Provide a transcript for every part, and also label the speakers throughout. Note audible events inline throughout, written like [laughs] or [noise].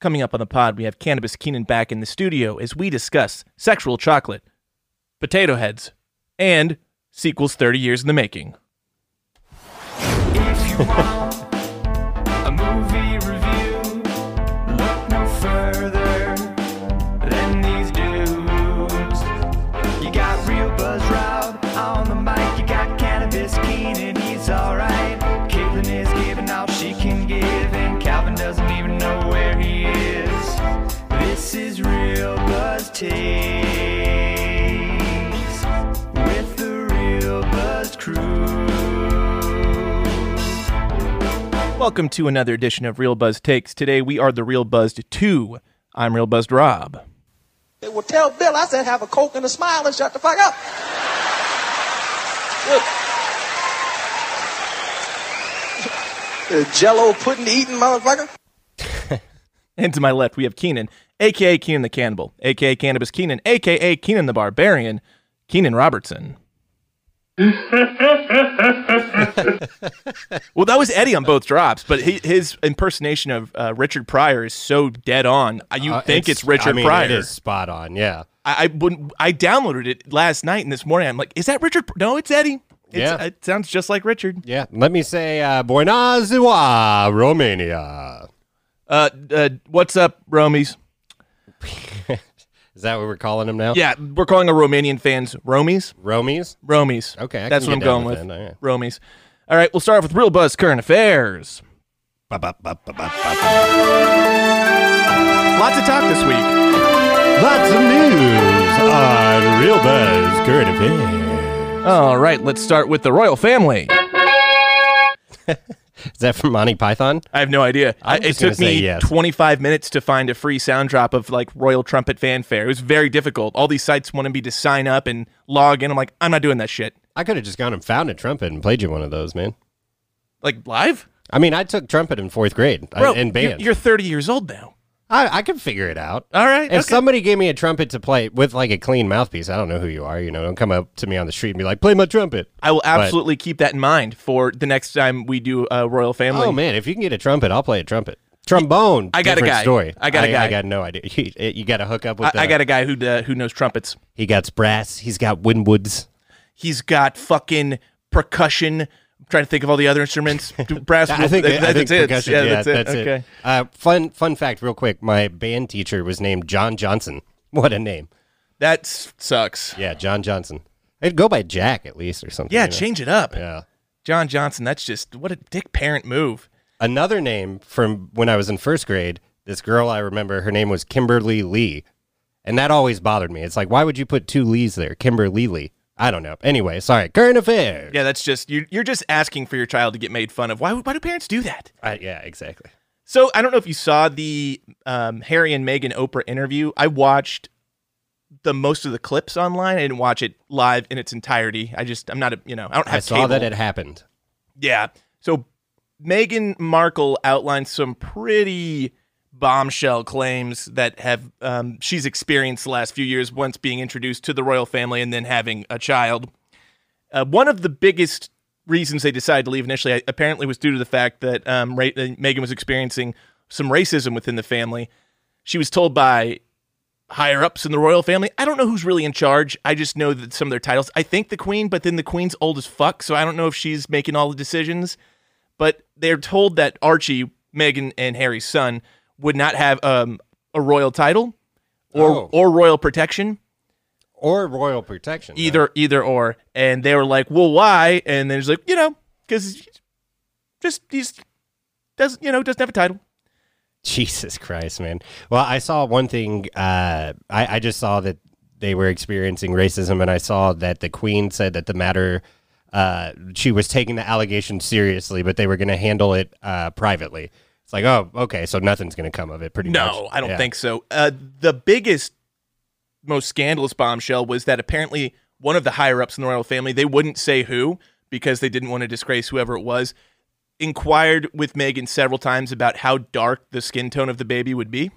Speaker 1: Coming up on the pod, we have Cannabis Keenan back in the studio as we discuss sexual chocolate, potato heads, and sequels 30 years in the making.
Speaker 2: If you want a movie review, look no further than these dudes. You got real Buzz Rob on the mic. You got Cannabis Keenan, he's alright. Caitlin is giving all she can give, and Calvin doesn't even know where he is. This is real Buzz Takes with the real Buzz Crew.
Speaker 1: Welcome to another edition of Real Buzz Takes. Today we are the Real Buzzed 2. I'm Real Buzzed Rob.
Speaker 3: They will tell Bill, I said, have a Coke and a smile and shut the fuck up. Look. [laughs] You Jello pudding eating motherfucker.
Speaker 1: And to my left, we have Keenan, aka Keenan the Cannibal, aka Cannabis Keenan, aka Keenan the Barbarian, Keenan
Speaker 4: [laughs]
Speaker 1: Robertson. well, that was Eddie on both drops, but he, his impersonation of uh, Richard Pryor is so dead on. Uh, You
Speaker 4: Uh,
Speaker 1: think it's, Richard
Speaker 4: I mean,
Speaker 1: Pryor?
Speaker 4: It is spot on. Yeah.
Speaker 1: I, I wouldn't. I downloaded it last night and this morning. I'm like, is that Richard? Pr- No, it's Eddie. It's, uh,
Speaker 4: Yeah.
Speaker 1: it sounds just like Richard.
Speaker 4: Yeah. Let me say, uh, Buona ziua, Romania.
Speaker 1: Uh, uh, what's up, Romies?
Speaker 4: Is that what we're calling them now?
Speaker 1: Yeah, we're calling our Romanian fans Romies.
Speaker 4: Romies?
Speaker 1: Romies.
Speaker 4: Okay, I
Speaker 1: that's what
Speaker 4: can
Speaker 1: I'm
Speaker 4: get down
Speaker 1: going
Speaker 4: with
Speaker 1: with.
Speaker 4: that, all right.
Speaker 1: Romies. All right, we'll start off with real buzz current affairs.
Speaker 4: Ba, ba, ba, ba, ba, ba.
Speaker 1: Lots of talk this week.
Speaker 4: Lots of news on Real Buzz Current Affairs.
Speaker 1: All right, let's start with the royal family.
Speaker 4: Is that from Monty Python?
Speaker 1: I have no idea. I,
Speaker 4: I'm
Speaker 1: it
Speaker 4: just gonna
Speaker 1: took
Speaker 4: say
Speaker 1: me
Speaker 4: yes.
Speaker 1: 25 minutes to find a free sound drop of like royal trumpet fanfare. It was very difficult. All these sites wanted me to sign up and log in. I'm like, I'm not doing that shit.
Speaker 4: I could have just gone and found a trumpet and played you one of those, man.
Speaker 1: Like live,
Speaker 4: I mean, I took trumpet in fourth grade I-
Speaker 1: bro.
Speaker 4: in band.
Speaker 1: You're, you're 30 years old now.
Speaker 4: I, I could figure it out.
Speaker 1: All right.
Speaker 4: If
Speaker 1: okay.
Speaker 4: somebody gave me a trumpet to play with like a clean mouthpiece, I don't know who you are. You know, don't come up to me on the street and be like, play my trumpet.
Speaker 1: I will absolutely keep that in mind for the next time we do a royal family.
Speaker 4: Oh man, if you can get a trumpet, I'll play a trumpet. Trombone.
Speaker 1: I got a
Speaker 4: different
Speaker 1: guy.
Speaker 4: Story.
Speaker 1: I got a
Speaker 4: a
Speaker 1: guy.
Speaker 4: I got no idea. [laughs] You, you got to hook up with.
Speaker 1: I, I
Speaker 4: the-
Speaker 1: got a guy who uh, who knows trumpets.
Speaker 4: He got brass. He's got windwoods.
Speaker 1: He's got fucking percussion. I'm trying to think of all the other
Speaker 4: [laughs]
Speaker 1: instruments. Brass.
Speaker 4: I think.
Speaker 1: that-
Speaker 4: I
Speaker 1: that's
Speaker 4: think
Speaker 1: it.
Speaker 4: percussion.
Speaker 1: Yeah, that's it. okay.
Speaker 4: Uh, fun. Fun fact, real quick. My band teacher was named John Johnson. [laughs] What a name.
Speaker 1: That s- sucks.
Speaker 4: Yeah, John Johnson. I'd go by Jack at least or something.
Speaker 1: Yeah,
Speaker 4: you know?
Speaker 1: change it up.
Speaker 4: Yeah.
Speaker 1: John Johnson. That's just what a dick parent move.
Speaker 4: Another name from when I was in first grade. This girl I remember. Her name was Kimberly Lee, and that always bothered me. It's like, why would you put two Lees there, Kimberly Lee? I don't know. Anyway, sorry. Current affairs.
Speaker 1: Yeah, that's just you. You're just asking for your child to get made fun of. Why? would- Why do parents do that?
Speaker 4: Uh, yeah, exactly.
Speaker 1: So I don't know if you saw the um, Harry and Meghan Oprah interview. I watched the most of the clips online. I didn't watch it live in its entirety. I just I'm not a you know I don't have
Speaker 4: I saw
Speaker 1: cable.
Speaker 4: that it happened.
Speaker 1: Yeah. So Meghan Markle outlined some pretty bombshell claims that have um, she's experienced the last few years once being introduced to the royal family and then having a child. Uh, one of the biggest reasons they decided to leave initially uh, apparently was due to the fact that um, ra- uh, Meghan was experiencing some racism within the family. She was told by higher ups in the royal family. I don't know who's really in charge. I just know that some of their titles. I think the queen, but then the queen's old as fuck, so I don't know if she's making all the decisions. But they're told that Archie, Meghan, and Harry's son would not have um, a royal title or
Speaker 4: Oh.
Speaker 1: or royal protection,
Speaker 4: Or royal protection. huh?
Speaker 1: either either or. And they were like, "Well, why?" And then it's like, you know, because just he's doesn't you know doesn't have a title.
Speaker 4: [laughs] Jesus Christ, man. Well, I saw one thing. Uh, I, I just saw that they were experiencing racism, and I saw that the Queen said that the matter, uh, she was taking the allegation seriously, but they were going to handle it uh, privately. It's like, oh, okay, so nothing's going to come of it, pretty much.
Speaker 1: No, I don't
Speaker 4: Yeah.
Speaker 1: think so. Uh, the biggest, most scandalous bombshell was that apparently one of the higher ups in the royal family, they wouldn't say who because they didn't want to disgrace whoever it was, inquired with Megan several times about how dark the skin tone of the baby would be.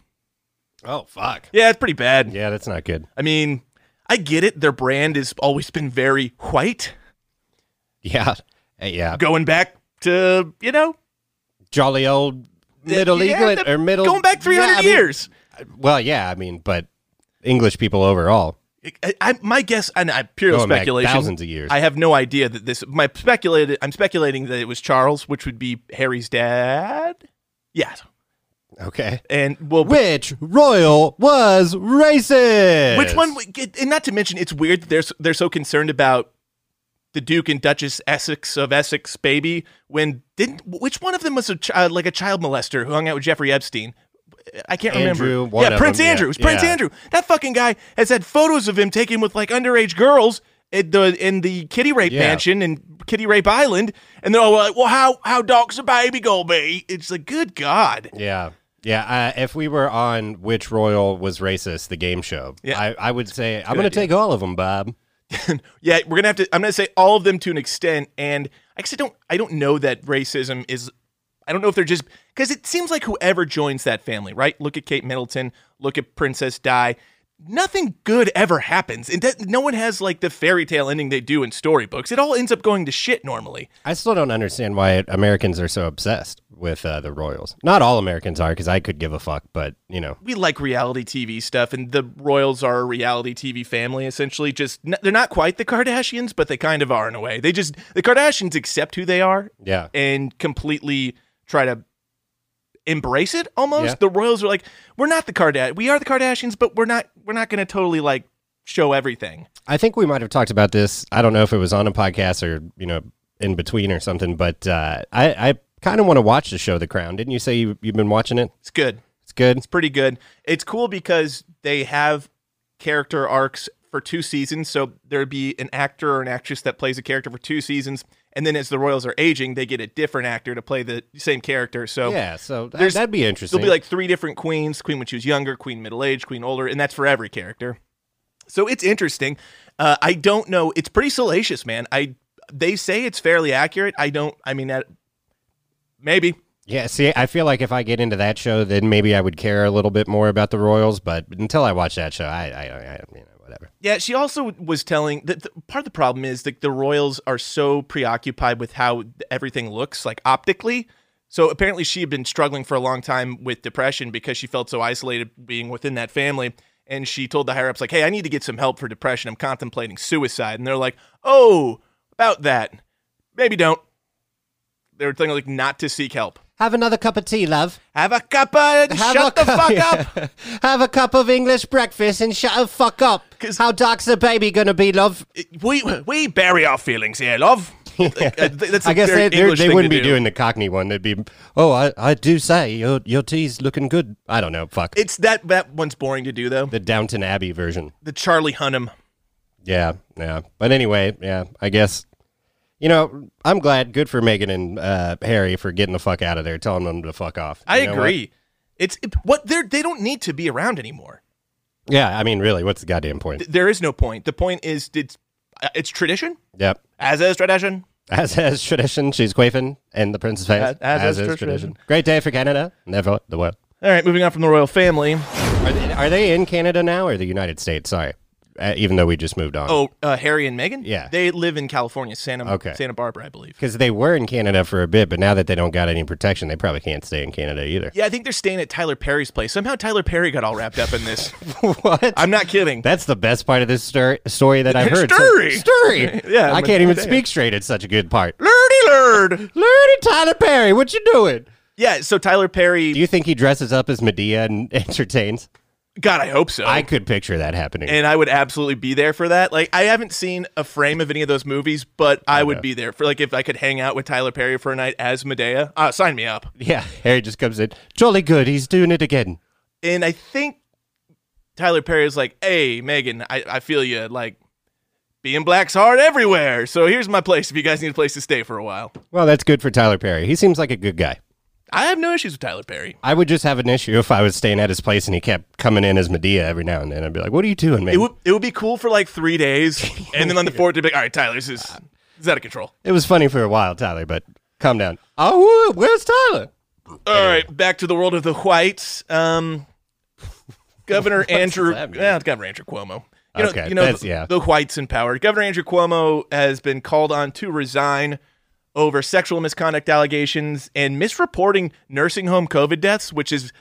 Speaker 4: Oh, fuck.
Speaker 1: Yeah, it's pretty bad.
Speaker 4: Yeah, that's not good.
Speaker 1: I mean, I get it. Their brand has always been very white,
Speaker 4: Yeah. Uh, Yeah.
Speaker 1: going back to, you know,
Speaker 4: Jolly old Middle
Speaker 1: Yeah,
Speaker 4: England
Speaker 1: that-
Speaker 4: or middle
Speaker 1: going back 300
Speaker 4: Yeah, I mean,
Speaker 1: years.
Speaker 4: Well, yeah, I mean, but English people overall.
Speaker 1: I, I, my guess, and I pure
Speaker 4: Going back
Speaker 1: speculation.
Speaker 4: thousands of years.
Speaker 1: I have no idea that this. My speculated. I'm speculating that it was Charles, which would be Harry's dad. Yeah,
Speaker 4: Okay.
Speaker 1: and well,
Speaker 4: Which royal was racist?
Speaker 1: which one? would get- And not to mention, it's weird that they're s- they're so concerned about the Duke and Duchess Essex of Essex, baby. When didn't which one of them was a child like a child molester who hung out with Jeffrey Epstein? I can't
Speaker 4: Andrew,
Speaker 1: remember.
Speaker 4: one
Speaker 1: yeah,
Speaker 4: of
Speaker 1: Prince
Speaker 4: them, yeah,
Speaker 1: Andrew. It was Prince
Speaker 4: yeah.
Speaker 1: Andrew. That fucking guy has had photos of him taken with like underage girls at the in the Kitty Rape
Speaker 4: Yeah.
Speaker 1: Mansion and Kitty Rape Island, and they're all like, "Well, how how dark's a baby gonna be?" It's like, good god.
Speaker 4: Yeah. Yeah. Uh, if we were on Which Royal Was Racist, the game show,
Speaker 1: Yeah.
Speaker 4: I, I would say, I'm going to
Speaker 1: idea.
Speaker 4: take all of them, Bob.
Speaker 1: Yeah, we're gonna have to. I'm gonna say all of them to an extent, and I actually don't. I don't know that racism is. I don't know if they're just because it seems like whoever joins that family, right? Look at Kate Middleton. Look at Princess Di. Nothing good ever happens, and that, no one has like the fairy tale ending they do in storybooks. It all ends up going to shit normally.
Speaker 4: I still don't understand why Americans are so obsessed with uh, the royals. Not all Americans are, because I could give a fuck, but, you know.
Speaker 1: We like reality TV stuff, and the Royals are a reality TV family essentially. Just n- they're not quite the Kardashians, but they kind of are in a way. They just the Kardashians accept who they are,
Speaker 4: Yeah.
Speaker 1: and completely try to embrace it almost.
Speaker 4: Yeah.
Speaker 1: The Royals are like, we're not the Kardashians. We are the Kardashians, but we're not we're not gonna totally like show everything.
Speaker 4: I think we might have talked about this. I don't know if it was on a podcast or, you know, in between or something, but uh, I, I kind of want to watch the show The Crown. Didn't you say you, you've been watching it?
Speaker 1: It's good.
Speaker 4: It's good.
Speaker 1: It's pretty good. It's cool because they have character arcs for two seasons. So there'd be an actor or an actress that plays a character for two seasons, and then as the Royals are aging, they get a different actor to play the same character. So
Speaker 4: Yeah, so that,
Speaker 1: There's-
Speaker 4: that'd be
Speaker 1: There'll
Speaker 4: interesting.
Speaker 1: be like three different queens: queen when she was younger, queen middle aged, queen older, and that's for every character. So it's interesting. Uh, I don't know. It's pretty salacious, man. I they say it's fairly accurate. I don't. I mean, that maybe
Speaker 4: Yeah, see, I feel like if I get into that show, then maybe I would care a little bit more about the Royals. But until I watch that show, I, I, I you know, whatever.
Speaker 1: Yeah, she also was telling that the, part of the problem is that the Royals are so preoccupied with how everything looks, like optically. So apparently, she had been struggling for a long time with depression because she felt so isolated being within that family. And she told the higher ups, like, "Hey, I need to get some help for depression. I'm contemplating suicide." And they're like, "Oh, about that, maybe don't." They were telling her like not to seek help.
Speaker 4: Have another cup of tea, love.
Speaker 1: Have a cup of
Speaker 4: Have
Speaker 1: shut
Speaker 4: a
Speaker 1: the fuck up.
Speaker 4: cup- Have a cup of English breakfast and shut the fuck up.
Speaker 1: 'Cause-
Speaker 4: How dark's the baby gonna be, love?
Speaker 1: We we bury our feelings here,
Speaker 4: [laughs]
Speaker 1: love. Uh, that's
Speaker 4: I
Speaker 1: a
Speaker 4: guess
Speaker 1: very
Speaker 4: they, they're-
Speaker 1: English
Speaker 4: they
Speaker 1: thing
Speaker 4: wouldn't
Speaker 1: to
Speaker 4: be
Speaker 1: do.
Speaker 4: doing the Cockney one. They'd be, oh, I, I do say your your tea's looking good. I don't know, fuck
Speaker 1: It's that that one's boring to do though. The,
Speaker 4: the Downton Abbey version.
Speaker 1: Charlie Hunnam.
Speaker 4: Yeah, yeah. But anyway, yeah, I guess you know, I'm glad good for Megan and uh, Harry for getting the fuck out of there, telling them to fuck off.
Speaker 1: I
Speaker 4: You know
Speaker 1: agree. It's it, what they're they don't need to be around anymore.
Speaker 4: what? Yeah, I mean really, what's the goddamn point?
Speaker 1: Th- There is no point. The point is it's uh, it's tradition
Speaker 4: Yep.
Speaker 1: as is tradition.
Speaker 4: As as tradition, she's quaffing and the princess face.
Speaker 1: As- as is tradition.
Speaker 4: Great day for Canada. Never the world.
Speaker 1: All right, moving on from the royal family.
Speaker 4: Are they, are they in Canada now or the United States? Sorry. Uh, even though we just moved on.
Speaker 1: Oh, uh, Harry and Meghan.
Speaker 4: Yeah.
Speaker 1: they live in California, Santa
Speaker 4: Okay.
Speaker 1: Santa Barbara, I believe.
Speaker 4: Because they were in Canada for a bit, but now that they don't got any protection, they probably can't stay in Canada either.
Speaker 1: Yeah, I think they're staying at Tyler Perry's place. Somehow Tyler Perry got all wrapped up in this. [laughs]
Speaker 4: what?
Speaker 1: I'm not kidding.
Speaker 4: That's the best part of this stir- story that I've heard. So-
Speaker 1: Story.
Speaker 4: story.
Speaker 1: [laughs] Yeah,
Speaker 4: I
Speaker 1: I'm
Speaker 4: can't even
Speaker 1: saying.
Speaker 4: speak straight. It's such a good part.
Speaker 1: Lurdy lurd.
Speaker 4: Lordy Tyler Perry, what you doing?
Speaker 1: Yeah, so Tyler Perry.
Speaker 4: Do you think he dresses up as Medea and [laughs] entertains?
Speaker 1: God, I hope so.
Speaker 4: I could picture that happening.
Speaker 1: Oh. and I would absolutely be there for that. Like I haven't seen a frame of any of those movies, but I would be there for like if I could hang out with Tyler Perry for a night as Medea. Uh, sign me up.
Speaker 4: yeah, Harry just comes in. Jolly good, he's doing it again.
Speaker 1: And I think Tyler Perry is like, "Hey, Megan, I, I feel you. Like being black's hard everywhere. So here's my place. If you guys need a place to stay for a while,
Speaker 4: Well, that's good for Tyler Perry. He seems like a good guy.
Speaker 1: I have no issues with Tyler Perry.
Speaker 4: I would just have an issue if I was staying at his place and he kept coming in as Medea every now and then. I'd be like, "What are you doing, man?"
Speaker 1: It would it would be cool for like three days, and then on the fourth, they'd be like, "All right, Tyler, this is." Is out of control?
Speaker 4: it was funny for a while, Tyler, but calm down. Oh, where's Tyler?
Speaker 1: All right, back to the world of the whites.
Speaker 4: [laughs]
Speaker 1: Um, Governor Andrew,
Speaker 4: that mean?
Speaker 1: yeah, it's Governor Andrew Cuomo. You know,
Speaker 4: Okay,
Speaker 1: you know
Speaker 4: that's-
Speaker 1: the,
Speaker 4: yeah.
Speaker 1: the whites in power. Governor Andrew Cuomo has been called on to resign over sexual misconduct allegations and misreporting nursing home COVID deaths, which is,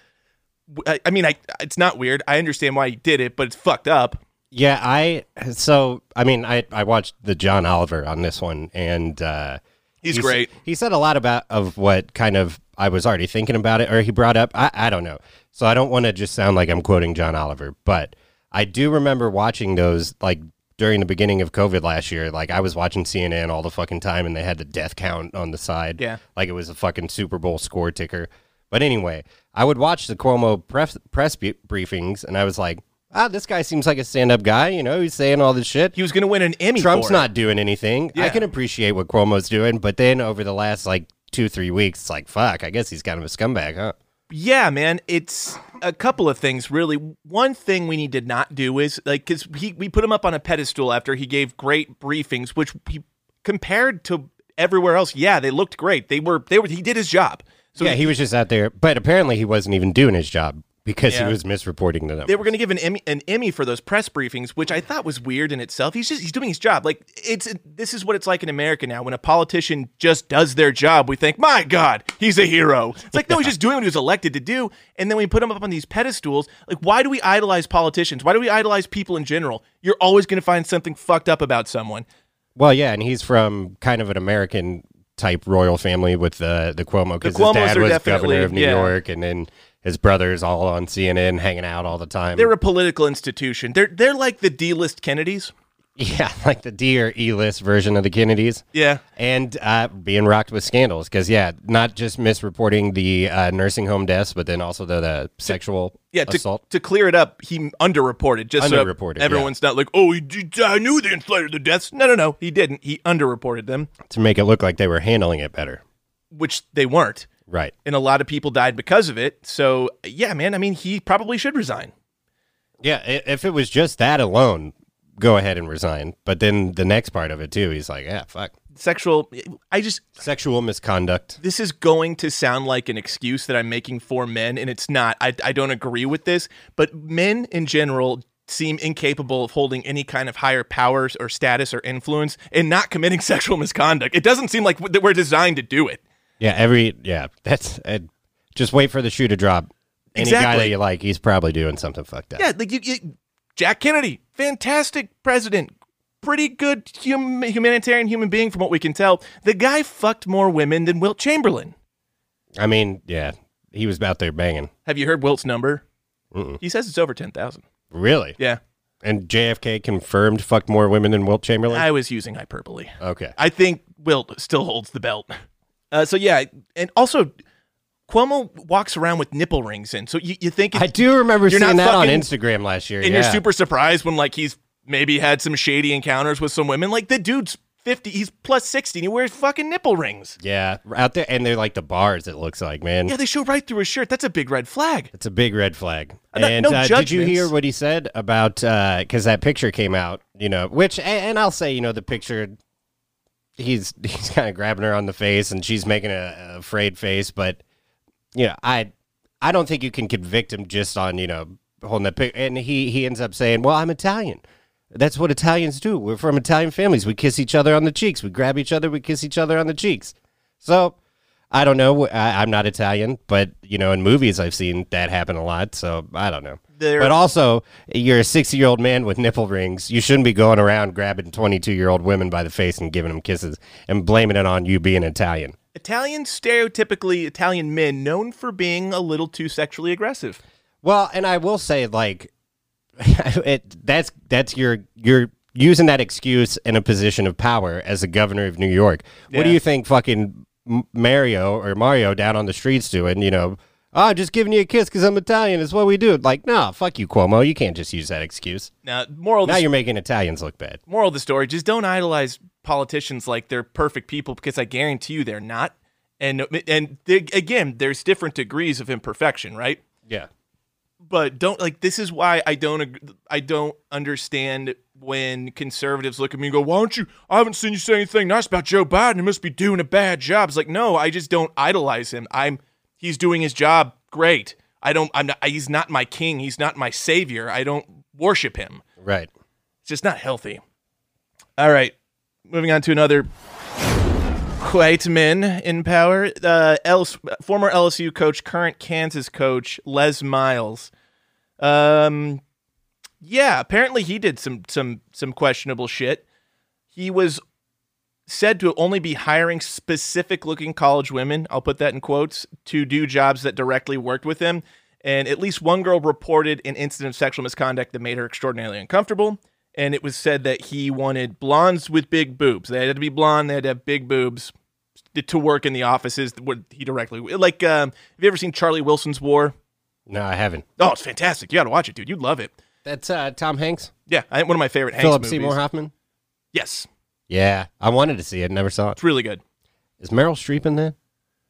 Speaker 1: I, I mean, I it's not weird. I understand why he did it, but it's fucked up.
Speaker 4: Yeah, I so I mean I I watched the John Oliver on this one and uh
Speaker 1: He's
Speaker 4: he s-
Speaker 1: great.
Speaker 4: He said a lot about of what kind of I was already thinking about it or he brought up I I don't know. So I don't want to just sound like I'm quoting John Oliver, but I do remember watching those like during the beginning of COVID last year, like I was watching CNN all the fucking time and they had the death count on the side.
Speaker 1: Yeah.
Speaker 4: Like it was a fucking Super Bowl score ticker. But anyway, I would watch the Cuomo press, press bu- briefings and I was like, ah, this guy seems like a stand up guy. You know, he's saying all this shit.
Speaker 1: He was going to win an Emmy.
Speaker 4: Trump's
Speaker 1: for it.
Speaker 4: not doing anything.
Speaker 1: Yeah.
Speaker 4: I can appreciate what Cuomo's doing. But then over the last like two, three weeks, it's like, fuck, I guess he's kind of a scumbag, huh?
Speaker 1: Yeah, man, it's a couple of things really. One thing we need to not do is like because he we put him up on a pedestal after he gave great briefings, which he compared to everywhere else. Yeah, they looked great. They were they were he did his job. So
Speaker 4: yeah, he was just out there. But apparently he wasn't even doing his job because
Speaker 1: Yeah.
Speaker 4: he was misreporting the numbers.
Speaker 1: they were going to give an Emmy an Emmy for those press briefings, which I thought was weird in itself. He's just he's doing his job. Like it's this is what it's like in America now. When a politician just does their job, we think, my God, he's a hero. It's like no, he's just doing what he was elected to do, and then we put him up on these pedestals. Like why do we idolize politicians? Why do we idolize people in general? You're always going to find something fucked up about someone.
Speaker 4: Well, yeah, and he's from kind of an American type royal family with the the Cuomo because his
Speaker 1: Cuomos
Speaker 4: dad
Speaker 1: are
Speaker 4: was
Speaker 1: definitely-
Speaker 4: governor of New
Speaker 1: yeah.
Speaker 4: York, and then his brother's all on CNN hanging out all the time.
Speaker 1: They're a political institution. They're they're like the D-list Kennedys.
Speaker 4: [laughs] yeah, like the D or E list version of the Kennedys.
Speaker 1: Yeah.
Speaker 4: And uh, being rocked with scandals because yeah, not just misreporting the uh, nursing home deaths, but then also the, the sexual
Speaker 1: Yeah, to,
Speaker 4: assault.
Speaker 1: to clear it up, he underreported just
Speaker 4: Underreported,
Speaker 1: so
Speaker 4: yeah.
Speaker 1: everyone's not like, oh, he, d- I knew they inflated the deaths. No, no, no, he didn't. He underreported them,
Speaker 4: to make it look like they were handling it better.
Speaker 1: which they weren't,
Speaker 4: Right.
Speaker 1: and a lot of people died because of it. So yeah, man, I mean, he probably should resign.
Speaker 4: Yeah, i- if it was just that alone, go ahead and resign. But then the next part of it too, he's like, yeah, fuck,
Speaker 1: Sexual, I just
Speaker 4: sexual misconduct.
Speaker 1: this is going to sound like an excuse that I'm making for men, and it's not. I, I don't agree with this, but men in general seem incapable of holding any kind of higher powers or status or influence and not committing [laughs] sexual misconduct. It doesn't seem like w- that we're designed to do it.
Speaker 4: Yeah, every yeah, that's uh, just wait for the shoe to drop. Any guy
Speaker 1: Exactly.
Speaker 4: that you like, he's probably doing something fucked up.
Speaker 1: Yeah, like you, you Jack Kennedy, fantastic president, pretty good hum, humanitarian human being from what we can tell. The guy fucked more women than Wilt Chamberlain.
Speaker 4: I mean, yeah, he was out there banging.
Speaker 1: Have you heard Wilt's number?
Speaker 4: Mm-mm.
Speaker 1: He says it's over 10,000.
Speaker 4: Really?
Speaker 1: Yeah.
Speaker 4: And JFK confirmed fucked more women than Wilt Chamberlain.
Speaker 1: I was using hyperbole.
Speaker 4: okay.
Speaker 1: I think Wilt still holds the belt. Uh, so yeah, and also Cuomo walks around with nipple rings in. So you, you think
Speaker 4: I do remember
Speaker 1: You're
Speaker 4: seeing
Speaker 1: not
Speaker 4: that on
Speaker 1: fucking-
Speaker 4: Instagram last year.
Speaker 1: and
Speaker 4: yeah.
Speaker 1: you're super surprised when like he's maybe had some shady encounters with some women. Like the dude's 50, he's plus 60 and he wears fucking nipple rings.
Speaker 4: yeah, out there, and they're like the bars. It looks like man,
Speaker 1: Yeah, they show right through his shirt. That's a big red flag.
Speaker 4: it's a big red flag.
Speaker 1: Uh, no-
Speaker 4: and
Speaker 1: no
Speaker 4: uh, did you
Speaker 1: judgments.
Speaker 4: hear what he said about because that picture came out? You know, which and, and I'll say, you know, the picture he's [laughs] he's kind of grabbing her on the face and she's making a, a afraid face but you know i i don't think you can convict him just on you know holding that pic and he he ends up saying well i'm italian that's what italians do we're from italian families we kiss each other on the cheeks we grab each other we kiss each other on the cheeks so i don't know I, i'm not italian but you know in movies i've seen that happen a lot so i don't know
Speaker 1: There-
Speaker 4: but also, you're a 60 year old man with nipple rings. You shouldn't be going around grabbing 22 year old women by the face and giving them kisses and blaming it on you being Italian.
Speaker 1: Italian stereotypically Italian men known for being a little too sexually aggressive.
Speaker 4: Well, and I will say, like, [laughs] it, that's that's your you're using that excuse in a position of power as the governor of New York. What do
Speaker 1: Yeah.
Speaker 4: you think, fucking M- Mario or Mario down on the streets doing? You know, oh, just giving you a kiss because I'm Italian is what we do. Like, nah, fuck you, Cuomo. You can't just use that excuse.
Speaker 1: Now, moral of the
Speaker 4: Now you're making Italians look bad.
Speaker 1: moral of the story just don't idolize politicians like they're perfect people because i guarantee you they're not and and they, again there's different degrees of imperfection right
Speaker 4: Yeah.
Speaker 1: but don't like this is why i don't ag- i don't understand when conservatives look at me and go why don't you i haven't seen you say anything nice about joe biden he must be doing a bad job it's like no i just don't idolize him i'm he's doing his job great i don't i'm not he's not my king he's not my savior i don't worship him
Speaker 4: Right.
Speaker 1: it's just not healthy. All right, moving on to another white men in power. Uh, LS, former LSU coach, current Kansas coach Les Miles. Um, yeah, apparently he did some some some questionable shit. He was said to only be hiring specific looking college women, I'll put that in quotes, to do jobs that directly worked with him. And at least one girl reported an incident of sexual misconduct that made her extraordinarily uncomfortable. And it was said that he wanted blondes with big boobs. They had to be blonde, they had to have big boobs to work in the offices where he directly like um, have you ever seen charlie wilson's war
Speaker 4: No, I haven't.
Speaker 1: oh it's fantastic you gotta watch it dude you'd love it
Speaker 4: That's uh, Tom Hanks,
Speaker 1: yeah I- one of my favorite Hanks
Speaker 4: Philip
Speaker 1: movies.
Speaker 4: Seymour Hoffman.
Speaker 1: yes
Speaker 4: Yeah, I wanted to see it, never saw it.
Speaker 1: it's really good
Speaker 4: Is Meryl Streep in there?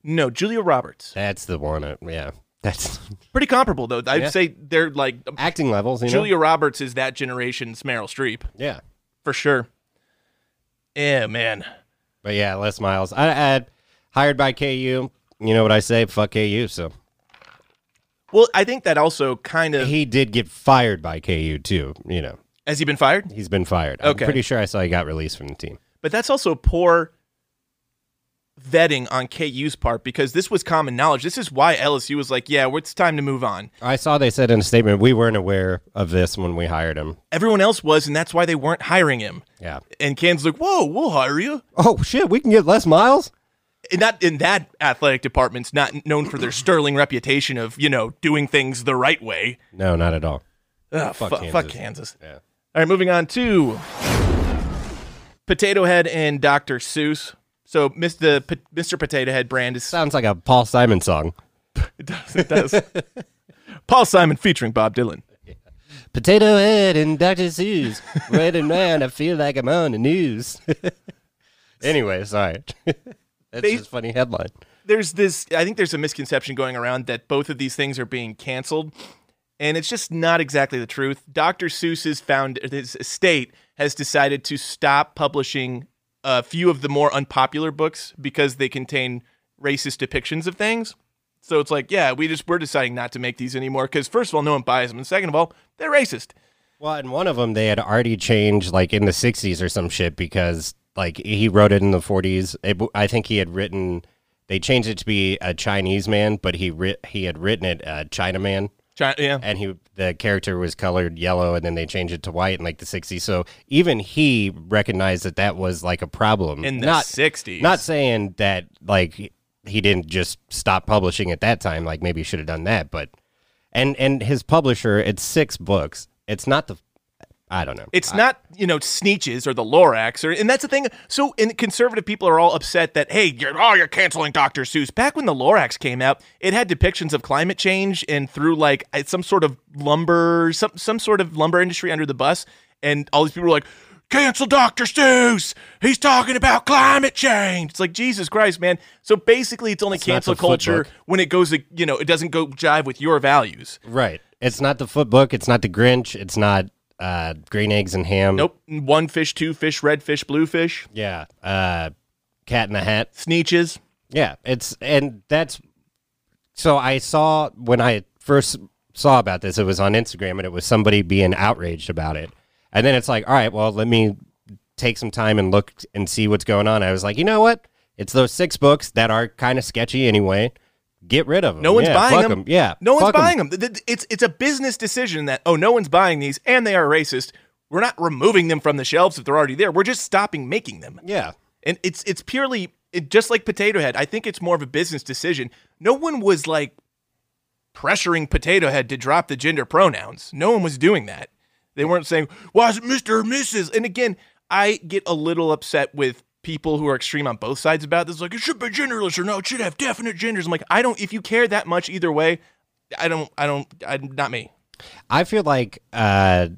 Speaker 1: no julia roberts
Speaker 4: That's the one. uh, yeah, that's
Speaker 1: pretty comparable though i'd
Speaker 4: Yeah.
Speaker 1: say they're like
Speaker 4: acting levels. You know?
Speaker 1: Julia Roberts is that generation's Meryl Streep
Speaker 4: Yeah,
Speaker 1: for sure. Yeah, man.
Speaker 4: but yeah, Les Miles. I, I hired by KU. You know what I say? Fuck KU. So
Speaker 1: Well, I think that also kind of
Speaker 4: he did get fired by KU too. You know,
Speaker 1: has he been fired,
Speaker 4: he's been fired.
Speaker 1: Okay.
Speaker 4: I'm pretty sure I saw he got released from the team.
Speaker 1: but that's also poor vetting on KU's part because this was common knowledge. This is why LSU was like, yeah, well, it's time to move on.
Speaker 4: I saw they said in a statement we weren't aware of this when we hired him.
Speaker 1: Everyone else was, and that's why they weren't hiring him.
Speaker 4: Yeah.
Speaker 1: And Kansas like, whoa, we'll hire you.
Speaker 4: Oh shit, we can get Les Miles.
Speaker 1: And that in that athletic department's not known for their sterling reputation of you know doing things the right way.
Speaker 4: No, not at all.
Speaker 1: Ugh, Ah, fuck,
Speaker 4: Kansas.
Speaker 1: fuck Kansas.
Speaker 4: Yeah.
Speaker 1: All right, moving on to Potato Head and Dr. Seuss. So, Mr. P- Mr. Potato Head brand is [laughs]
Speaker 4: Sounds like a Paul Simon song.
Speaker 1: it does, it [laughs] does. Paul Simon featuring Bob Dylan.
Speaker 4: Potato Head and Dr. Seuss. Waiting around, I feel like I'm on the news. [laughs] anyway, sorry. [laughs] That's
Speaker 1: They-
Speaker 4: just a funny headline.
Speaker 1: There's this. I think there's a misconception going around that both of these things are being canceled, and it's just not exactly the truth. Dr. Seuss's found his estate has decided to stop publishing a few of the more unpopular books because they contain racist depictions of things. So it's like, yeah, we just we're deciding not to make these anymore because first of all, no one buys them, and second of all, they're racist.
Speaker 4: Well, in one of them, they had already changed, like in the 60s or some shit, because like he wrote it in the 40s. It, w- I think he had written, they changed it to be a Chinese man, but he writ, he had written it uh, Chinaman.
Speaker 1: China, yeah,
Speaker 4: and he the character was colored yellow and then they changed it to white in like the 60s so even he recognized that that was like a problem
Speaker 1: in the
Speaker 4: not
Speaker 1: '60s,
Speaker 4: not saying that like he didn't just stop publishing at that time like maybe he should have done that but and and his publisher it's six books it's not the i don't know
Speaker 1: It's not, you know, Sneeches or the Lorax or and that's the thing. So and conservative people are all upset that, hey, you're oh, you're canceling Dr. Seuss. Back when the Lorax came out, it had depictions of climate change and threw like uh, some sort of lumber some some sort of lumber industry under the bus. And all these people were like, Cancel Dr. Seuss. He's talking about climate change. It's like Jesus Christ, man. So basically it's only
Speaker 4: not
Speaker 1: cancel
Speaker 4: the flip
Speaker 1: culture
Speaker 4: book.
Speaker 1: when it goes ag- you know, it doesn't go jive with your values.
Speaker 4: right it's not the footbook it's not the grinch it's not uh green eggs and ham
Speaker 1: Nope. One fish, two fish, red fish, blue fish,
Speaker 4: yeah uh cat in the hat
Speaker 1: Sneeches.
Speaker 4: Yeah, it's and that's so I saw when I first saw about this, it was on Instagram and it was somebody being outraged about it. And then it's like, all right, well, let me take some time and look and see what's going on. I was like, you know what? It's those six books that are kind of sketchy anyway. Get rid of them.
Speaker 1: No one's
Speaker 4: yeah,
Speaker 1: buying
Speaker 4: fuck
Speaker 1: them.
Speaker 4: Yeah.
Speaker 1: no one's
Speaker 4: fuck 'em.
Speaker 1: buying them. Th- th- It's it's a business decision that oh, no one's buying these, and they are racist. We're not removing them from the shelves if they're already there. We're just stopping making them.
Speaker 4: Yeah.
Speaker 1: And it's it's purely it, just like Potato Head. I think it's more of a business decision. No one was like pressuring Potato Head to drop the gender pronouns. No one was doing that. They weren't saying why is it Mister or Mrs. And again, I get a little upset with people who are extreme on both sides about this. Like it should be genderless or no, it should have definite genders. I'm like, I don't. If you care that much either way, I don't. I don't. I, not me.
Speaker 4: I feel like, uh,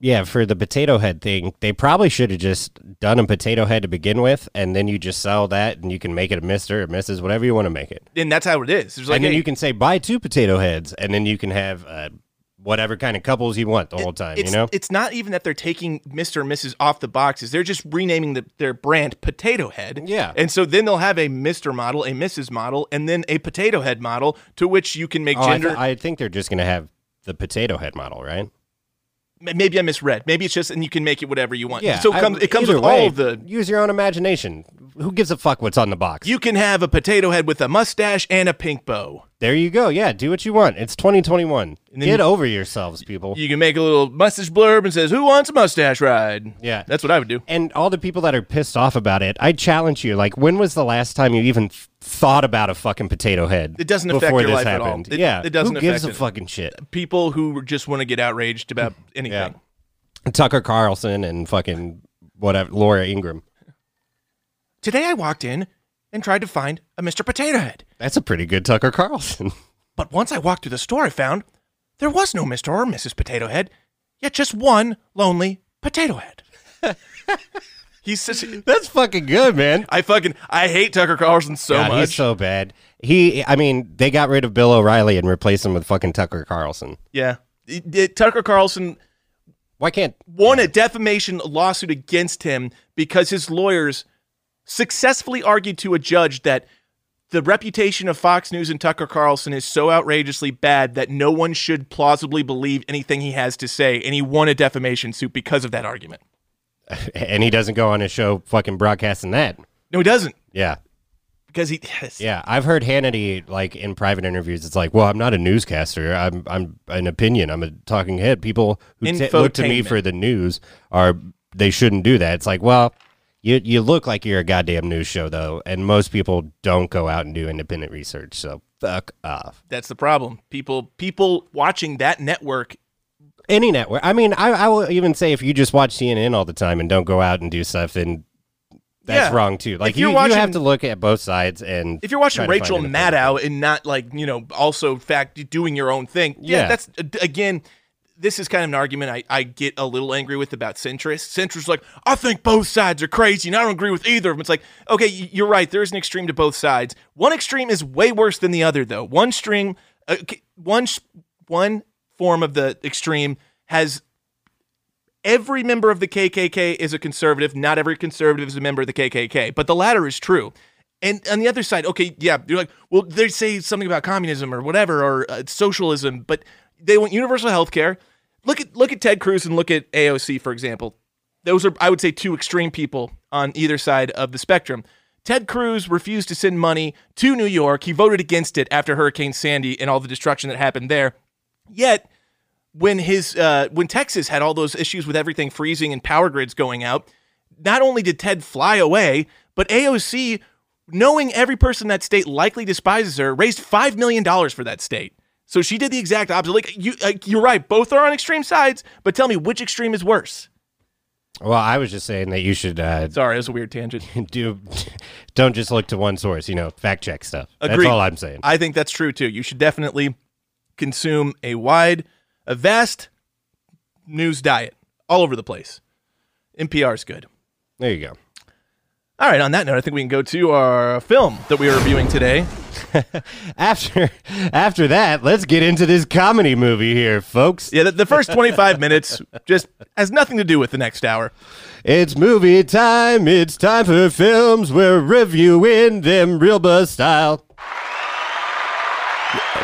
Speaker 4: yeah, for the potato head thing, they probably should have just done a potato head to begin with, and then you just sell that, and you can make it a Mister or Mrs. whatever you want to make it.
Speaker 1: And that's how it is. There's like,
Speaker 4: and then
Speaker 1: hey,
Speaker 4: you can say buy two potato heads, and then you can have uh, whatever kind of couples you want the whole time.
Speaker 1: it's,
Speaker 4: You know,
Speaker 1: it's not even that they're taking Mr. and Mrs. off the boxes. They're just renaming the, their brand Potato Head.
Speaker 4: Yeah.
Speaker 1: And so then they'll have a Mr. model, a Mrs. model, and then a Potato Head model to which you can make
Speaker 4: oh, I,
Speaker 1: gender.
Speaker 4: th- I think they're just gonna have the potato head model, right?
Speaker 1: m- maybe I misread. Maybe it's just, and you can make it whatever you want.
Speaker 4: Yeah.
Speaker 1: So it
Speaker 4: I-
Speaker 1: comes, it comes
Speaker 4: either
Speaker 1: with
Speaker 4: way,
Speaker 1: all of the.
Speaker 4: Use your own imagination. Who gives a fuck what's on the box?
Speaker 1: You can have a potato head with a mustache and a pink bow.
Speaker 4: there you go. Yeah, do what you want. It's 2021.
Speaker 1: then
Speaker 4: Get
Speaker 1: you-
Speaker 4: over yourselves, people.
Speaker 1: You can make a little mustache blurb and says, "Who wants a mustache ride?"
Speaker 4: Yeah.
Speaker 1: that's what I would do.
Speaker 4: and all the people that are pissed off about it, I challenge you. Like, when was the last time you even f- thought about a fucking potato head?
Speaker 1: It doesn't affect
Speaker 4: before
Speaker 1: your
Speaker 4: this
Speaker 1: life at all.
Speaker 4: happened?
Speaker 1: It-
Speaker 4: yeah,
Speaker 1: it doesn't
Speaker 4: Who gives
Speaker 1: affect it.
Speaker 4: a fucking shit?
Speaker 1: People who just want to get outraged
Speaker 4: [laughs]
Speaker 1: about anything.
Speaker 4: Tucker Carlson and fucking whatever Laura Ingram.
Speaker 1: Today I walked in and tried to find a Mr. Potato Head,
Speaker 4: That's a pretty good Tucker Carlson. [laughs]
Speaker 1: but once I walked through the store, I found there was no Mr. or Mrs. Potato Head, yet just one lonely potato head. [laughs] he's such. a-
Speaker 4: That's fucking good, man.
Speaker 1: I fucking I hate Tucker Carlson so
Speaker 4: God,
Speaker 1: much.
Speaker 4: he's so bad. He, I mean, they got rid of Bill O'Reilly and replaced him with fucking Tucker Carlson.
Speaker 1: yeah, It- it- Tucker Carlson
Speaker 4: Why can't?
Speaker 1: won a defamation lawsuit against him because his lawyers successfully argued to a judge that the reputation of Fox News and Tucker Carlson is so outrageously bad that no one should plausibly believe anything he has to say, and he won a defamation suit because of that argument.
Speaker 4: And he doesn't go on his show fucking broadcasting that.
Speaker 1: No, he doesn't
Speaker 4: Yeah.
Speaker 1: because he.
Speaker 4: Yeah, I've heard Hannity like in private interviews. It's like, well, I'm not a newscaster. I'm I'm an opinion. I'm a talking head. People who t- look to me
Speaker 1: Infotainment.
Speaker 4: for the news are they shouldn't do that. It's like, well, you you look like you're a goddamn news show though, and most people don't go out and do independent research. So fuck off.
Speaker 1: That's the problem. People people watching that network
Speaker 4: Any network. I mean, I I will even say if you just watch CNN all the time and don't go out and do stuff, then. That's
Speaker 1: Yeah.
Speaker 4: wrong too. Like
Speaker 1: you're
Speaker 4: you, you
Speaker 1: watching-
Speaker 4: have to look at both sides and
Speaker 1: if you're watching
Speaker 4: try to find
Speaker 1: Rachel
Speaker 4: an opinion.
Speaker 1: Maddow and not like you know also fact doing your own thing, yeah,
Speaker 4: Yeah.
Speaker 1: that's ad- again. This is kind of an argument I, I get a little angry with about centrists. Centrists are like, I think both sides are crazy and I don't agree with either of them. It's like, okay, y- you're right. There is an extreme to both sides. One extreme is way worse than the other, though. One stream, uh, c- one, s- one form of the extreme has every member of the KKK is a conservative. Not every conservative is a member of the KKK, but the latter is true. And on the other side, okay, yeah, you're like, well, they say something about communism or whatever or uh, socialism, but they want universal health care. Look at look at Ted Cruz and look at AOC for example. Those are I would say two extreme people on either side of the spectrum. Ted Cruz refused to send money to New York. He voted against it after Hurricane Sandy and all the destruction that happened there. Yet when his uh, when Texas had all those issues with everything freezing and power grids going out, not only did Ted fly away, but AOC, knowing every person in that state likely despises her, raised five million dollars for that state. So she did the exact opposite. Like you, like, you're right. Both are on extreme sides, but tell me which extreme is worse.
Speaker 4: Well, I was just saying that you should uh,
Speaker 1: Sorry, it was a weird tangent.
Speaker 4: [laughs] do don't just look to one source you know fact check stuff
Speaker 1: Agreed.
Speaker 4: that's all i'm saying
Speaker 1: I think that's true too. You should definitely consume a wide, a vast news diet all over the place. NPR is good.
Speaker 4: there you go
Speaker 1: All right, on that note, I think we can go to our film that we are reviewing today.
Speaker 4: after [laughs] after that let's get into this comedy movie here folks
Speaker 1: Yeah, the, the
Speaker 4: [laughs]
Speaker 1: first 25 minutes just has nothing to do with the next hour.
Speaker 4: it's movie time it's time for films we're reviewing them real buzz style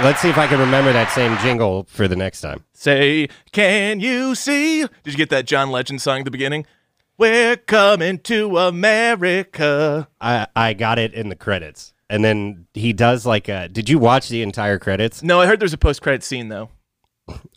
Speaker 4: let's see if i can remember that same jingle for the next time
Speaker 1: Say, can you see? Did you get that John Legend song at the beginning? We're coming to America.
Speaker 4: i i got it in the credits and then he does like uh did you watch the entire credits
Speaker 1: No, I heard there's a post credit scene, though.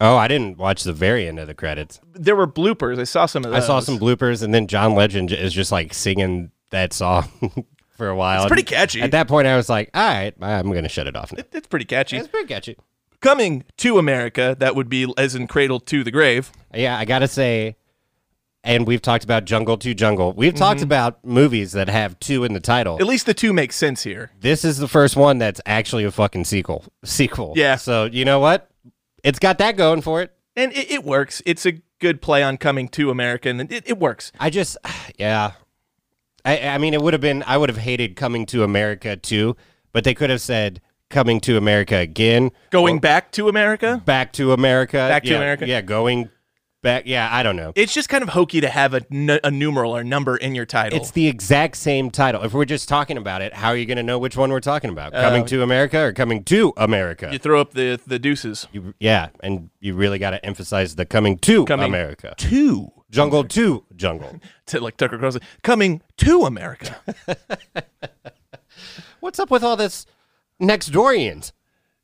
Speaker 4: oh i didn't watch the very end of the credits
Speaker 1: There were bloopers. I saw some of
Speaker 4: I
Speaker 1: those.
Speaker 4: saw some bloopers, and then John Legend j- is just like singing that song [laughs] for a while.
Speaker 1: It's pretty catchy.
Speaker 4: At that point, I was like, "All right, I'm gonna shut it off." Now.
Speaker 1: It's pretty catchy.
Speaker 4: It's pretty catchy.
Speaker 1: Coming to America, that would be as in Cradle to the Grave.
Speaker 4: Yeah, I gotta say, and we've talked about Jungle to Jungle. We've talked
Speaker 1: Mm-hmm.
Speaker 4: about movies that have two in the title.
Speaker 1: At least the two make sense here.
Speaker 4: This is the first one that's actually a fucking sequel. Sequel.
Speaker 1: Yeah.
Speaker 4: So you know what? It's got that going for it.
Speaker 1: And it, it works. It's a good play on coming to America, and it, it works.
Speaker 4: I just, [sighs] yeah. I, I mean, it would have been, I would have hated coming to America too, but they could have said coming to America again.
Speaker 1: Going back to America?
Speaker 4: back to America.
Speaker 1: Back to
Speaker 4: Yeah,
Speaker 1: America.
Speaker 4: Yeah, going back. Yeah, I don't know.
Speaker 1: It's just kind of hokey to have a, n- a numeral or number in your title.
Speaker 4: It's the exact same title. If we're just talking about it, how are you going to know which one we're talking about? Coming to America or Coming to America?
Speaker 1: Uh, you throw up the the deuces.
Speaker 4: You- yeah, and you really got to emphasize the Coming to
Speaker 1: Coming
Speaker 4: America.
Speaker 1: Two.
Speaker 4: Jungle to
Speaker 1: [laughs]
Speaker 4: jungle.
Speaker 1: To, like Tucker Carlson coming to [laughs] America.
Speaker 4: What's up with all this next Dorians?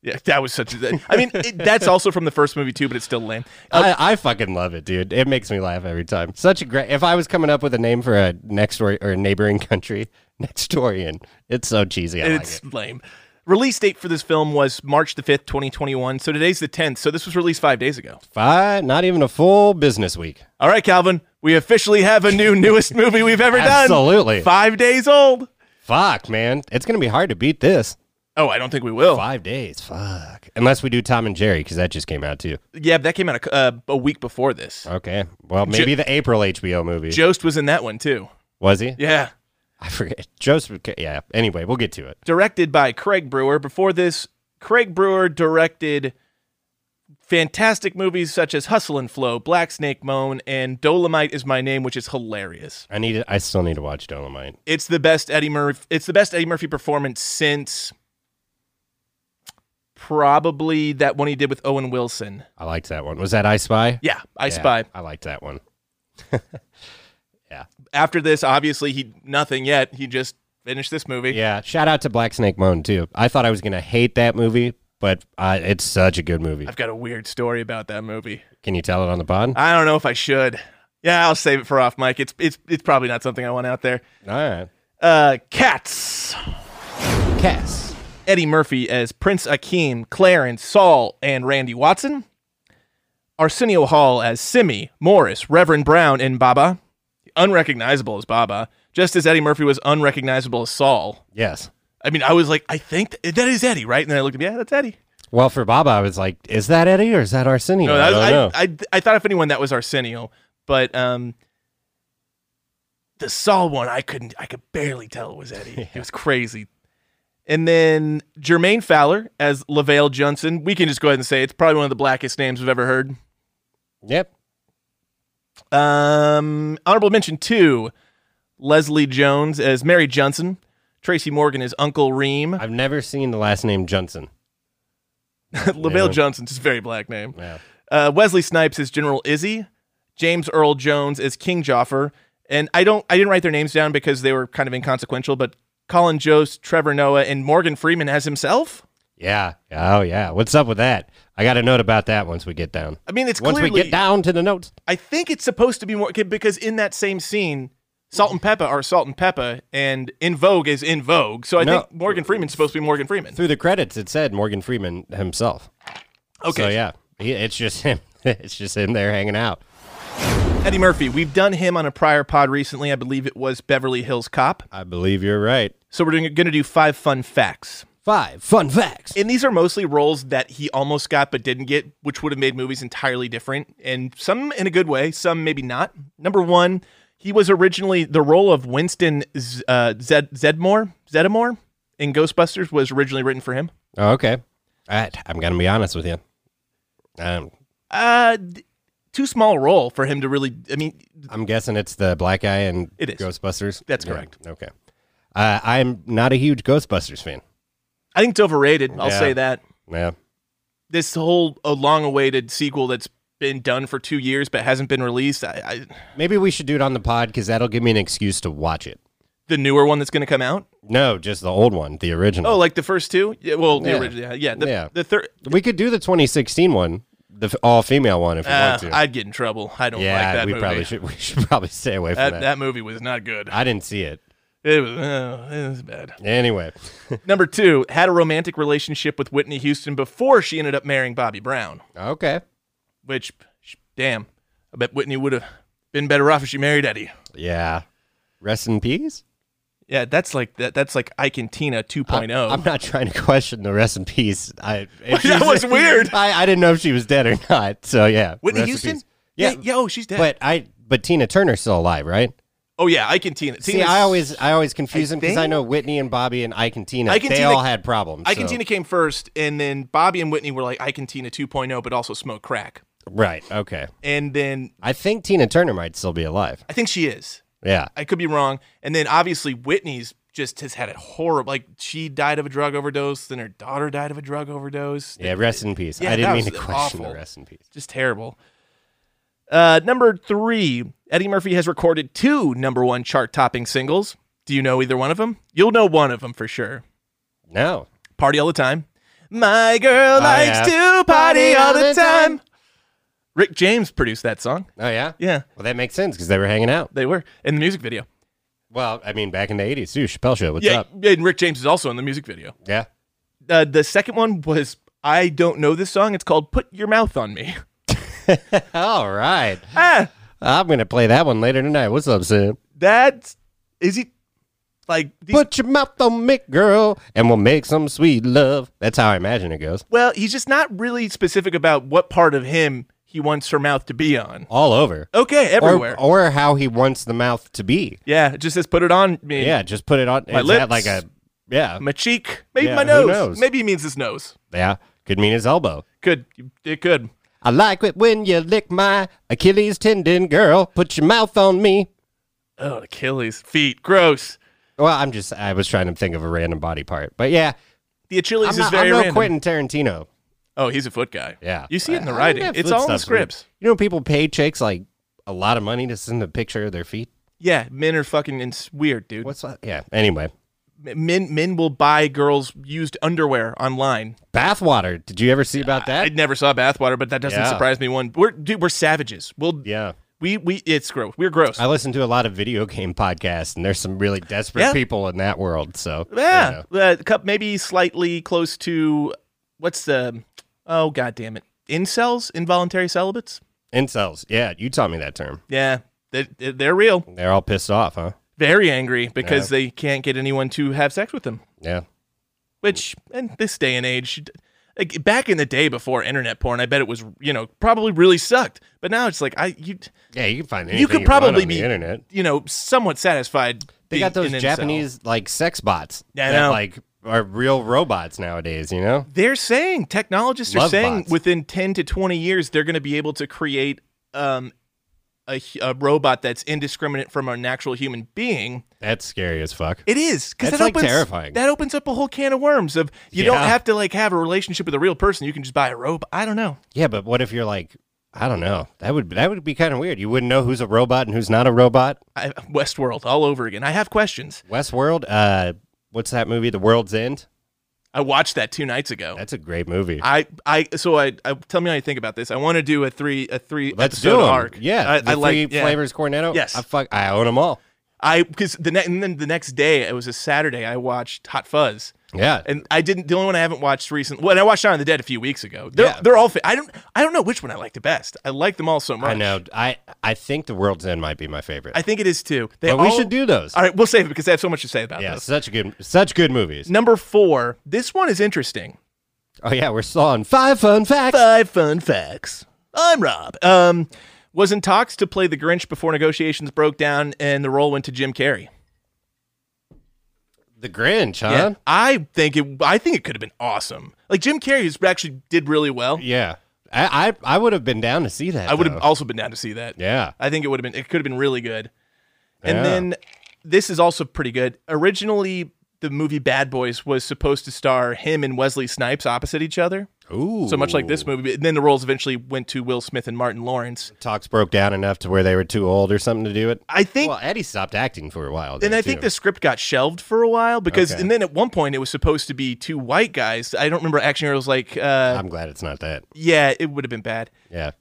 Speaker 1: yeah, that was such. A, I mean, it, that's also from the first movie too, but it's still lame.
Speaker 4: I, I fucking love it, dude. It makes me laugh every time. Such a great. If I was coming up with a name for a next door or a neighboring [laughs] country, next Dorian, it's so cheesy. I like
Speaker 1: it's
Speaker 4: it.
Speaker 1: lame. Release date for this film was March the 5th, 2021. So today's the 10th. So this was released five days ago.
Speaker 4: Fi- not even a full business week.
Speaker 1: All right, Calvin, we officially have a [laughs] new, newest movie we've ever done.
Speaker 4: Absolutely.
Speaker 1: Five days old.
Speaker 4: Fuck, man, it's gonna be hard to beat this.
Speaker 1: Oh, I don't think we will.
Speaker 4: Five days. Fuck. Unless we do Tom and Jerry, because that just came out too.
Speaker 1: Yeah, but that came out a, c- uh, a week before this.
Speaker 4: Okay. Well, maybe the April HBO movie
Speaker 1: Jost was in that one too.
Speaker 4: was he?
Speaker 1: Yeah.
Speaker 4: I forget. Joseph. Yeah. Anyway, we'll get to it.
Speaker 1: Directed by Craig Brewer. Before this, Craig Brewer directed fantastic movies such as Hustle and Flow, Black Snake Moan, and Dolomite is My Name, which is hilarious.
Speaker 4: I need. I still need to watch Dolomite.
Speaker 1: it's the best Eddie Murphy. It's the best Eddie Murphy performance since probably that one he did with Owen Wilson.
Speaker 4: I liked that one. Was that I Spy?
Speaker 1: Yeah, I
Speaker 4: Yeah,
Speaker 1: Spy.
Speaker 4: I liked that one.
Speaker 1: After this, obviously he nothing yet. He just finished this movie.
Speaker 4: Yeah, shout out to Black Snake Moan too. I thought I was gonna hate that movie, but uh, it's such a good movie.
Speaker 1: I've got a weird story about that movie.
Speaker 4: Can you tell it on the pod?
Speaker 1: I don't know if I should. Yeah, I'll save it for off mic. It's it's it's probably not something I want out there.
Speaker 4: All right,
Speaker 1: Uh, cats.
Speaker 4: Cass.
Speaker 1: Eddie Murphy as Prince Akeem, Clarence, Saul, and Randy Watson. Arsenio Hall as Simi, Morris, Reverend Brown, and Baba. Unrecognizable as Baba, just as Eddie Murphy was unrecognizable as Saul.
Speaker 4: Yes.
Speaker 1: I mean, I was like, I think th- that is Eddie, right? And then I looked at, yeah, that's Eddie.
Speaker 4: Well, for Baba, I was like, is that Eddie or is that Arsenio?
Speaker 1: No,
Speaker 4: I
Speaker 1: that was,
Speaker 4: don't
Speaker 1: I,
Speaker 4: know.
Speaker 1: I, I, thought if anyone that was Arsenio, but um, the Saul one, I couldn't, I could barely tell it was
Speaker 4: [laughs]
Speaker 1: Eddie. It was crazy. And then Jermaine Fowler as Lavelle Johnson. We can just go ahead and say it's probably one of the blackest names we've ever heard.
Speaker 4: yep.
Speaker 1: Um, honorable mention two, Leslie Jones as Mary Johnson. Tracy Morgan as Uncle Reem.
Speaker 4: I've never seen the last name Johnson.
Speaker 1: [laughs] Lavelle
Speaker 4: Yeah.
Speaker 1: Johnson's a very black name.
Speaker 4: Wow.
Speaker 1: Uh, Wesley Snipes is General Izzy, James Earl Jones is King Joffer, and I don't I didn't write their names down because they were kind of inconsequential. But Colin Jost, Trevor Noah, and Morgan Freeman as himself.
Speaker 4: Yeah. Oh yeah. What's up with that? I got a note about that once we get down.
Speaker 1: I mean, it's
Speaker 4: Once
Speaker 1: clearly
Speaker 4: we get down to the notes.
Speaker 1: I think it's supposed to be more because in that same scene. Salt and Peppa are Salt and Peppa, and In Vogue is In Vogue. So I
Speaker 4: No.
Speaker 1: think Morgan Freeman's supposed to be Morgan Freeman.
Speaker 4: Through the credits, it said Morgan Freeman himself.
Speaker 1: Okay,
Speaker 4: So yeah, he, it's just him. [laughs] it's just him there hanging out.
Speaker 1: Eddie Murphy. We've done him on a prior pod recently. I believe it was Beverly Hills Cop.
Speaker 4: I believe you're right.
Speaker 1: So we're going to do five fun facts.
Speaker 4: Five fun facts.
Speaker 1: And these are mostly roles that he almost got but didn't get, which would have made movies entirely different. And some in a good way, some maybe not. Number one, he was originally the role of Winston Z- uh, Zed- Zedmore, Zedamore in Ghostbusters was originally written for him.
Speaker 4: Oh, okay. All right. I'm gonna be honest with you. Um,
Speaker 1: Uh, d- too small a role for him to really. I mean,
Speaker 4: I'm guessing it's the black guy and
Speaker 1: It is.
Speaker 4: Ghostbusters.
Speaker 1: That's
Speaker 4: Yeah,
Speaker 1: correct.
Speaker 4: Okay. Uh, I'm not a huge Ghostbusters fan.
Speaker 1: I think it's overrated. I'll
Speaker 4: Yeah.
Speaker 1: say that
Speaker 4: Yeah.
Speaker 1: this whole a long-awaited sequel that's been done for two years but hasn't been released. I, I,
Speaker 4: Maybe we should do it on the pod because that'll give me an excuse to watch it.
Speaker 1: the newer one that's going to come out.
Speaker 4: No, just the old one, the original.
Speaker 1: Oh, like the first two? Yeah, well, the
Speaker 4: Yeah.
Speaker 1: original. Yeah, the,
Speaker 4: Yeah.
Speaker 1: the third.
Speaker 4: we could do the 2016 one, the all female one, if we
Speaker 1: Uh,
Speaker 4: want to.
Speaker 1: I'd get in trouble. I don't
Speaker 4: yeah,
Speaker 1: like that
Speaker 4: we
Speaker 1: movie.
Speaker 4: probably should. [laughs] We should probably stay away from
Speaker 1: that,
Speaker 4: that.
Speaker 1: that. movie was not good.
Speaker 4: I didn't see it.
Speaker 1: It was, uh, it was bad.
Speaker 4: Anyway,
Speaker 1: Number two, had a romantic relationship with Whitney Houston before she ended up marrying Bobby Brown,
Speaker 4: okay.
Speaker 1: which, sh- damn, I bet Whitney would have been better off if she married Eddie.
Speaker 4: Yeah. Rest in peace.
Speaker 1: Yeah, that's like that. That's like Ike and Tina oh. 2.0.
Speaker 4: I'm not trying to question the rest in peace. I
Speaker 1: [laughs] That
Speaker 4: if she's-
Speaker 1: was weird.
Speaker 4: [laughs] I, I didn't know if she was dead or not. So yeah,
Speaker 1: Whitney
Speaker 4: rest in
Speaker 1: Houston?
Speaker 4: peace. Yeah,
Speaker 1: yeah, oh, she's dead.
Speaker 4: but I but Tina Turner's still alive, right?
Speaker 1: oh yeah, Ike and Tina.
Speaker 4: See,
Speaker 1: Tina's-
Speaker 4: I always I always confuse them because I
Speaker 1: think-
Speaker 4: know Whitney and Bobby and Ike and Tina.
Speaker 1: Ike and
Speaker 4: they
Speaker 1: Tina-
Speaker 4: all had problems.
Speaker 1: Ike and
Speaker 4: so-
Speaker 1: Tina came first, and then Bobby and Whitney were like Ike and Tina 2.0, but oh, also smoke crack.
Speaker 4: Right. Okay.
Speaker 1: and then
Speaker 4: I think Tina Turner might still be alive.
Speaker 1: I think she is.
Speaker 4: Yeah.
Speaker 1: I could be wrong. And then obviously Whitney's just has had it horrible. Like she died of a drug overdose, then her daughter died of a drug overdose.
Speaker 4: Yeah. Rest in peace.
Speaker 1: Yeah,
Speaker 4: I
Speaker 1: that
Speaker 4: didn't mean to
Speaker 1: was
Speaker 4: question
Speaker 1: awful.
Speaker 4: the rest in peace.
Speaker 1: Just terrible. Uh, number three, Eddie Murphy has recorded two number one chart topping singles. Do you know either one of them? You'll know one of them for sure.
Speaker 4: No.
Speaker 1: Party all the time. My girl likes to party all the time. Rick James produced that song.
Speaker 4: Oh yeah.
Speaker 1: Yeah,
Speaker 4: Well, that makes sense because they were hanging out.
Speaker 1: they were in the music video.
Speaker 4: Well, I mean, back in the '80s too. Chappelle Show. What's
Speaker 1: yeah,
Speaker 4: up?
Speaker 1: and Rick James is also in the music video.
Speaker 4: Yeah. [laughs]
Speaker 1: Uh, the second one was I don't know this song. It's called "Put Your Mouth on Me." [laughs]
Speaker 4: All right.
Speaker 1: ah,
Speaker 4: I'm gonna play that one later tonight. What's up, Sam?
Speaker 1: that is he like these,
Speaker 4: Put your mouth on me, girl, and we'll make some sweet love. That's how I imagine it goes.
Speaker 1: well, he's just not really specific about what part of him he wants her mouth to be on.
Speaker 4: All over.
Speaker 1: Okay, Oh, everywhere.
Speaker 4: Or, or how he wants the mouth to be.
Speaker 1: yeah, it just says "Put it on me."
Speaker 4: Yeah, just put it on.
Speaker 1: My
Speaker 4: is
Speaker 1: lips.
Speaker 4: that like a yeah,
Speaker 1: my cheek, maybe
Speaker 4: Yeah,
Speaker 1: my
Speaker 4: who
Speaker 1: nose.
Speaker 4: knows?
Speaker 1: Maybe he means his nose.
Speaker 4: yeah. Could mean his elbow.
Speaker 1: Could it could.
Speaker 4: I like it when you lick my Achilles tendon, girl. Put your mouth on me.
Speaker 1: Oh, Achilles feet, gross.
Speaker 4: Well, I'm just I was trying to think of a random body part, but yeah,
Speaker 1: The Achilles
Speaker 4: I'm
Speaker 1: is
Speaker 4: not,
Speaker 1: very
Speaker 4: I'm no
Speaker 1: random.
Speaker 4: Quentin Tarantino.
Speaker 1: Oh, he's a foot guy.
Speaker 4: Yeah,
Speaker 1: you see it in the
Speaker 4: I- I
Speaker 1: writing.
Speaker 4: think that
Speaker 1: It's
Speaker 4: foot
Speaker 1: all in the
Speaker 4: stuff's weird.
Speaker 1: scripts.
Speaker 4: You know, people pay chicks like a lot of money to send a picture of their feet.
Speaker 1: Yeah, men are fucking it's weird, dude.
Speaker 4: What's that? Yeah. Anyway,
Speaker 1: men men will buy girls used underwear online.
Speaker 4: bathwater. Did you ever see about that?
Speaker 1: I never saw bathwater, but that doesn't
Speaker 4: Yeah.
Speaker 1: surprise me one. We're dude, we're savages. We'll
Speaker 4: yeah.
Speaker 1: we we it's gross. We're gross.
Speaker 4: I listen to a lot of video game podcasts, and there's some really desperate
Speaker 1: Yeah.
Speaker 4: people in that world. So you
Speaker 1: yeah.
Speaker 4: know.
Speaker 1: Uh, cup maybe slightly close to what's the oh god damn it. Incels, involuntary celibates?
Speaker 4: incels. Yeah, you taught me that term.
Speaker 1: Yeah. They, they're real.
Speaker 4: They're all pissed off, huh?
Speaker 1: Very angry because they can't get anyone to have sex with them.
Speaker 4: Yeah.
Speaker 1: Which in this day and age like, back in the day before internet porn, I bet it was, you know, probably really sucked. But now it's like I you
Speaker 4: Yeah, you can find anything
Speaker 1: you could
Speaker 4: want
Speaker 1: probably
Speaker 4: on
Speaker 1: be
Speaker 4: the internet.
Speaker 1: you know, somewhat satisfied.
Speaker 4: They
Speaker 1: being
Speaker 4: got those
Speaker 1: an incel.
Speaker 4: Japanese like sex bots
Speaker 1: Yeah, I
Speaker 4: that
Speaker 1: know.
Speaker 4: like are real robots nowadays. You know?
Speaker 1: They're saying technologists are
Speaker 4: Love
Speaker 1: saying
Speaker 4: bots.
Speaker 1: within ten to twenty years they're going to be able to create um, a, hu- a robot that's indiscriminate from an actual human being.
Speaker 4: That's scary as fuck.
Speaker 1: It is because
Speaker 4: That's,
Speaker 1: that
Speaker 4: like,
Speaker 1: opens,
Speaker 4: terrifying.
Speaker 1: That opens up a whole can of worms. Of you don't
Speaker 4: Yeah.
Speaker 1: have to like have a relationship with a real person. You can just buy a robot. I don't know.
Speaker 4: Yeah, but what if you're like, I don't know. That would that would be kind of weird. You wouldn't know who's a robot and who's not a robot.
Speaker 1: I, Westworld all over again. I have questions.
Speaker 4: Westworld. Uh, what's that movie? The World's End.
Speaker 1: I watched that two nights ago.
Speaker 4: That's a great movie.
Speaker 1: I, I so I, I tell me how you think about this. I want to do a three a three
Speaker 4: Let's do
Speaker 1: episode
Speaker 4: them.
Speaker 1: arc.
Speaker 4: Yeah,
Speaker 1: I,
Speaker 4: the
Speaker 1: I
Speaker 4: three
Speaker 1: like yeah.
Speaker 4: flavors cornetto.
Speaker 1: Yes.
Speaker 4: I fuck. I own them all.
Speaker 1: I because the ne- and then the next day it was a Saturday. I watched Hot Fuzz,
Speaker 4: Yeah.
Speaker 1: and I didn't. The only one I haven't watched recent. Well, and I watched Shaun of the Dead a few weeks ago. They're
Speaker 4: Yeah.
Speaker 1: they're all. Fa- I don't I don't know which one I like the best. I like them all so much.
Speaker 4: I know. I I think The World's End might be my favorite.
Speaker 1: I think it is too. They
Speaker 4: but we
Speaker 1: all-
Speaker 4: should do those.
Speaker 1: All right, we'll save it because I have so much to say about
Speaker 4: yeah,
Speaker 1: this.
Speaker 4: such good such good movies.
Speaker 1: Number four. This one is interesting.
Speaker 4: Oh yeah, we're still on five fun facts.
Speaker 1: Five fun facts. I'm Rob. Um, was in talks to play the Grinch before negotiations broke down, and the role went to Jim Carrey.
Speaker 4: The Grinch, huh?
Speaker 1: Yeah, I think it. I think it could have been awesome. Like Jim Carrey is- actually did really well.
Speaker 4: Yeah. I I, I would have been down to see that.
Speaker 1: I would have
Speaker 4: though.
Speaker 1: also been down to see that.
Speaker 4: Yeah.
Speaker 1: I think it would have been. It could have been really good. And
Speaker 4: Yeah.
Speaker 1: then this is also pretty good. Originally, the movie Bad Boys was supposed to star him and Wesley Snipes opposite each other.
Speaker 4: Ooh.
Speaker 1: So much like this movie. And then the roles eventually went to Will Smith and Martin Lawrence.
Speaker 4: Talks broke down enough to where they were too old or something to do it.
Speaker 1: I think.
Speaker 4: well, Eddie stopped acting for a while.
Speaker 1: and
Speaker 4: there,
Speaker 1: I think
Speaker 4: too.
Speaker 1: the script got shelved for a while because,
Speaker 4: Okay.
Speaker 1: and then at one point it was supposed to be two white guys. I don't remember action heroes like, uh,
Speaker 4: I'm glad it's not that.
Speaker 1: yeah, it would have been bad.
Speaker 4: Yeah.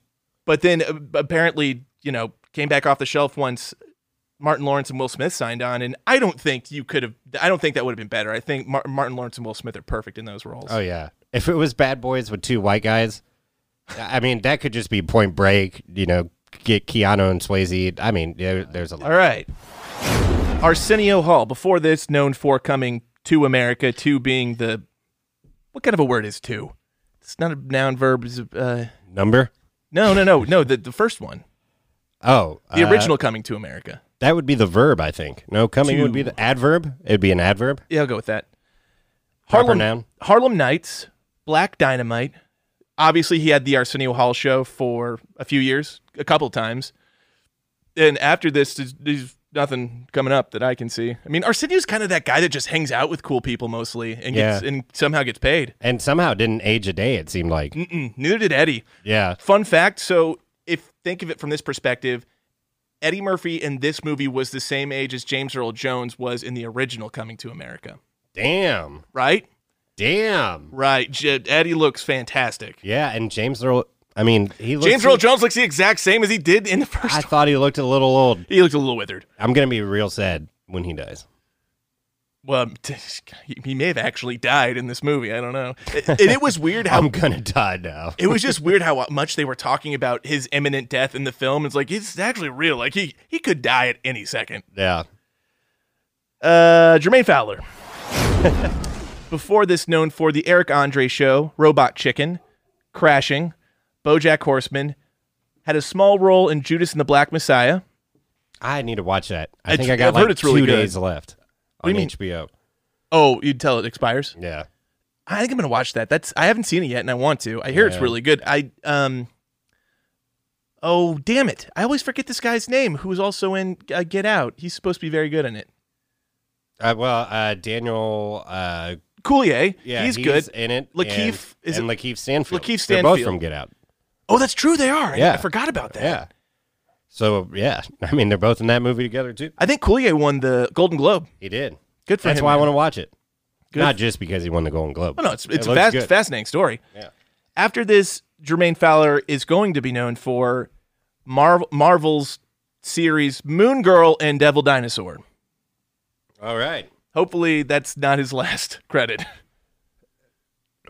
Speaker 1: But then uh, apparently, you know, came back off the shelf once Martin Lawrence and Will Smith signed on. And I don't think you could have, I don't think that would have been better. I think Mar- Martin Lawrence and Will Smith are perfect in those roles.
Speaker 4: Oh yeah. If it was Bad Boys with two white guys, I mean that could just be Point Break. You know, get Keanu and Swayze. I mean, there, there's a lot.
Speaker 1: All right. Arsenio Hall, before this, known for coming to America, to being the, what kind of a word is to? It's not a noun verb. It's a, uh,
Speaker 4: Number.
Speaker 1: no, no, no, no. The, the first one,
Speaker 4: Oh,
Speaker 1: the
Speaker 4: uh,
Speaker 1: original coming to America.
Speaker 4: That would be the verb, I think. No, coming would be
Speaker 1: To.
Speaker 4: the adverb. It'd be an adverb.
Speaker 1: Yeah, I'll go with that.
Speaker 4: Proper noun.
Speaker 1: Harlem Nights, Black Dynamite, obviously he had the Arsenio Hall show for a few years, a couple times. And after this, there's, there's nothing coming up that I can see. I mean, Arsenio's kind of that guy that just hangs out with cool people mostly and gets
Speaker 4: Yeah.
Speaker 1: and somehow gets paid.
Speaker 4: and somehow it didn't age a day. It seemed like
Speaker 1: Mm-mm, neither did Eddie.
Speaker 4: yeah,
Speaker 1: Fun fact. So, if think of it from this perspective, Eddie Murphy in this movie was the same age as James Earl Jones was in the original Coming to America.
Speaker 4: damn,
Speaker 1: Right,
Speaker 4: damn,
Speaker 1: right. J- Eddie looks fantastic.
Speaker 4: yeah. And James Earl, I mean, he looks,
Speaker 1: James Earl Jones looks the exact same as he did in the first.
Speaker 4: I
Speaker 1: one.
Speaker 4: thought he looked a little old.
Speaker 1: He looks a little withered.
Speaker 4: I'm gonna be real sad when he dies.
Speaker 1: Well, [laughs] he- he may have actually died in this movie. I don't know. And it was weird how
Speaker 4: [laughs] I'm gonna die now.
Speaker 1: it was just weird how much they were talking about his imminent death in the film. It's like it's actually real. Like he he could die at any second.
Speaker 4: Yeah,
Speaker 1: Uh, Jermaine Fowler. [laughs] Before this, known for the Eric Andre Show, Robot Chicken, Crashing, BoJack Horseman, had a small role in Judas and the Black Messiah.
Speaker 4: I need to watch that. I
Speaker 1: It's-
Speaker 4: think I
Speaker 1: I've
Speaker 4: got
Speaker 1: heard
Speaker 4: like
Speaker 1: it's really
Speaker 4: two
Speaker 1: good.
Speaker 4: days left
Speaker 1: do
Speaker 4: on
Speaker 1: you mean?
Speaker 4: HBO.
Speaker 1: Oh, you'd tell it expires.
Speaker 4: Yeah,
Speaker 1: I think I'm gonna watch that. That's I haven't seen it yet, and I want to. I hear it's
Speaker 4: Yeah.
Speaker 1: really good. I um. Oh damn it! I always forget this guy's name, who's also in uh, Get Out. He's supposed to be very good in it.
Speaker 4: uh, well, uh, Daniel, uh,
Speaker 1: Coulier,
Speaker 4: yeah,
Speaker 1: he's, good.
Speaker 4: in it.
Speaker 1: Lakeith-
Speaker 4: and,
Speaker 1: is
Speaker 4: and
Speaker 1: it-
Speaker 4: Lakeith Stanfield.
Speaker 1: Lakeith
Speaker 4: They're both
Speaker 1: Stanfield.
Speaker 4: from Get Out.
Speaker 1: Oh, that's true. They are. I- I,
Speaker 4: Yeah.
Speaker 1: forgot about that.
Speaker 4: Yeah. So yeah, [laughs] I mean they're both in that movie together too.
Speaker 1: I think Coulier won the Golden Globe.
Speaker 4: He did.
Speaker 1: Good for
Speaker 4: That's
Speaker 1: him.
Speaker 4: why I
Speaker 1: man.
Speaker 4: want to watch it.
Speaker 1: Good
Speaker 4: Not just because he won the Golden Globe.
Speaker 1: Oh no, it's
Speaker 4: It
Speaker 1: it's a
Speaker 4: looks
Speaker 1: fast,
Speaker 4: good.
Speaker 1: fascinating story.
Speaker 4: Yeah.
Speaker 1: After this, Jermaine Fowler is going to be known for Marvel Marvel's series Moon Girl and Devil Dinosaur.
Speaker 4: All right.
Speaker 1: Hopefully, that's not his last [laughs] credit.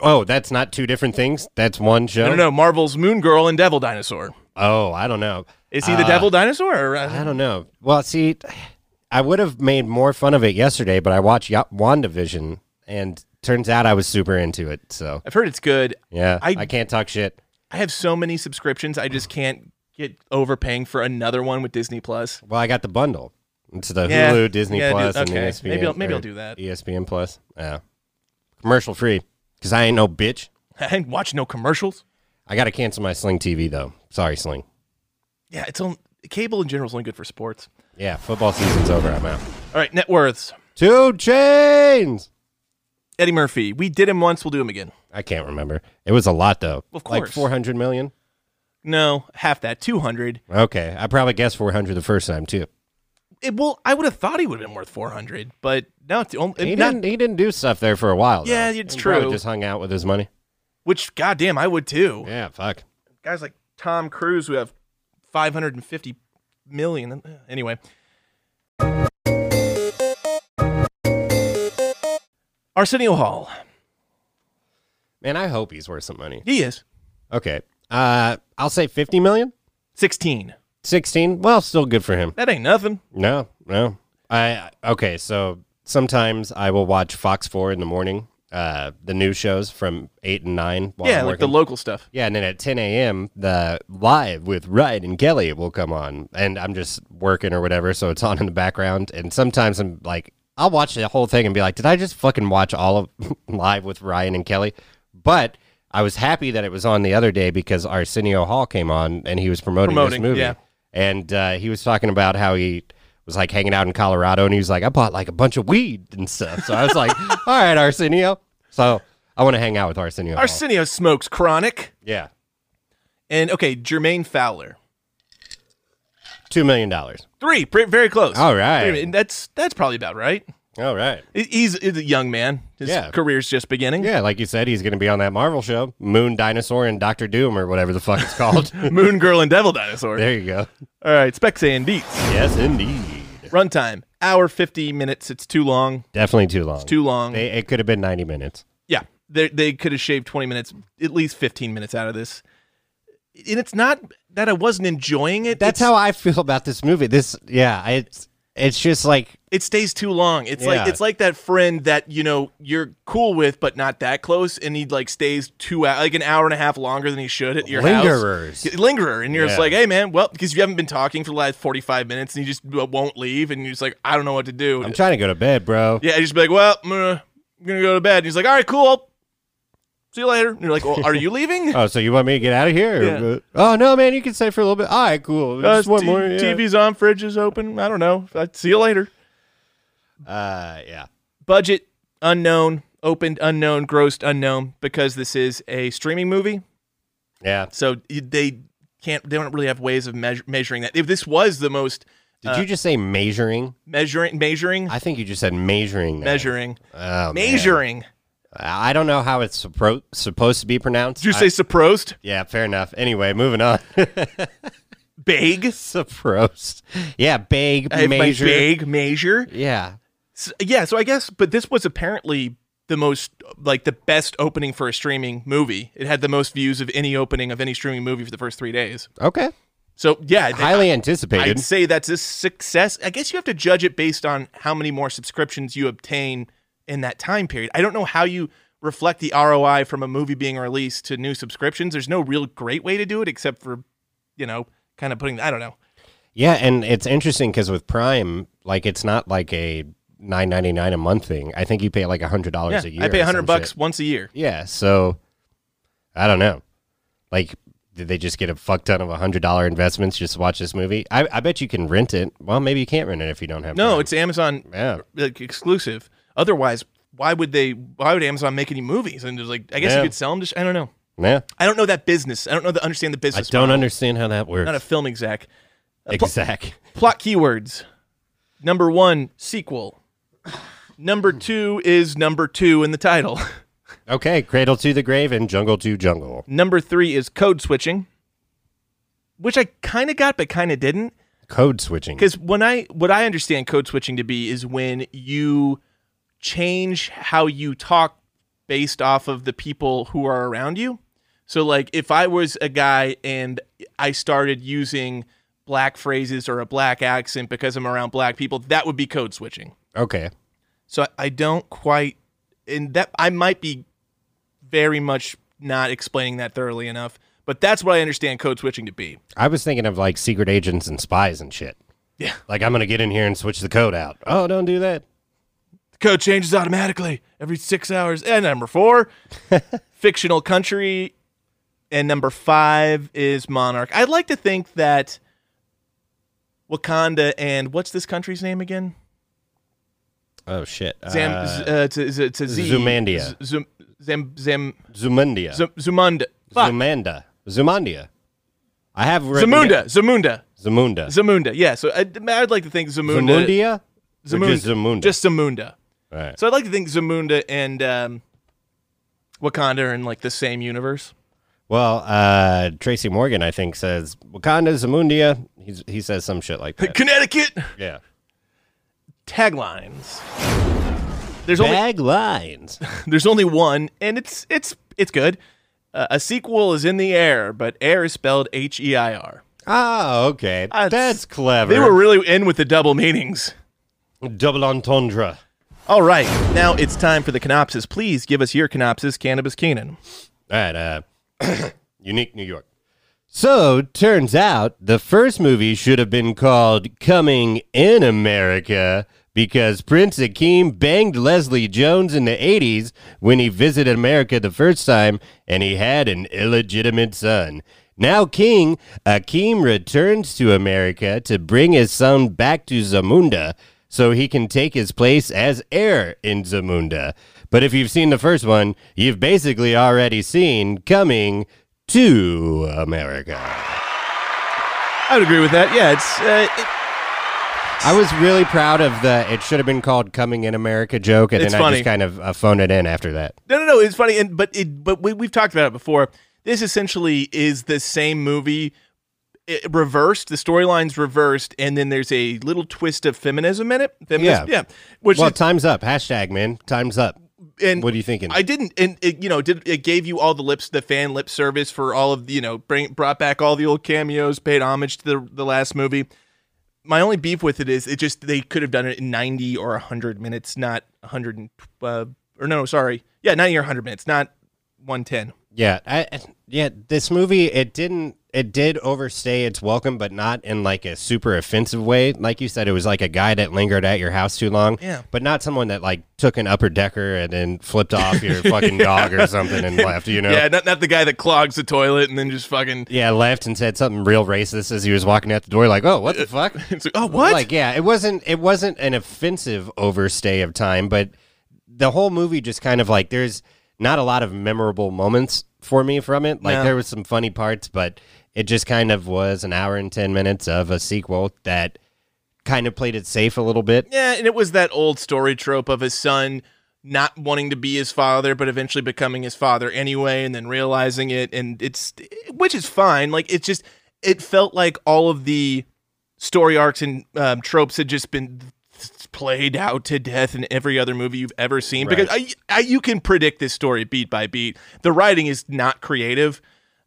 Speaker 4: Oh, that's not two different things. That's one show.
Speaker 1: No, no, no. Marvel's Moon Girl and Devil Dinosaur.
Speaker 4: Oh, I don't know.
Speaker 1: Is he the
Speaker 4: Uh,
Speaker 1: Devil Dinosaur? Or,
Speaker 4: I
Speaker 1: uh,
Speaker 4: don't know. Well, see, I would have made more fun of it yesterday, but I watched Ya- WandaVision, and turns out I was super into it. So
Speaker 1: I've heard it's good.
Speaker 4: yeah,
Speaker 1: I-
Speaker 4: I, can't talk shit.
Speaker 1: I have so many subscriptions, I just can't get overpaying for another one with Disney Plus. [laughs]
Speaker 4: Well, I got the bundle. It's the
Speaker 1: Yeah,
Speaker 4: Hulu, Disney
Speaker 1: yeah, dude,
Speaker 4: Plus, and E
Speaker 1: okay.
Speaker 4: ESPN.
Speaker 1: Maybe I'll- maybe
Speaker 4: or E
Speaker 1: I'll do that.
Speaker 4: ESPN Plus. Yeah, commercial free because I ain't no bitch.
Speaker 1: I ain't watch no commercials.
Speaker 4: I got to cancel my Sling TV though. Sorry, Sling.
Speaker 1: Yeah, it's on cable in general is only good for sports.
Speaker 4: Yeah, football season's over. I'm out.
Speaker 1: All right, net worths.
Speaker 4: Two chains.
Speaker 1: Eddie Murphy. We did him once. We'll do him again.
Speaker 4: I can't remember. It was a lot though.
Speaker 1: Of
Speaker 4: like
Speaker 1: course.
Speaker 4: four hundred million.
Speaker 1: No, half that, two hundred.
Speaker 4: Okay, I probably guessed four hundred the first time too.
Speaker 1: It well, I would have thought he would have been worth four hundred, but no, it's only
Speaker 4: He
Speaker 1: not.
Speaker 4: didn't. He didn't do stuff there for a while. though.
Speaker 1: Yeah, it's
Speaker 4: He probably
Speaker 1: true.
Speaker 4: Just hung out with his money.
Speaker 1: Which, goddamn, I would too.
Speaker 4: Yeah, fuck.
Speaker 1: Guys like Tom Cruise who have five hundred and fifty million. uh, Anyway, Arsenio Hall.
Speaker 4: Man, I hope he's worth some money.
Speaker 1: He is
Speaker 4: Okay, uh, I'll say fifty million.
Speaker 1: sixteen.
Speaker 4: 16 well still good for him
Speaker 1: That ain't nothing.
Speaker 4: no no i okay so sometimes i will watch fox 4 in the morning uh the news shows from 8 and 9 while
Speaker 1: yeah,
Speaker 4: I'm
Speaker 1: like the
Speaker 4: working.
Speaker 1: local stuff.
Speaker 4: yeah and then at 10 a.m the live with Wright and kelly will come on and i'm just working or whatever so it's on in the background and sometimes i'm like i'll watch the whole thing and be like did i just fucking watch all of [laughs] live with ryan and kelly but I was happy that it was on the other day because Arsenio Hall came on and he was promoting,
Speaker 1: Promoting,
Speaker 4: this movie.
Speaker 1: yeah.
Speaker 4: And uh, he was talking about how he was like hanging out in Colorado and he was like, I bought like a bunch of weed and stuff. So I
Speaker 1: [laughs]
Speaker 4: was like, all right, Arsenio. So I want to hang out with Arsenio. Hall.
Speaker 1: Arsenio smokes chronic.
Speaker 4: yeah.
Speaker 1: And okay, Jermaine Fowler.
Speaker 4: $2 million. All
Speaker 1: Three, pre- very close.
Speaker 4: All right.
Speaker 1: Three, and that's that's probably about right.
Speaker 4: right.
Speaker 1: He- He's, he's a young man. His
Speaker 4: Yeah.
Speaker 1: career's just beginning.
Speaker 4: Yeah, like you said, he's going to be on that Marvel show, Moon Dinosaur and Doctor Doom or whatever the [laughs] fuck it's called.
Speaker 1: [laughs] Moon Girl and Devil Dinosaur.
Speaker 4: there you go.
Speaker 1: All right, Specs and Deets.
Speaker 4: Yes, indeed.
Speaker 1: Runtime hour fifty minutes. It's too long.
Speaker 4: Definitely too long.
Speaker 1: Too long.
Speaker 4: They, it could have been 90 minutes.
Speaker 1: yeah, they they could have shaved twenty minutes, at least fifteen minutes out of this. And it's not that I wasn't enjoying it.
Speaker 4: That's
Speaker 1: it's-
Speaker 4: how I feel about this movie. This, yeah, it's it's just like
Speaker 1: it stays too long. It's like
Speaker 4: Yeah.
Speaker 1: it's like that friend that you know you're cool with, but not that close, and he like stays two hou- like an hour and a half longer than he should at your
Speaker 4: Lingerers.
Speaker 1: house. Lingerer, and you're just
Speaker 4: Yeah.
Speaker 1: like, hey man, well, because you haven't been talking for the last forty five minutes, and you just w- won't leave, and you're just like, I don't know what to do.
Speaker 4: I'm trying to go to bed, bro.
Speaker 1: yeah, I just be like, well, I'm gonna, I'm gonna go to bed. And he's like, all right, cool, see you later. And you're like, well, are you
Speaker 4: [laughs]
Speaker 1: leaving?
Speaker 4: Oh, so you want me to get out of here?
Speaker 1: Yeah.
Speaker 4: Uh, Oh no, man, you can stay for a little bit. All right, cool.
Speaker 1: Uh,
Speaker 4: Just one
Speaker 1: t-
Speaker 4: more. Yeah.
Speaker 1: TV's on, fridge is open. I don't know. i see you later.
Speaker 4: Uh, yeah.
Speaker 1: Budget unknown, opened unknown, grossed unknown because this is a streaming movie.
Speaker 4: Yeah.
Speaker 1: So y- they can't. They don't really have ways of measure, measuring that. If this was the most
Speaker 4: Did you just say measuring?
Speaker 1: measuring, measuring,
Speaker 4: I think you just said measuring. there.
Speaker 1: measuring,
Speaker 4: Oh, man.
Speaker 1: measuring.
Speaker 4: I I don't know how it's suppro- supposed to be pronounced.
Speaker 1: Did you
Speaker 4: I-
Speaker 1: say supposed?
Speaker 4: yeah, fair enough. Anyway, moving on. [laughs]
Speaker 1: Big.
Speaker 4: supposed. Yeah, big
Speaker 1: I have my
Speaker 4: measure.
Speaker 1: big measure.
Speaker 4: Yeah.
Speaker 1: S- yeah so i guess but this was apparently the most like the best opening for a streaming movie it had the most views of any opening of any streaming movie for the first three days
Speaker 4: Okay.
Speaker 1: so yeah they-
Speaker 4: Highly
Speaker 1: I,
Speaker 4: anticipated.
Speaker 1: would say that's a success i guess you have to judge it based on how many more subscriptions you obtain in that time period i don't know how you reflect the roi from a movie being released to new subscriptions there's no real great way to do it except for you know kind of putting i don't know
Speaker 4: yeah, and it's interesting because with Prime, like it's not like a nine ninety nine a month thing. I think you pay like hundred
Speaker 1: yeah,
Speaker 4: dollars a year.
Speaker 1: i pay
Speaker 4: or some
Speaker 1: 100 bucks
Speaker 4: shit.
Speaker 1: once a year
Speaker 4: Yeah. So I don't know. Like, did they just get a fuck ton of hundred dollar investments just to watch this movie? I, I bet you can rent it. Well, maybe you can't rent it if you don't have.
Speaker 1: no
Speaker 4: Prime.
Speaker 1: it's amazon
Speaker 4: yeah.
Speaker 1: like exclusive. Otherwise, why would they? Why would Amazon make any movies? And there's like, I guess
Speaker 4: Yeah.
Speaker 1: you could sell them. To sh- I don't know.
Speaker 4: Yeah.
Speaker 1: I don't know that business. I don't know the understand the
Speaker 4: I
Speaker 1: business.
Speaker 4: don't
Speaker 1: model.
Speaker 4: understand how that works.
Speaker 1: Not a film exec. Uh, pl-
Speaker 4: exact.
Speaker 1: plot keywords. Number one, sequel. Number two is number two in the title. [laughs]
Speaker 4: Okay, Cradle to the Grave and Jungle to Jungle.
Speaker 1: number three is code switching, which I kind of got but kind of didn't.
Speaker 4: Code switching.
Speaker 1: Because when I what I understand code switching to be is when you change how you talk based off of the people who are around you. So like if I was a guy and I started using black phrases or a black accent because I'm around black people, that would be code switching.
Speaker 4: Okay.
Speaker 1: So I, I don't quite and that I might be very much not explaining that thoroughly enough, but that's what I understand code switching to be.
Speaker 4: I was thinking of like secret agents and spies and shit.
Speaker 1: Yeah.
Speaker 4: Like I'm gonna get in here and switch the code out. Oh, don't do that.
Speaker 1: code changes automatically every six hours. And number
Speaker 4: [laughs]
Speaker 1: four, fictional country. And number five is Monarch. I'd like to think that Wakanda and what's this country's name again?
Speaker 4: Oh shit.
Speaker 1: Zam,
Speaker 4: Uh,
Speaker 1: z- uh, it's, a, it's, a, it's a Z.
Speaker 4: Zumandia.
Speaker 1: Z- Zum, Zam, Zam,
Speaker 4: Zumundia.
Speaker 1: Zum, Zumunda. Fuck.
Speaker 4: Zumanda. Zumundia. I have written
Speaker 1: Zamunda. Zamunda.
Speaker 4: Zamunda.
Speaker 1: Zamunda. Yeah. So I'd, I'd like to think Zamunda.
Speaker 4: Zamundia? Or
Speaker 1: Zamunda.
Speaker 4: Just Zamunda.
Speaker 1: Just Zamunda.
Speaker 4: All right.
Speaker 1: So I'd like to think Zamunda and um, Wakanda are in like the same universe.
Speaker 4: Well, uh, Tracy Morgan, I think, says Wakanda, Zamundia. He's, he says some shit
Speaker 1: [laughs]
Speaker 4: like that.
Speaker 1: Connecticut.
Speaker 4: yeah.
Speaker 1: taglines. There's only [laughs]
Speaker 4: Bag lines.
Speaker 1: there's only one, and it's it's it's good. Uh, a sequel is in the air, but air is spelled H E I R.
Speaker 4: Ah, okay.
Speaker 1: That's-
Speaker 4: That's clever.
Speaker 1: They were really in with the double meanings.
Speaker 4: Double entendre.
Speaker 1: All right, now it's time for the canopsis. Please give us your canopsis, Cannabis Keenan.
Speaker 4: All right, uh, [coughs] unique New York. So, turns out the first movie should have been called Coming in America because Prince Akeem banged Leslie Jones in the 80s when he visited America the first time and he had an illegitimate son. Now, King Akeem returns to America to bring his son back to Zamunda so he can take his place as heir in Zamunda. But if you've seen the first one, you've basically already seen coming to America.
Speaker 1: I would agree with that. Yeah, it's uh, it,
Speaker 4: I was really proud of the it should have been called coming in America joke, and
Speaker 1: It's
Speaker 4: then I
Speaker 1: funny.
Speaker 4: just kind of uh, phoned it in after that.
Speaker 1: no, no, no. It's funny, and but it but we, we've talked about it before. This essentially is the same movie i reversed. The storyline's reversed, and then there's a little twist of feminism in it. Feminism,
Speaker 4: Yeah.
Speaker 1: Which
Speaker 4: Well,
Speaker 1: is,
Speaker 4: time's up. Hashtag, man. Time's up.
Speaker 1: and
Speaker 4: What are you thinking?
Speaker 1: I didn't, and it, you know, did it gave you all the lips, the fan lip service for all of the, you know, bring brought back all the old cameos, paid homage to the the last movie. My only beef with it is it just they could have done it in ninety or hundred minutes, not hundred and tw- uh, or no, sorry, yeah, ninety or hundred minutes, not one ten.
Speaker 4: Yeah, I I- yeah, this movie it didn't it did overstay its welcome, but not in like a super offensive way. Like you said, it was like a guy that lingered at your house too long.
Speaker 1: Yeah.
Speaker 4: but not someone that like took an upper decker and then flipped off your fucking
Speaker 1: [laughs]
Speaker 4: dog or something and left. You know.
Speaker 1: Yeah, not, not the guy that clogs the toilet and then just fucking.
Speaker 4: Yeah, left and said something real racist as he was walking out the door. Like, oh, what
Speaker 1: [laughs]
Speaker 4: the fuck?
Speaker 1: It's like, oh, what?
Speaker 4: Like, yeah, it wasn't it wasn't an offensive overstay of time, but the whole movie just kind of like there's not a lot of memorable moments for me from it. Like
Speaker 1: No.
Speaker 4: there was some funny parts, but it just kind of was an hour and ten minutes of a sequel that kind of played it safe a little bit.
Speaker 1: Yeah, and it was that old story trope of his son not wanting to be his father, but eventually becoming his father anyway, and then realizing it, and it's which is fine. Like it's just it felt like all of the story arcs and um, tropes had just been played out to death in every other movie you've ever seen because I, I, you can predict this story beat by beat. The writing is not creative.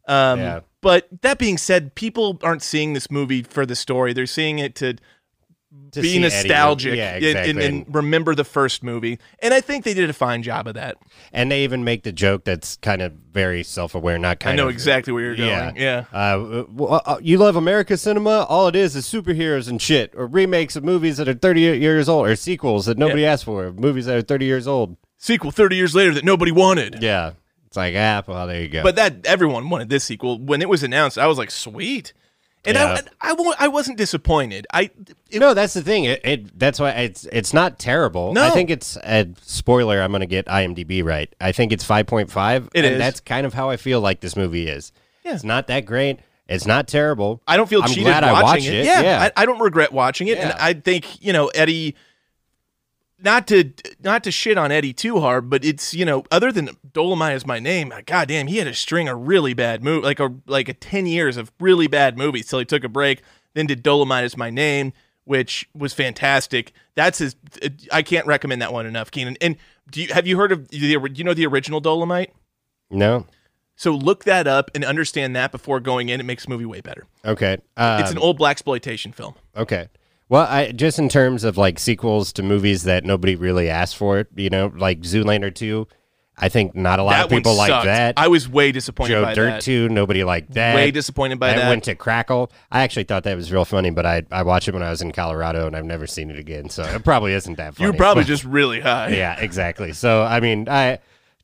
Speaker 1: Um,
Speaker 4: Yeah.
Speaker 1: But that being said, people aren't seeing this movie for the story. They're seeing it to
Speaker 4: To
Speaker 1: be
Speaker 4: see Eddie-
Speaker 1: nostalgic
Speaker 4: yeah,
Speaker 1: and-
Speaker 4: exactly.
Speaker 1: and, and remember the first movie. And I think they did a fine job of that.
Speaker 4: And they even make the joke that's kind of very self aware, not kind
Speaker 1: I know
Speaker 4: of.
Speaker 1: exactly where you're going. Yeah.
Speaker 4: Uh, w- w- uh, you love America cinema? All it is is superheroes and shit, or remakes of movies that are 30 years old, or sequels that nobody asked for, movies that are 30 years old.
Speaker 1: Sequel 30 years later that nobody wanted.
Speaker 4: Yeah. It's like, ah, well, there you go.
Speaker 1: But that everyone wanted this sequel when it was announced. I was like, "Sweet." And I
Speaker 4: Yeah.
Speaker 1: I, I wa- I wasn't disappointed. I it,
Speaker 4: no, that's the thing. It, it that's why it's it's not terrible.
Speaker 1: No.
Speaker 4: I think it's a spoiler. I'm gonna get IMDb right. I think it's 5.5.
Speaker 1: It
Speaker 4: and
Speaker 1: is.
Speaker 4: That's kind of how I feel like this movie is.
Speaker 1: Yeah.
Speaker 4: It's not that great. It's not terrible.
Speaker 1: I don't feel
Speaker 4: I'm
Speaker 1: cheated
Speaker 4: glad
Speaker 1: watching
Speaker 4: I watched it.
Speaker 1: Yeah,
Speaker 4: yeah.
Speaker 1: I, I don't regret watching it, and
Speaker 4: Yeah.
Speaker 1: I think you know Eddie. Not to not to shit on Eddie too hard, but it's you know other than Dolomite is my name. Goddamn, he had a string of really bad move, like a like a ten years of really bad movies till he took a break. Then did Dolomite is my name, which was fantastic. That's his. I can't recommend that one enough, Keenan. And do you have you heard of the? Do you know the original Dolomite?
Speaker 4: no.
Speaker 1: So look that up and understand that before going in. It makes the movie way better.
Speaker 4: Okay. Uh,
Speaker 1: It's an old black exploitation film.
Speaker 4: Okay. Well, I just in terms of like sequels to movies that nobody really asked for, you know, like Zoolander 2, I think not a lot of
Speaker 1: one
Speaker 4: people like
Speaker 1: sucked.
Speaker 4: that.
Speaker 1: I was way disappointed
Speaker 4: Joe
Speaker 1: by
Speaker 4: Dirt
Speaker 1: that.
Speaker 4: 2, nobody liked that.
Speaker 1: Way disappointed by
Speaker 4: that.
Speaker 1: that.
Speaker 4: went to Crackle. I actually thought that was real funny, but I I watched it when I was in Colorado and I've never seen it again, so it probably isn't that funny.
Speaker 1: you were
Speaker 4: [laughs]
Speaker 1: probably just really high.
Speaker 4: yeah, exactly. So I mean, I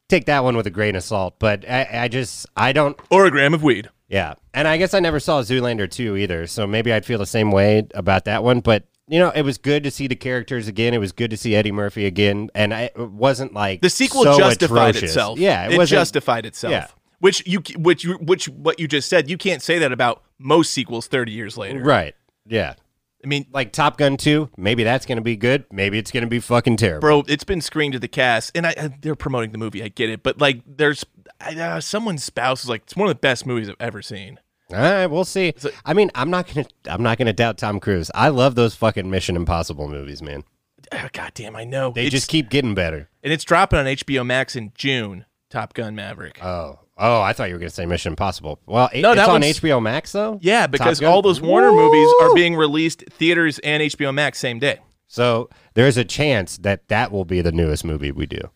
Speaker 4: take that one with a grain of salt, but I, I just I don't
Speaker 1: Or a gram of weed.
Speaker 4: yeah. And I guess I never saw Zoolander 2 either, so maybe I'd feel the same way about that one. But, you know, it was good to see the characters again. It was good to see Eddie Murphy again. And I, it wasn't like.
Speaker 1: The sequel
Speaker 4: so
Speaker 1: justified
Speaker 4: atrocious.
Speaker 1: itself.
Speaker 4: Yeah,
Speaker 1: it,
Speaker 4: wasn't-
Speaker 1: justified itself.
Speaker 4: Yeah.
Speaker 1: Which you which you which what you just said, you can't say that about most sequels 30 years later.
Speaker 4: Right. Yeah.
Speaker 1: I mean,
Speaker 4: Like Top Gun 2, maybe that's going to be good. Maybe it's going to be fucking terrible.
Speaker 1: bro, it's been screened to the cast and I, I they're promoting the movie. I get it, but like there's I, uh, someone's spouse is like it's one of the best movies I've ever seen.
Speaker 4: All right, we'll see. I mean, I'm not gonna, I'm not gonna doubt Tom Cruise. I love those fucking Mission Impossible movies, man.
Speaker 1: Ah, God damn, I know.
Speaker 4: They
Speaker 1: It's-
Speaker 4: just keep getting better.
Speaker 1: and it's dropping on HBO Max in June. Top Gun Maverick.
Speaker 4: Oh, oh, I thought you were gonna say Mission Impossible. Well, it-
Speaker 1: No,
Speaker 4: it's
Speaker 1: that
Speaker 4: on
Speaker 1: one's-
Speaker 4: HBO Max though.
Speaker 1: Yeah,
Speaker 4: Top
Speaker 1: because
Speaker 4: Gun?
Speaker 1: all those Warner
Speaker 4: Woo!
Speaker 1: movies are being released theaters and HBO Max same day.
Speaker 4: So there's a chance that that will be the newest movie we do.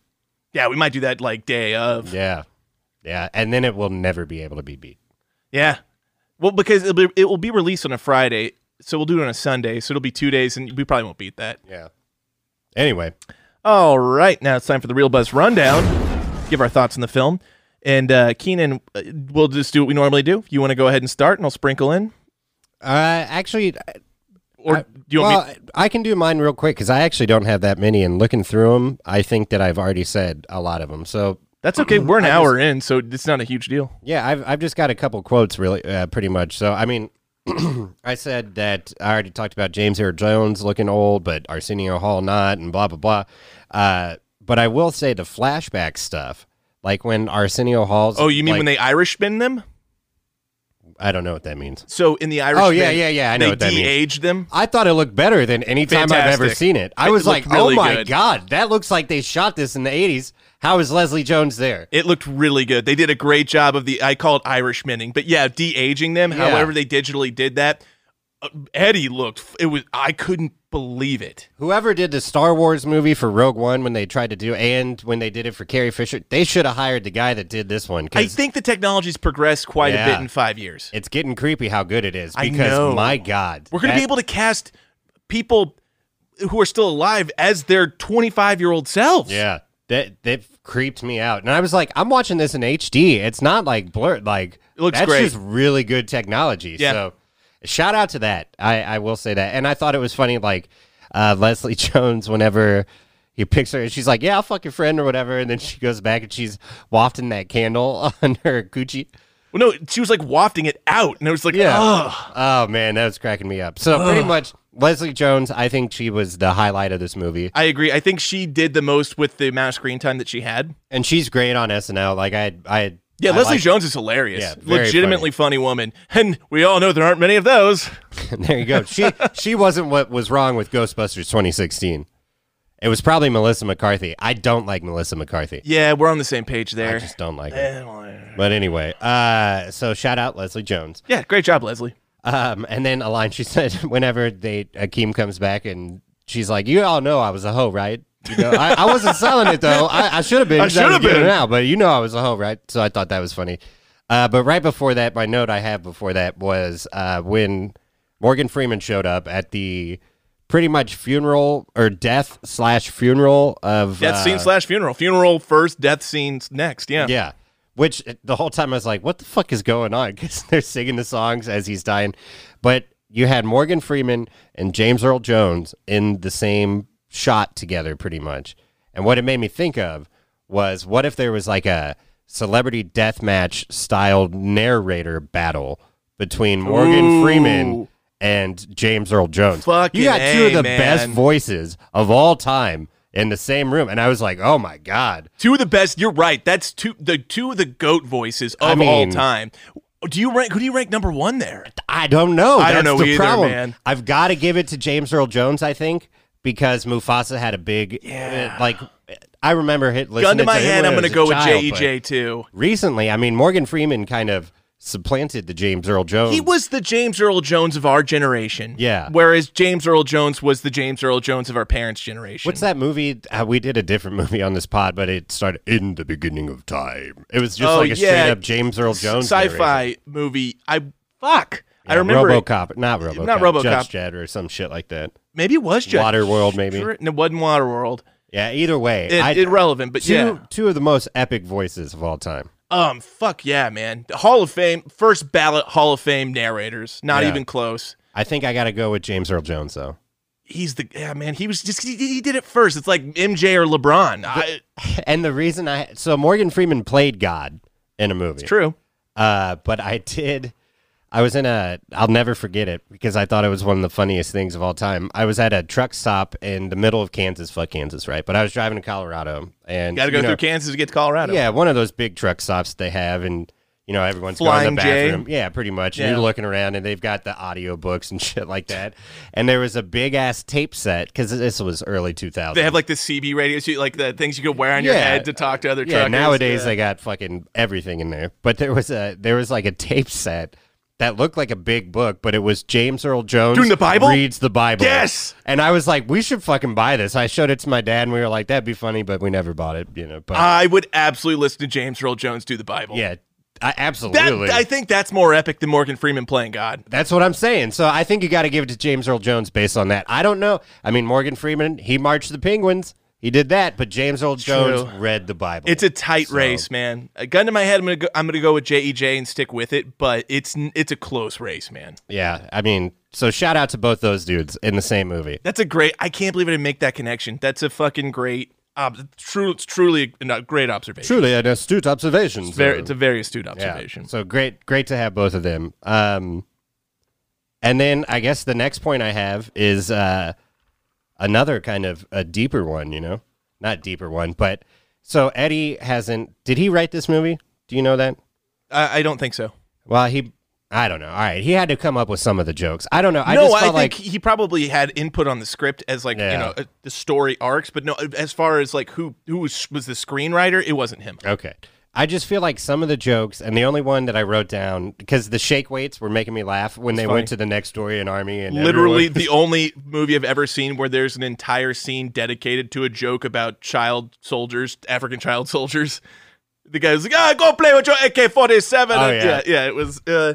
Speaker 1: Yeah, we might do that like day of. Yeah.
Speaker 4: Yeah, yeah, and then it will never be able to be beat.
Speaker 1: Well, because it'll be, it will be released on a Friday, so we'll do it on a Sunday, so it'll be two days, and we probably won't beat that.
Speaker 4: Yeah. Anyway,
Speaker 1: All right, now it's time for the Real Buzz Rundown. Give our thoughts on the film. And uh, Keenan, uh, we'll just do what we normally do. You want to go ahead and start, and I'll sprinkle in?
Speaker 4: uh, actually,
Speaker 1: Or do you want
Speaker 4: well,
Speaker 1: me
Speaker 4: I can do mine real quick because I actually don't have that many. And looking through them, I think that I've already said a lot of them. So
Speaker 1: That's okay. We're an hour in, so it's not a huge deal.
Speaker 4: Yeah, I've I've just got a couple quotes really, uh, pretty much. So I mean, [clears throat] I said that I already talked about James Earl Jones looking old, but Arsenio Hall not, and blah blah blah. Uh, but I will say the flashback stuff, like when Arsenio Hall's.
Speaker 1: Oh, you mean
Speaker 4: like-
Speaker 1: when they Irish bin them?
Speaker 4: I don't know what that means.
Speaker 1: So in the Irish,
Speaker 4: Oh, yeah,
Speaker 1: bin,
Speaker 4: yeah, yeah, I know
Speaker 1: they
Speaker 4: what that means.
Speaker 1: de-aged them.
Speaker 4: I thought it looked better than any time I've ever
Speaker 1: Fantastic.
Speaker 4: seen it. I
Speaker 1: It
Speaker 4: was
Speaker 1: looked
Speaker 4: like,
Speaker 1: really
Speaker 4: oh my
Speaker 1: good.
Speaker 4: god, that looks like they shot this in the '80s. How is Leslie Jones there?
Speaker 1: It looked really good. They did a great job of the I call it Irish minning, but yeah, de aging them.
Speaker 4: Yeah.
Speaker 1: However, they digitally did that. uh, Eddie looked. f- It was I couldn't believe it.
Speaker 4: Whoever did the Star Wars movie for Rogue One when they tried to do and when they did it for Carrie Fisher, they should have hired the guy that did this one
Speaker 1: I
Speaker 4: because
Speaker 1: think the technology's progressed quite a
Speaker 4: Yeah.
Speaker 1: bit in five years.
Speaker 4: it's getting creepy how good it is.
Speaker 1: I
Speaker 4: Because
Speaker 1: know.
Speaker 4: my God,
Speaker 1: We're going to
Speaker 4: that-
Speaker 1: be able to cast people who are still alive as their 25 year old selves.
Speaker 4: Yeah, that that creeped me out, and I was like, I'm watching this in HD. It's not like blurred. Like
Speaker 1: It looks
Speaker 4: that's
Speaker 1: great.
Speaker 4: just really good technology.
Speaker 1: Yeah.
Speaker 4: So shout out to that. I I will say that, and I thought it was funny. Like uh, Leslie [laughs] Jones, whenever. He picks her and she's like, Yeah, I'll fuck your friend or whatever. And then she goes back and she's wafting that candle [laughs] on her coochie.
Speaker 1: Well, no, she was like wafting it out, and it was like,
Speaker 4: Yeah.
Speaker 1: ugh.
Speaker 4: Oh, man, that was cracking me up. So, pretty much, Leslie Jones, I think she was the highlight of this movie.
Speaker 1: I agree. I think she did the most with the amount of screen time that she had.
Speaker 4: And she's great on SNL. Like, I, I,
Speaker 1: Yeah,
Speaker 4: I
Speaker 1: Leslie
Speaker 4: liked-
Speaker 1: Jones is hilarious.
Speaker 4: Yeah, very
Speaker 1: Legitimately funny. woman. And we all know there aren't many of those.
Speaker 4: [laughs] There you go. She she wasn't what was wrong with Ghostbusters 2016. It was probably Melissa McCarthy. I don't like Melissa McCarthy.
Speaker 1: Yeah, we're on the same page there.
Speaker 4: I just don't like her. But anyway, uh, so shout out Leslie Jones.
Speaker 1: yeah, great job, Leslie.
Speaker 4: Um, and then a line she [laughs] said whenever they Akeem comes back and she's like, "You all know I was a hoe, right?" You know, I, I wasn't selling it though. I, I should have been.
Speaker 1: I
Speaker 4: 'cause
Speaker 1: should
Speaker 4: was
Speaker 1: have
Speaker 4: giving
Speaker 1: been.
Speaker 4: it out, but you know I was a hoe, right? So I thought that was funny. Uh, but right before that, my note I have before that was uh, when Morgan Freeman showed up at the pretty much funeral or death slash funeral of
Speaker 1: Death
Speaker 4: uh,
Speaker 1: scene slash funeral. Funeral first, death scenes next. Yeah.
Speaker 4: yeah. Which uh, the whole time I was like, what the fuck is going on? [laughs] Because they're singing the songs as he's dying. But you had Morgan Freeman and James Earl Jones in the same shot together, pretty much. And what it made me think of was what if there was like a celebrity death match style narrator battle between Morgan
Speaker 1: Ooh.
Speaker 4: Freeman and James Earl Jones?
Speaker 1: Fucking
Speaker 4: you got two
Speaker 1: A,
Speaker 4: of the
Speaker 1: man.
Speaker 4: best voices of all time in the same room. And I was like, oh my God.
Speaker 1: Two of the best. You're right. That's two the two of the goat voices of
Speaker 4: I
Speaker 1: all
Speaker 4: mean-
Speaker 1: time. Do you rank? Who do you rank number one there?
Speaker 4: I don't know.
Speaker 1: I don't
Speaker 4: That's
Speaker 1: know
Speaker 4: the
Speaker 1: either,
Speaker 4: problem.
Speaker 1: man.
Speaker 4: I've got to give it to James Earl Jones. I think because Mufasa had a big,
Speaker 1: Yeah.
Speaker 4: uh, like I remember hit.
Speaker 1: Gun
Speaker 4: listening
Speaker 1: to my
Speaker 4: him
Speaker 1: head. I'm
Speaker 4: when I
Speaker 1: going to
Speaker 4: was a
Speaker 1: go with E
Speaker 4: child, but
Speaker 1: JEJ too.
Speaker 4: Recently, I mean, Morgan Freeman kind of supplanted the James Earl Jones.
Speaker 1: He was the James Earl Jones of our generation.
Speaker 4: Oh. Yeah.
Speaker 1: Whereas James Earl Jones was the James Earl Jones of our parents' generation.
Speaker 4: What's that movie? Uh, we did a different [laughs] movie on this pod, but it started in the beginning of time. It was just
Speaker 1: Oh,
Speaker 4: like a
Speaker 1: yeah.
Speaker 4: straight up James Earl Jones
Speaker 1: Sci-fi
Speaker 4: narration.
Speaker 1: movie. I fuck. I
Speaker 4: Yeah,
Speaker 1: remember. it.
Speaker 4: RoboCop, not RoboCop,
Speaker 1: RoboCop.
Speaker 4: Judge Dredd or some shit like that.
Speaker 1: Maybe it was just
Speaker 4: Waterworld, maybe.
Speaker 1: No, it wasn't Waterworld.
Speaker 4: Yeah, either way,
Speaker 1: It,
Speaker 4: I-
Speaker 1: irrelevant, but
Speaker 4: two
Speaker 1: yeah.
Speaker 4: two of the most epic voices of all time.
Speaker 1: Um, fuck yeah, man. The Hall of Fame, first ballot Hall of Fame narrators. Not
Speaker 4: Yeah.
Speaker 1: even close.
Speaker 4: I think I got to go with James Earl Jones though.
Speaker 1: He's the yeah, man. He was just he, he did it first. It's like MJ or LeBron. I,
Speaker 4: And the reason I so Morgan Freeman played God in a movie.
Speaker 1: true.
Speaker 4: Uh, but I did. I was in a. I'll never forget it because I thought it was one of the funniest things of all time. I was at a truck stop in the middle of Kansas, fuck Kansas, right? But I was driving to Colorado, and
Speaker 1: Got to go
Speaker 4: you know,
Speaker 1: through Kansas to get to Colorado.
Speaker 4: Yeah, one of those big truck stops they have, and you know everyone's
Speaker 1: Flying
Speaker 4: going to the
Speaker 1: J?
Speaker 4: bathroom. Yeah, pretty much.
Speaker 1: Yeah.
Speaker 4: And you're looking around, and they've got the audio books and [laughs] shit like that. And there was a big ass tape set because this was early 2000.
Speaker 1: They have like the CB radios, you- like the things you could wear on your
Speaker 4: Yeah.
Speaker 1: head to talk to other
Speaker 4: yeah,
Speaker 1: truckers.
Speaker 4: nowadays
Speaker 1: Yeah.
Speaker 4: they got fucking everything in there. But there was a there was like a tape set that looked like a big book, but it was James Earl Jones
Speaker 1: Doing the Bible?
Speaker 4: reads the Bible.
Speaker 1: Yes!
Speaker 4: and I was like, we should fucking buy this. I showed it to my dad, and we were like, that'd be funny, but we never bought it. You know, but
Speaker 1: I would absolutely listen to James Earl Jones do the Bible.
Speaker 4: yeah, I,
Speaker 1: That,
Speaker 4: absolutely.
Speaker 1: I think that's more epic than Morgan Freeman playing God.
Speaker 4: That's what I'm saying. So I think you got to give it to James Earl Jones based on that. I don't know. I mean, Morgan Freeman, he marched the Penguins. He did that, but James Earl Jones
Speaker 1: true.
Speaker 4: read the Bible.
Speaker 1: It's a tight
Speaker 4: So-
Speaker 1: race, man. A gun to my head, I'm gonna go, I'm gonna go with JEJ and stick with it. But it's n- it's a close race, man.
Speaker 4: Yeah, I mean, so shout out to both those dudes in the same movie.
Speaker 1: That's a great. I can't believe I didn't make that connection. That's a fucking great. Um, true, it's truly a great observation.
Speaker 4: Truly an astute observation.
Speaker 1: It's very, it's a very astute observation.
Speaker 4: So great, great to have both of them. Um, and then I guess the next point I have is uh, another kind of a deeper one. You know, not deeper one, but so Eddie hasn't. Did he write this movie? Do you know that?
Speaker 1: I, I don't think so.
Speaker 4: Well, he. I don't know. All right, he had to come up with some of the jokes. I don't know. I
Speaker 1: no,
Speaker 4: just
Speaker 1: I
Speaker 4: felt
Speaker 1: think
Speaker 4: like
Speaker 1: he probably had input on the script as like you
Speaker 4: Yeah.
Speaker 1: know uh, the story arcs, but no, as far as like who who was, was the screenwriter, it wasn't him.
Speaker 4: okay. I just feel like some of the jokes, and the only one that I wrote down because the shake weights were making me laugh when they
Speaker 1: funny.
Speaker 4: went to the next story in army and
Speaker 1: Literally
Speaker 4: everyone-
Speaker 1: the only movie I've ever seen where there's an entire scene dedicated to a joke about child soldiers, African child [laughs] soldiers. The guy was like, "Ah, go play with your AK-47."
Speaker 4: Oh,
Speaker 1: Uh,
Speaker 4: yeah.
Speaker 1: yeah, yeah, it was. Uh,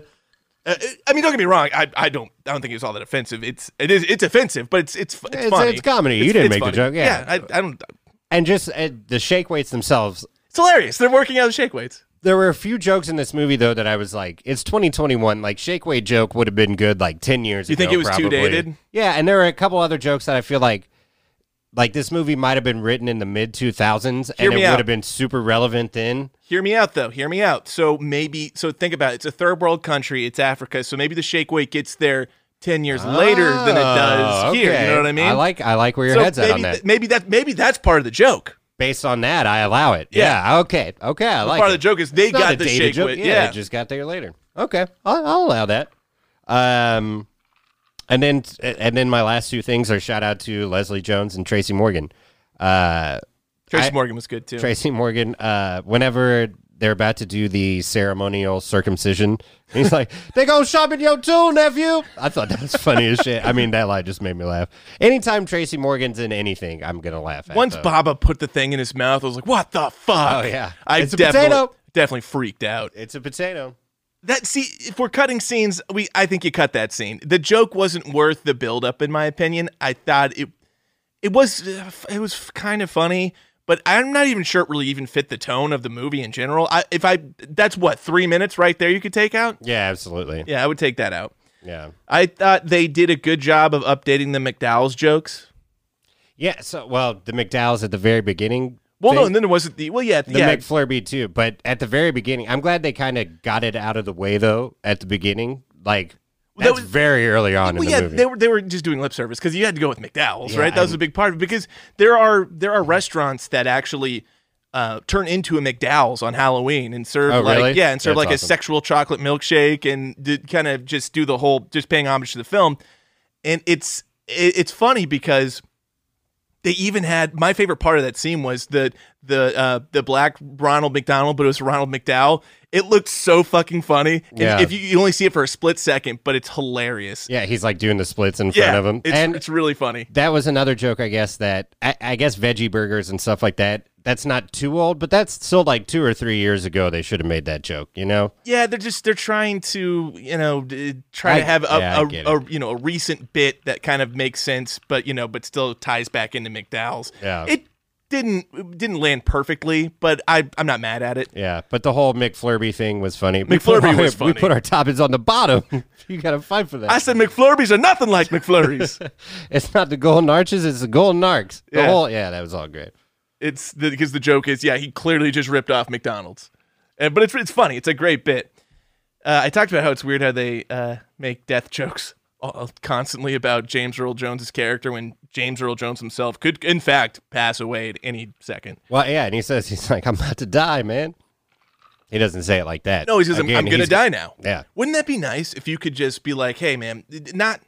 Speaker 1: uh, I mean, don't get me wrong. I, I don't I don't think it was all that offensive. It's it is it's offensive, but it's it's fu- it's,
Speaker 4: It's-
Speaker 1: funny.
Speaker 4: it's comedy. You didn't make the joke, yeah.
Speaker 1: I, I don't.
Speaker 4: and just uh, the shake weights themselves.
Speaker 1: It's hilarious. They're working out shake weights.
Speaker 4: There were a few jokes in this movie though that I was like, it's 2021. Like shake weight joke would have been good like 10 years
Speaker 1: You
Speaker 4: ago.
Speaker 1: think it was too
Speaker 4: probably.
Speaker 1: dated?
Speaker 4: Yeah, and there were a couple other jokes that I feel like. Like this movie might have been written in the mid 2000s,
Speaker 1: Hear
Speaker 4: and it
Speaker 1: me
Speaker 4: would
Speaker 1: out.
Speaker 4: have been super relevant then.
Speaker 1: Hear me out, though. Hear me out. So maybe, so think about it. It's a third world country. It's Africa. So maybe the shake weight gets there 10 years later than it does
Speaker 4: Oh,
Speaker 1: here. You
Speaker 4: okay.
Speaker 1: know what I mean?
Speaker 4: I like I like where your
Speaker 1: so
Speaker 4: head's
Speaker 1: maybe
Speaker 4: at on that.
Speaker 1: th- maybe, that, maybe that's part of the joke.
Speaker 4: Based on that, I allow it. Yeah.
Speaker 1: Yeah.
Speaker 4: okay. Okay. I like
Speaker 1: part
Speaker 4: it.
Speaker 1: of the joke is they
Speaker 4: It's not a
Speaker 1: got the
Speaker 4: dated
Speaker 1: shake
Speaker 4: joke.
Speaker 1: weight. Yeah.
Speaker 4: it just got there later. Okay, I'll, I'll allow that. Um, and then and then my last two things are shout out to Leslie Jones and Tracy Morgan. Uh,
Speaker 1: Tracy
Speaker 4: I-
Speaker 1: Morgan was good, too.
Speaker 4: Tracy Morgan, uh, whenever they're about to do the ceremonial circumcision, he's like, [laughs] "They go shopping your too, nephew." I thought that was funny as shit. I mean, that line just made me laugh. Anytime Tracy Morgan's in anything, I'm gonna laugh. At,
Speaker 1: Once
Speaker 4: though.
Speaker 1: Baba put the thing in his mouth, I was like, what the fuck?
Speaker 4: Oh, yeah.
Speaker 1: I
Speaker 4: It's a
Speaker 1: definitely,
Speaker 4: potato.
Speaker 1: definitely freaked out.
Speaker 4: it's a potato.
Speaker 1: That see, if we're cutting scenes, we I think you cut that scene. The joke wasn't worth the build up, in my opinion. I thought it it was it was kind of funny, but I'm not even sure it really even fit the tone of the movie in general. I, if I that's what three minutes right there you could take out.
Speaker 4: Yeah, absolutely.
Speaker 1: Yeah, I would take that out.
Speaker 4: Yeah.
Speaker 1: I thought they did a good job of updating the McDowell's jokes.
Speaker 4: Yeah, so well, the McDowell's at the very beginning.
Speaker 1: Well, no,
Speaker 4: thing-
Speaker 1: and then there wasn't the well, yeah,
Speaker 4: the
Speaker 1: yeah,
Speaker 4: McFlurby too, but at the very beginning, I'm glad they kind of got it out of the way though. At the beginning, like
Speaker 1: Well,
Speaker 4: that's
Speaker 1: that was-
Speaker 4: very early on
Speaker 1: Well,
Speaker 4: in the
Speaker 1: yeah,
Speaker 4: movie.
Speaker 1: they were they were just doing lip service because you had to go with McDowell's,
Speaker 4: Yeah,
Speaker 1: right? That was
Speaker 4: I'm-
Speaker 1: a big part of it because there are there are restaurants that actually uh, turn into a McDowell's on Halloween and serve
Speaker 4: Oh,
Speaker 1: like
Speaker 4: really?
Speaker 1: yeah, and serve
Speaker 4: That's
Speaker 1: like
Speaker 4: awesome.
Speaker 1: a sexual chocolate milkshake and did kind of just do the whole just paying homage to the film, and it's it, it's funny because they even had my favorite part of that scene was the the uh, the black Ronald McDonald, but it was Ronald McDowell. It looked so fucking funny. And
Speaker 4: Yeah.
Speaker 1: If you, you only see it for a split second, but it's hilarious
Speaker 4: yeah, he's like doing the splits in
Speaker 1: yeah,
Speaker 4: front of him,
Speaker 1: It's,
Speaker 4: and
Speaker 1: it's really funny.
Speaker 4: that was another joke, I guess. That I, I guess veggie burgers and stuff like that. That's not too old, but that's still like two or three years ago. They should have made that joke, you know?
Speaker 1: Yeah, they're just they're trying to you know d- try
Speaker 4: I-
Speaker 1: to have a,
Speaker 4: yeah, I get
Speaker 1: a, a you know a recent bit that kind of makes sense, but you know but still ties back into McDowell's.
Speaker 4: Yeah.
Speaker 1: it didn't it didn't land perfectly, but I I'm not mad at it.
Speaker 4: Yeah, but the whole McFlurby thing was funny. We put
Speaker 1: McFlurby
Speaker 4: our-
Speaker 1: was
Speaker 4: [laughs] We
Speaker 1: funny.
Speaker 4: put our toppings on the bottom. [laughs] you got to fight for that.
Speaker 1: I said McFlurbies are nothing like McFlurries.
Speaker 4: It's not the golden arches, it's the golden arcs. The
Speaker 1: Yeah.
Speaker 4: whole yeah, that was all great.
Speaker 1: it's because the, joke is yeah he clearly just ripped off McDonald's, and, but it's it's funny. It's a great bit. Uh, I talked about how it's weird how they uh, make death jokes all- constantly about James Earl Jones's character when James Earl Jones himself could in fact pass away at any second.
Speaker 4: Well, yeah, and he says he's like, I'm about to die, man. He doesn't say it like that.
Speaker 1: No, he says I'm,
Speaker 4: Again,
Speaker 1: I'm gonna
Speaker 4: he's-
Speaker 1: die now.
Speaker 4: Yeah.
Speaker 1: Wouldn't that be nice if you could just be like, hey man, not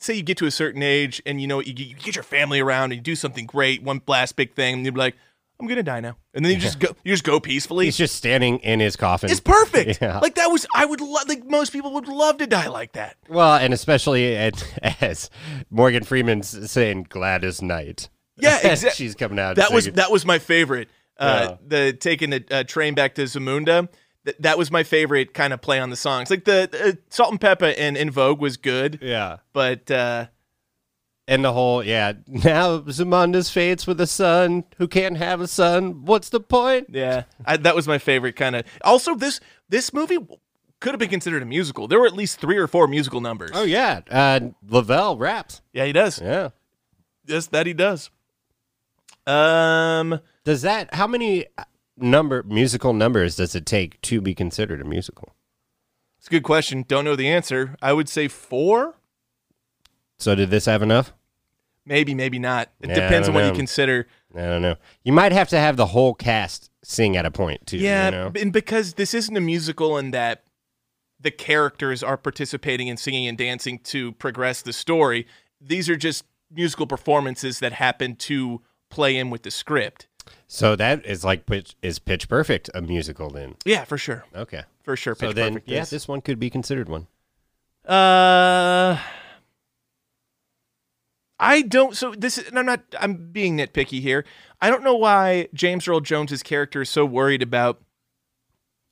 Speaker 1: say you get to a certain age and you know you, you get your family around and you do something great, one blast big thing, and you'd be like, I'm gonna die now, and then you just go you just go peacefully.
Speaker 4: He's just standing in his coffin.
Speaker 1: It's perfect.
Speaker 4: [laughs] Yeah.
Speaker 1: Like that was I would love like most people would love to die like that.
Speaker 4: well, and especially at, [laughs] as Morgan Freeman's saying Gladys Knight.
Speaker 1: Yeah,
Speaker 4: [laughs] As
Speaker 1: exact-
Speaker 4: She's coming out.
Speaker 1: That was
Speaker 4: singing.
Speaker 1: that was my favorite. Uh, The taking a, a train back to Zamunda. Th- that was my favorite kind of play on the songs. Like the uh, Salt and Pepper and In Vogue was good,
Speaker 4: yeah.
Speaker 1: but uh,
Speaker 4: And the whole yeah. Now Zumanda's fates with a son who can't have a son. What's the point?
Speaker 1: yeah, I, that was my favorite kind of. Also, this this movie could have been considered a musical. There were at least three or four musical numbers.
Speaker 4: Oh yeah. Uh Lavelle raps.
Speaker 1: yeah, he does.
Speaker 4: Yeah.
Speaker 1: Yes, that he does. Um,
Speaker 4: Does that how many uh, number musical numbers does it take to be considered a musical?
Speaker 1: it's a good question. Don't know the answer. I would say four.
Speaker 4: So did this have enough?
Speaker 1: Maybe, maybe not. It
Speaker 4: Yeah, I
Speaker 1: depends
Speaker 4: don't
Speaker 1: on what
Speaker 4: know.
Speaker 1: you consider.
Speaker 4: I don't know. You might have to have the whole cast sing at a point too.
Speaker 1: Yeah,
Speaker 4: you know?
Speaker 1: b- and because this isn't a musical in that the characters are participating and singing and dancing to progress the story. These are just musical performances that happen to play in with the script.
Speaker 4: So that is like pitch, is Pitch Perfect a musical then?
Speaker 1: Yeah, for sure,
Speaker 4: Okay.
Speaker 1: for sure. Pitch
Speaker 4: so then,
Speaker 1: Perfect
Speaker 4: yeah,
Speaker 1: is.
Speaker 4: this one could be considered one.
Speaker 1: Uh, I don't. So this, is- and I'm not. I'm being nitpicky here. I don't know why James Earl Jones's character is so worried about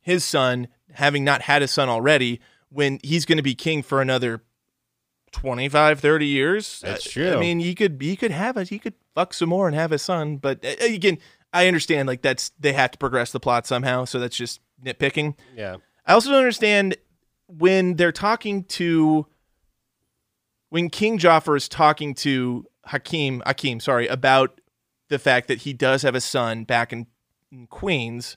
Speaker 1: his son having not had a son already when he's going to be king for another 25 30 years
Speaker 4: That's
Speaker 1: I- I,
Speaker 4: true.
Speaker 1: mean he could he could have a he could fuck some more and have a son but uh, again I understand like that's they have to progress the plot somehow so that's just nitpicking
Speaker 4: Yeah.
Speaker 1: I also don't understand when they're talking to when King Joffer is talking to Hakim Hakim, sorry, about the fact that he does have a son back in, in Queens.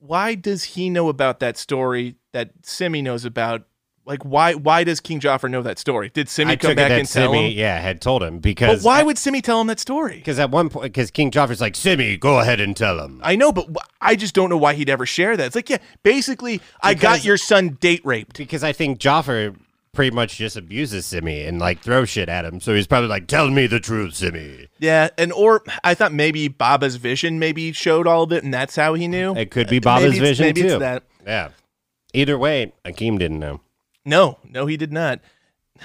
Speaker 1: Why does he know about that story that Simi knows about? Like why why does King Joffer know that story? Did Simi
Speaker 4: I
Speaker 1: come
Speaker 4: took
Speaker 1: back
Speaker 4: it that
Speaker 1: and tell
Speaker 4: Simi,
Speaker 1: him?
Speaker 4: yeah, had told him
Speaker 1: But
Speaker 4: because
Speaker 1: why would Simi tell him that story?
Speaker 4: Because at one point, because King Joffrey's like, Simi, go ahead and tell him.
Speaker 1: I know, but wh- I just don't know why he'd ever share that. It's like, yeah, basically, I got
Speaker 4: Because-
Speaker 1: your son date raped.
Speaker 4: Because I think Joffrey pretty much just abuses Simi and like throws shit at him. So he's probably like, tell me the truth, Simi.
Speaker 1: Yeah, and or I thought maybe Baba's vision maybe showed all of it, and that's how he knew.
Speaker 4: It could be Baba's
Speaker 1: Uh, maybe it's-
Speaker 4: vision
Speaker 1: maybe
Speaker 4: too.
Speaker 1: it's that.
Speaker 4: Yeah. Either way, Akeem didn't know.
Speaker 1: No, no, he did not. [laughs]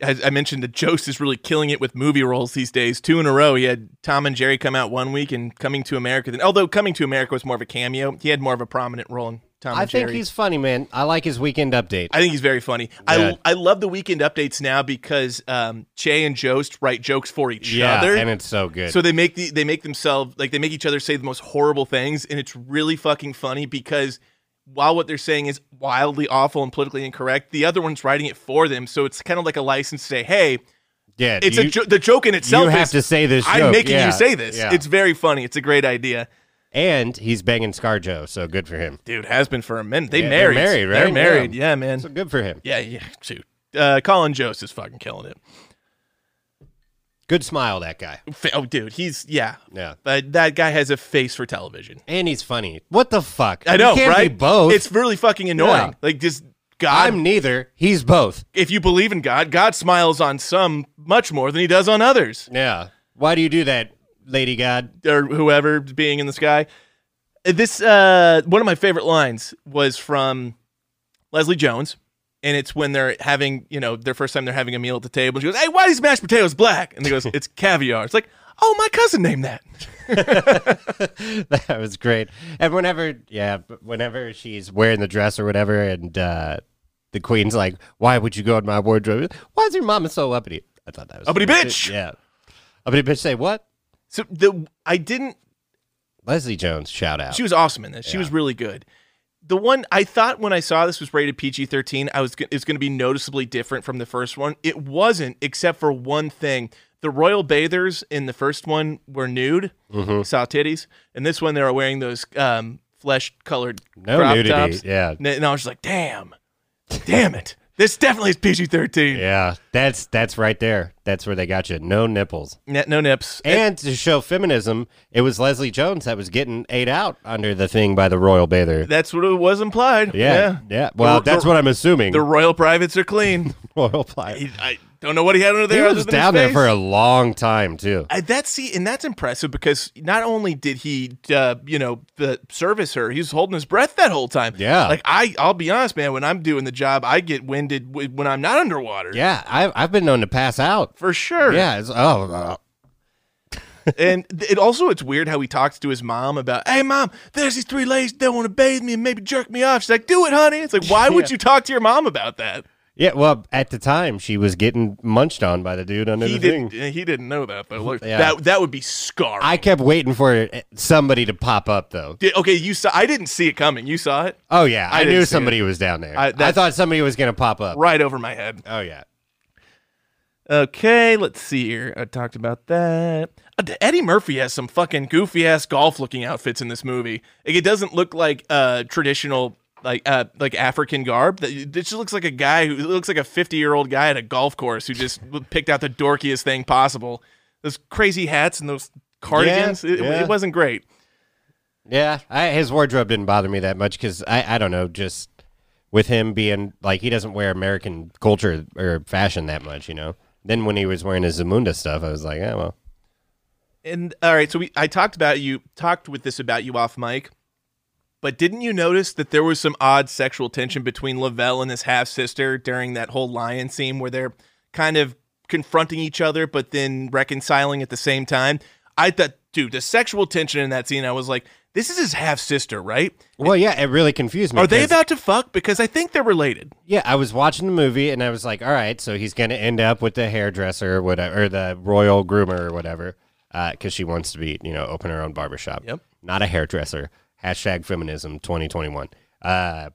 Speaker 1: I, I mentioned that Jost is really killing it with movie roles these days. Two in a row. He had Tom and Jerry come out one week, and Coming to America. Then, although Coming to America was more of a cameo, he had more of a prominent role in Tom
Speaker 4: I
Speaker 1: and Jerry.
Speaker 4: think he's funny, man. I like his weekend update.
Speaker 1: I think he's very funny.
Speaker 4: Yeah.
Speaker 1: I I love the weekend updates now because um, Che and Jost write jokes for each
Speaker 4: yeah,
Speaker 1: other,
Speaker 4: and it's so good.
Speaker 1: So they make the they make themselves like they make each other say the most horrible things, and it's really fucking funny because while what they're saying is wildly awful and politically incorrect, the other one's writing it for them. So it's kind of like a license to say, "Hey,
Speaker 4: yeah,
Speaker 1: it's
Speaker 4: you-
Speaker 1: a jo- the joke in itself."
Speaker 4: you have
Speaker 1: is,
Speaker 4: to say this
Speaker 1: I'm
Speaker 4: joke."
Speaker 1: making
Speaker 4: Yeah,
Speaker 1: you say this.
Speaker 4: yeah.
Speaker 1: It's very funny. It's a great idea,
Speaker 4: and he's banging ScarJo, so good for him.
Speaker 1: dude. Has been for a minute. They
Speaker 4: Yeah,
Speaker 1: married.
Speaker 4: they're married, right?
Speaker 1: They're married.
Speaker 4: Yeah.
Speaker 1: Yeah, man.
Speaker 4: So good for him.
Speaker 1: yeah, yeah. Shoot, uh, Colin Jost is fucking killing it.
Speaker 4: Good smile, that guy.
Speaker 1: Fa- Oh, dude, he's yeah.
Speaker 4: Yeah.
Speaker 1: But that guy has a face for television.
Speaker 4: And he's funny. What the fuck?
Speaker 1: I
Speaker 4: You
Speaker 1: know,
Speaker 4: can't
Speaker 1: right?
Speaker 4: Be both.
Speaker 1: It's really fucking annoying.
Speaker 4: Yeah.
Speaker 1: Like just God.
Speaker 4: I'm neither. He's both.
Speaker 1: if you believe in God, God smiles on some much more than he does on others,
Speaker 4: Yeah. Why do you do that, Lady God?
Speaker 1: or whoever being in the sky. This uh, one of my favorite lines was from Leslie Jones, and it's when they're having you know their first time they're having a meal at the table. And she goes, "Hey, why are these mashed potatoes black?" And they goes, "It's caviar." It's like, oh, my cousin named that.
Speaker 4: [laughs] that was great. And whenever, yeah, but whenever she's wearing the dress or whatever, and uh, the queen's like, "Why would you go in my wardrobe? Why is your mama so uppity?" I thought that was
Speaker 1: Uppity
Speaker 4: funny.
Speaker 1: bitch!
Speaker 4: Yeah, uppity bitch. Say what?
Speaker 1: So the I didn't
Speaker 4: Leslie Jones shout out.
Speaker 1: She was awesome in this. She was really good. The one I thought when I saw this was rated PG thirteen, I was it's going to be noticeably different from the first one. It wasn't, except for one thing: the royal bathers in the first one were nude,
Speaker 4: Mm-hmm.
Speaker 1: saw titties, and this one they were wearing those um, flesh colored
Speaker 4: No
Speaker 1: crop
Speaker 4: nudity,
Speaker 1: tops.
Speaker 4: yeah.
Speaker 1: and, and I was just like, damn, damn it, this definitely is PG thirteen.
Speaker 4: yeah, that's that's right there. That's where they got you. No nipples.
Speaker 1: No, no nips.
Speaker 4: And to show feminism, it was Leslie Jones that was getting ate out under the thing by the royal bather.
Speaker 1: that's what it was implied.
Speaker 4: Yeah, yeah. Well,
Speaker 1: The-
Speaker 4: that's
Speaker 1: the-
Speaker 4: what I'm assuming.
Speaker 1: The royal privates are clean.
Speaker 4: [laughs] royal plot.
Speaker 1: He- I don't know what he had under there.
Speaker 4: He
Speaker 1: other
Speaker 4: was
Speaker 1: than his
Speaker 4: down there
Speaker 1: face.
Speaker 4: for a long time too.
Speaker 1: I, that's see, and that's impressive because not only did he, uh, you know, uh, service her, he was holding his breath that whole time.
Speaker 4: Yeah.
Speaker 1: like I, I'll be honest, man. When I'm doing the job, I get winded w- when I'm not underwater.
Speaker 4: Yeah, I've I've been known to pass out.
Speaker 1: for sure.
Speaker 4: Yeah, it's, oh, uh,
Speaker 1: [laughs] and th- it also it's weird how he talks to his mom about, hey, mom, there's these three ladies that want to bathe me and maybe jerk me off. She's like, do it, honey. It's like,
Speaker 4: [laughs]
Speaker 1: why would you talk to your mom about that?
Speaker 4: yeah. Well, at the time, she was getting munched on by the dude under
Speaker 1: He
Speaker 4: the thing.
Speaker 1: didn't. He didn't know that though. Look,
Speaker 4: Yeah.
Speaker 1: that that would be scarring.
Speaker 4: I kept waiting for eh, somebody to pop up though.
Speaker 1: Did- okay, you saw. I didn't see it coming. You saw it
Speaker 4: Oh yeah,
Speaker 1: I
Speaker 4: I,
Speaker 1: didn't
Speaker 4: knew
Speaker 1: see
Speaker 4: somebody was down there.
Speaker 1: I-
Speaker 4: I,
Speaker 1: that-
Speaker 4: thought somebody was gonna pop up.
Speaker 1: right over my head.
Speaker 4: Oh yeah,
Speaker 1: Okay, let's see here. I talked about that. Uh, Eddie Murphy has some fucking goofy ass golf looking outfits in this movie. Like it doesn't look like uh traditional like uh like African garb. That- It just looks like a guy who it looks like a 50-year-old guy at a golf course who just picked out the dorkiest thing possible. Those crazy hats and those cardigans. it,
Speaker 4: yeah.
Speaker 1: it wasn't great.
Speaker 4: yeah. I, his wardrobe didn't bother me that much because I I don't know just. With him being like he doesn't wear American culture or fashion that much, you know. Then when he was wearing his Zamunda stuff, I was like, oh well,
Speaker 1: And all right, so we I talked about you talked with this about you off mic, but didn't you notice that there was some odd sexual tension between Lavelle and his half sister during that whole lion scene where they're kind of confronting each other but then reconciling at the same time? I thought, dude, the sexual tension in that scene, I was like, this is his half sister, right?
Speaker 4: Well, yeah, it really confused me.
Speaker 1: Are they
Speaker 4: 'cause-
Speaker 1: about to fuck? Because I think they're related.
Speaker 4: Yeah, I was watching the movie and I was like, all right, so he's going to end up with the hairdresser or whatever, or the royal groomer or whatever, because she wants to be, you know, open her own barbershop.
Speaker 1: Yep.
Speaker 4: Not a hairdresser. Hashtag feminism 2021. Uh,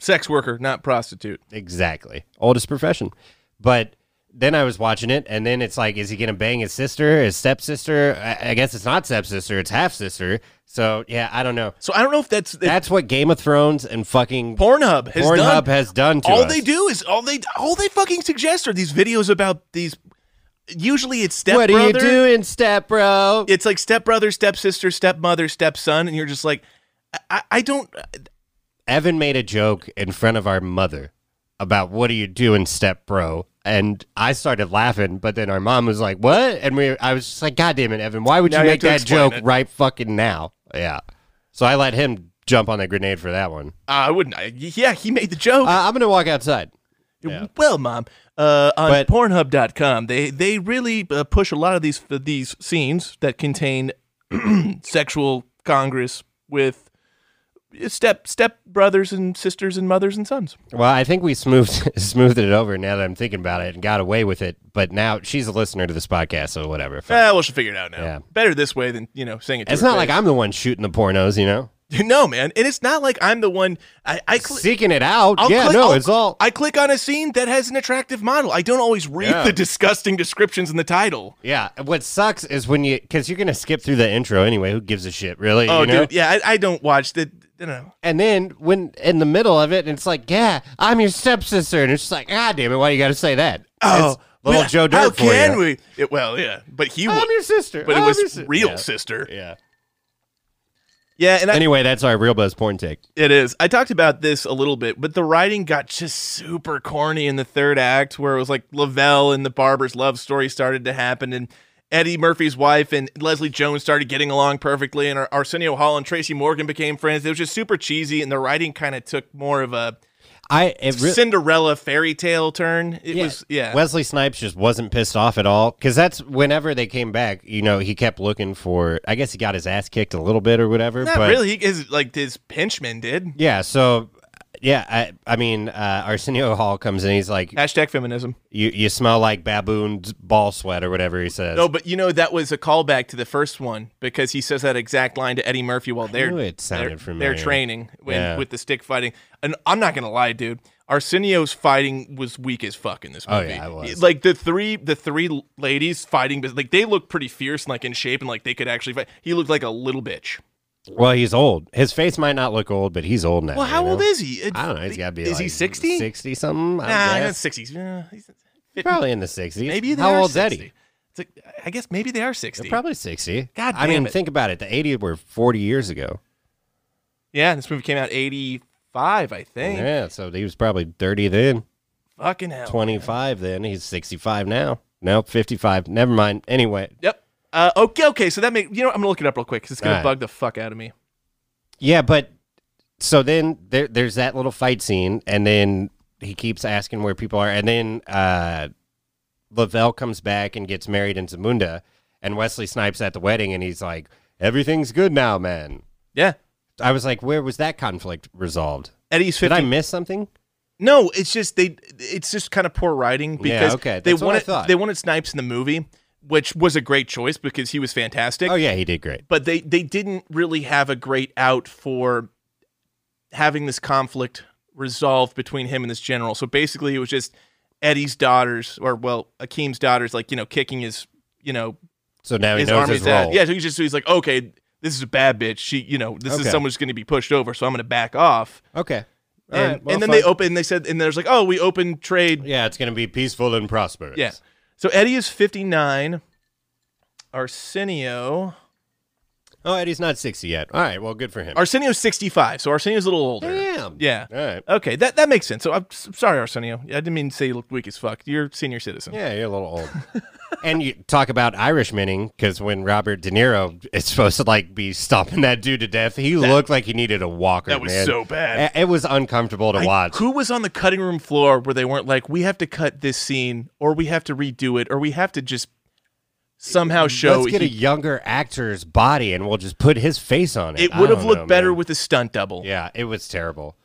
Speaker 1: Sex worker, not prostitute.
Speaker 4: exactly. Oldest profession. But then I was watching it and then it's like, is he going to bang his sister, his stepsister? I, I guess it's not stepsister, it's half sister. So, yeah, I don't know.
Speaker 1: So I don't know if that's,
Speaker 4: That's what Game of Thrones and fucking
Speaker 1: Pornhub has
Speaker 4: Pornhub
Speaker 1: done.
Speaker 4: has done to
Speaker 1: all
Speaker 4: us.
Speaker 1: they do is all they all they fucking suggest are these videos about these. Usually it's stepbrother.
Speaker 4: What are you doing, step bro?
Speaker 1: It's like stepbrother, stepsister, stepmother, stepson, and you're just like, I- I, I don't.
Speaker 4: Evan made a joke in front of our mother about what are you doing, step bro? And I started laughing, but then our mom was like, "What?" And we, I was just like, "God damn it, Evan! Why would
Speaker 1: Now
Speaker 4: you
Speaker 1: you
Speaker 4: make
Speaker 1: have to
Speaker 4: that
Speaker 1: explain
Speaker 4: joke
Speaker 1: it."
Speaker 4: right fucking now?" Yeah. So I let him jump on the grenade for that one.
Speaker 1: I wouldn't. I, yeah, he made the joke.
Speaker 4: Uh, I'm gonna walk outside. yeah.
Speaker 1: Well, mom, uh, on
Speaker 4: But-
Speaker 1: Pornhub.com, they they really uh, push a lot of these these scenes that contain [clears throat] sexual congress with step step brothers and sisters and mothers and sons.
Speaker 4: Well, I think we smoothed [laughs] smoothed it over now that I'm thinking about it and got away with it. But now she's a listener to this podcast, so whatever. Fuck.
Speaker 1: Ah, we should figure it out now.
Speaker 4: Yeah.
Speaker 1: Better this way than you know saying it. To
Speaker 4: it's
Speaker 1: her
Speaker 4: not like
Speaker 1: face.
Speaker 4: I'm the one shooting the pornos, you know,
Speaker 1: [laughs] No, man, and it's not like I'm the one. I, I cl-
Speaker 4: seeking it out.
Speaker 1: I'll
Speaker 4: yeah,
Speaker 1: click-
Speaker 4: no,
Speaker 1: I'll-
Speaker 4: it's all.
Speaker 1: I click on a scene that has an attractive model. I don't always read
Speaker 4: Yeah.
Speaker 1: the disgusting descriptions in the title.
Speaker 4: Yeah, what sucks is when you because you're gonna skip through the intro anyway. Who gives a shit, really?
Speaker 1: Oh,
Speaker 4: you know?
Speaker 1: dude, yeah, I, I don't watch the. You know,
Speaker 4: And then when in the middle of it, and it's like, yeah, I'm your stepsister, and it's just like, ah, damn it, why you got to say that?
Speaker 1: oh,
Speaker 4: It's little
Speaker 1: well,
Speaker 4: Joe Dirt
Speaker 1: How
Speaker 4: for
Speaker 1: can
Speaker 4: you.
Speaker 1: we? It- well, yeah, but he was,
Speaker 4: I'm your sister,
Speaker 1: but it
Speaker 4: I'm your
Speaker 1: was
Speaker 4: si-
Speaker 1: real
Speaker 4: Yeah.
Speaker 1: sister.
Speaker 4: Yeah.
Speaker 1: Yeah, and I,
Speaker 4: Anyway, that's our real buzz porn take.
Speaker 1: It is. I talked about this a little bit, but the writing got just super corny in the third act, where it was like Lavelle and the barber's love story started to happen, and Eddie Murphy's wife and Leslie Jones started getting along perfectly, and Ar- Arsenio Hall and Tracy Morgan became friends. It was just super cheesy, and the writing kind of took more of a
Speaker 4: I it really.
Speaker 1: Cinderella fairy tale turn. It was yeah.
Speaker 4: Wesley Snipes just wasn't pissed off at all because that's whenever they came back. You know, he kept looking for. I guess he got his ass kicked a little bit or whatever.
Speaker 1: not
Speaker 4: but
Speaker 1: really. He, his like his pinchman did.
Speaker 4: Yeah. So, yeah. I I mean, uh, Arsenio Hall comes in. He's like,
Speaker 1: Hashtag feminism.
Speaker 4: You you smell like baboon's ball sweat or whatever he says.
Speaker 1: No, but you know that was a callback to the first one because he says that exact line to Eddie Murphy while they're
Speaker 4: knew it sounded
Speaker 1: they're,
Speaker 4: familiar.
Speaker 1: they're training when,
Speaker 4: Yeah.
Speaker 1: with the stick fighting. And I'm not gonna lie, dude, Arsenio's fighting was weak as fuck in this
Speaker 4: Oh,
Speaker 1: movie.
Speaker 4: yeah, it was.
Speaker 1: Like the three the three ladies fighting, but like they looked pretty fierce and like in shape and like they could actually fight. He looked like a little bitch.
Speaker 4: well, he's old. His face might not look old, but he's old now.
Speaker 1: Well, how
Speaker 4: you know?
Speaker 1: old is he?
Speaker 4: I don't know. He's got to be.
Speaker 1: Is
Speaker 4: like
Speaker 1: he sixty?
Speaker 4: Sixty something.
Speaker 1: Nah,
Speaker 4: I guess.
Speaker 1: that's sixties. Yeah, he's-
Speaker 4: probably in the sixties.
Speaker 1: maybe they
Speaker 4: how
Speaker 1: are
Speaker 4: old's
Speaker 1: 60.
Speaker 4: Eddie?
Speaker 1: It's like, I guess maybe they are sixty.
Speaker 4: Probably sixty.
Speaker 1: God
Speaker 4: I
Speaker 1: damn
Speaker 4: mean,
Speaker 1: it.
Speaker 4: think about it. The eighties were forty years ago.
Speaker 1: yeah, this movie came out eighty five, I think.
Speaker 4: Yeah, so he was probably thirty then,
Speaker 1: Fucking hell.
Speaker 4: twenty five then. He's sixty five now. Nope, fifty five. Never mind. Anyway,
Speaker 1: Yep. Uh, okay, okay. So that make you know what? I'm gonna look it up real quick because it's gonna
Speaker 4: All right.
Speaker 1: bug the fuck out of me.
Speaker 4: Yeah, but so then there, there's that little fight scene, and then he keeps asking where people are, and then uh, Lavelle comes back and gets married in Zamunda, and Wesley Snipes at the wedding, and he's like, "Everything's good now, man."
Speaker 1: Yeah,
Speaker 4: I was like, "Where was that conflict resolved?
Speaker 1: Eddie's
Speaker 4: Did
Speaker 1: fifty.
Speaker 4: I miss something?"
Speaker 1: no, it's just they. It's just kind of poor writing because
Speaker 4: okay,
Speaker 1: they
Speaker 4: that's what I
Speaker 1: wanted
Speaker 4: thought.
Speaker 1: they wanted Snipes in the movie, which was a great choice because he was fantastic.
Speaker 4: Oh yeah, he did great.
Speaker 1: But they they didn't really have a great out for having this conflict resolved between him and this general. So basically, it was just Eddie's daughters, or well, Akeem's daughters, like you know, kicking his you know
Speaker 4: So now he
Speaker 1: his
Speaker 4: knows
Speaker 1: army's
Speaker 4: his role.
Speaker 1: at. Yeah, so he's just so he's like, okay, this is a bad bitch. She, you know, this is
Speaker 4: Okay.
Speaker 1: someone who's going to be pushed over, so I'm going to back off.
Speaker 4: Okay. All
Speaker 1: And,
Speaker 4: right, well,
Speaker 1: and then
Speaker 4: fine.
Speaker 1: they open. They said, and there's like, oh, we open trade.
Speaker 4: Yeah, it's gonna be peaceful and prosperous.
Speaker 1: Yeah. So Eddie is 59. Arsenio
Speaker 4: Oh, Eddie's not 60 yet. All right. Well, good for him.
Speaker 1: Arsenio's 65, so Arsenio's a little older.
Speaker 4: Damn.
Speaker 1: Yeah.
Speaker 4: All right.
Speaker 1: Okay, that, that makes sense. So I'm s- sorry, Arsenio. I didn't mean to say you looked weak as fuck. You're a senior citizen.
Speaker 4: Yeah, you're a little old. and you talk about Irish minning because when Robert De Niro is supposed to like be stomping that dude to death, he looked like he needed a walker.
Speaker 1: that was
Speaker 4: man.
Speaker 1: so bad.
Speaker 4: A- It was uncomfortable to
Speaker 1: I-
Speaker 4: watch.
Speaker 1: who was on the cutting room floor where they weren't like, we have to cut this scene, or we have to redo it, or we have to just somehow show
Speaker 4: Let's get a
Speaker 1: he-
Speaker 4: younger actor's body and we'll just put his face on it.
Speaker 1: it
Speaker 4: I
Speaker 1: would have
Speaker 4: don't
Speaker 1: looked
Speaker 4: know,
Speaker 1: better
Speaker 4: man.
Speaker 1: with a stunt double.
Speaker 4: Yeah, it was terrible.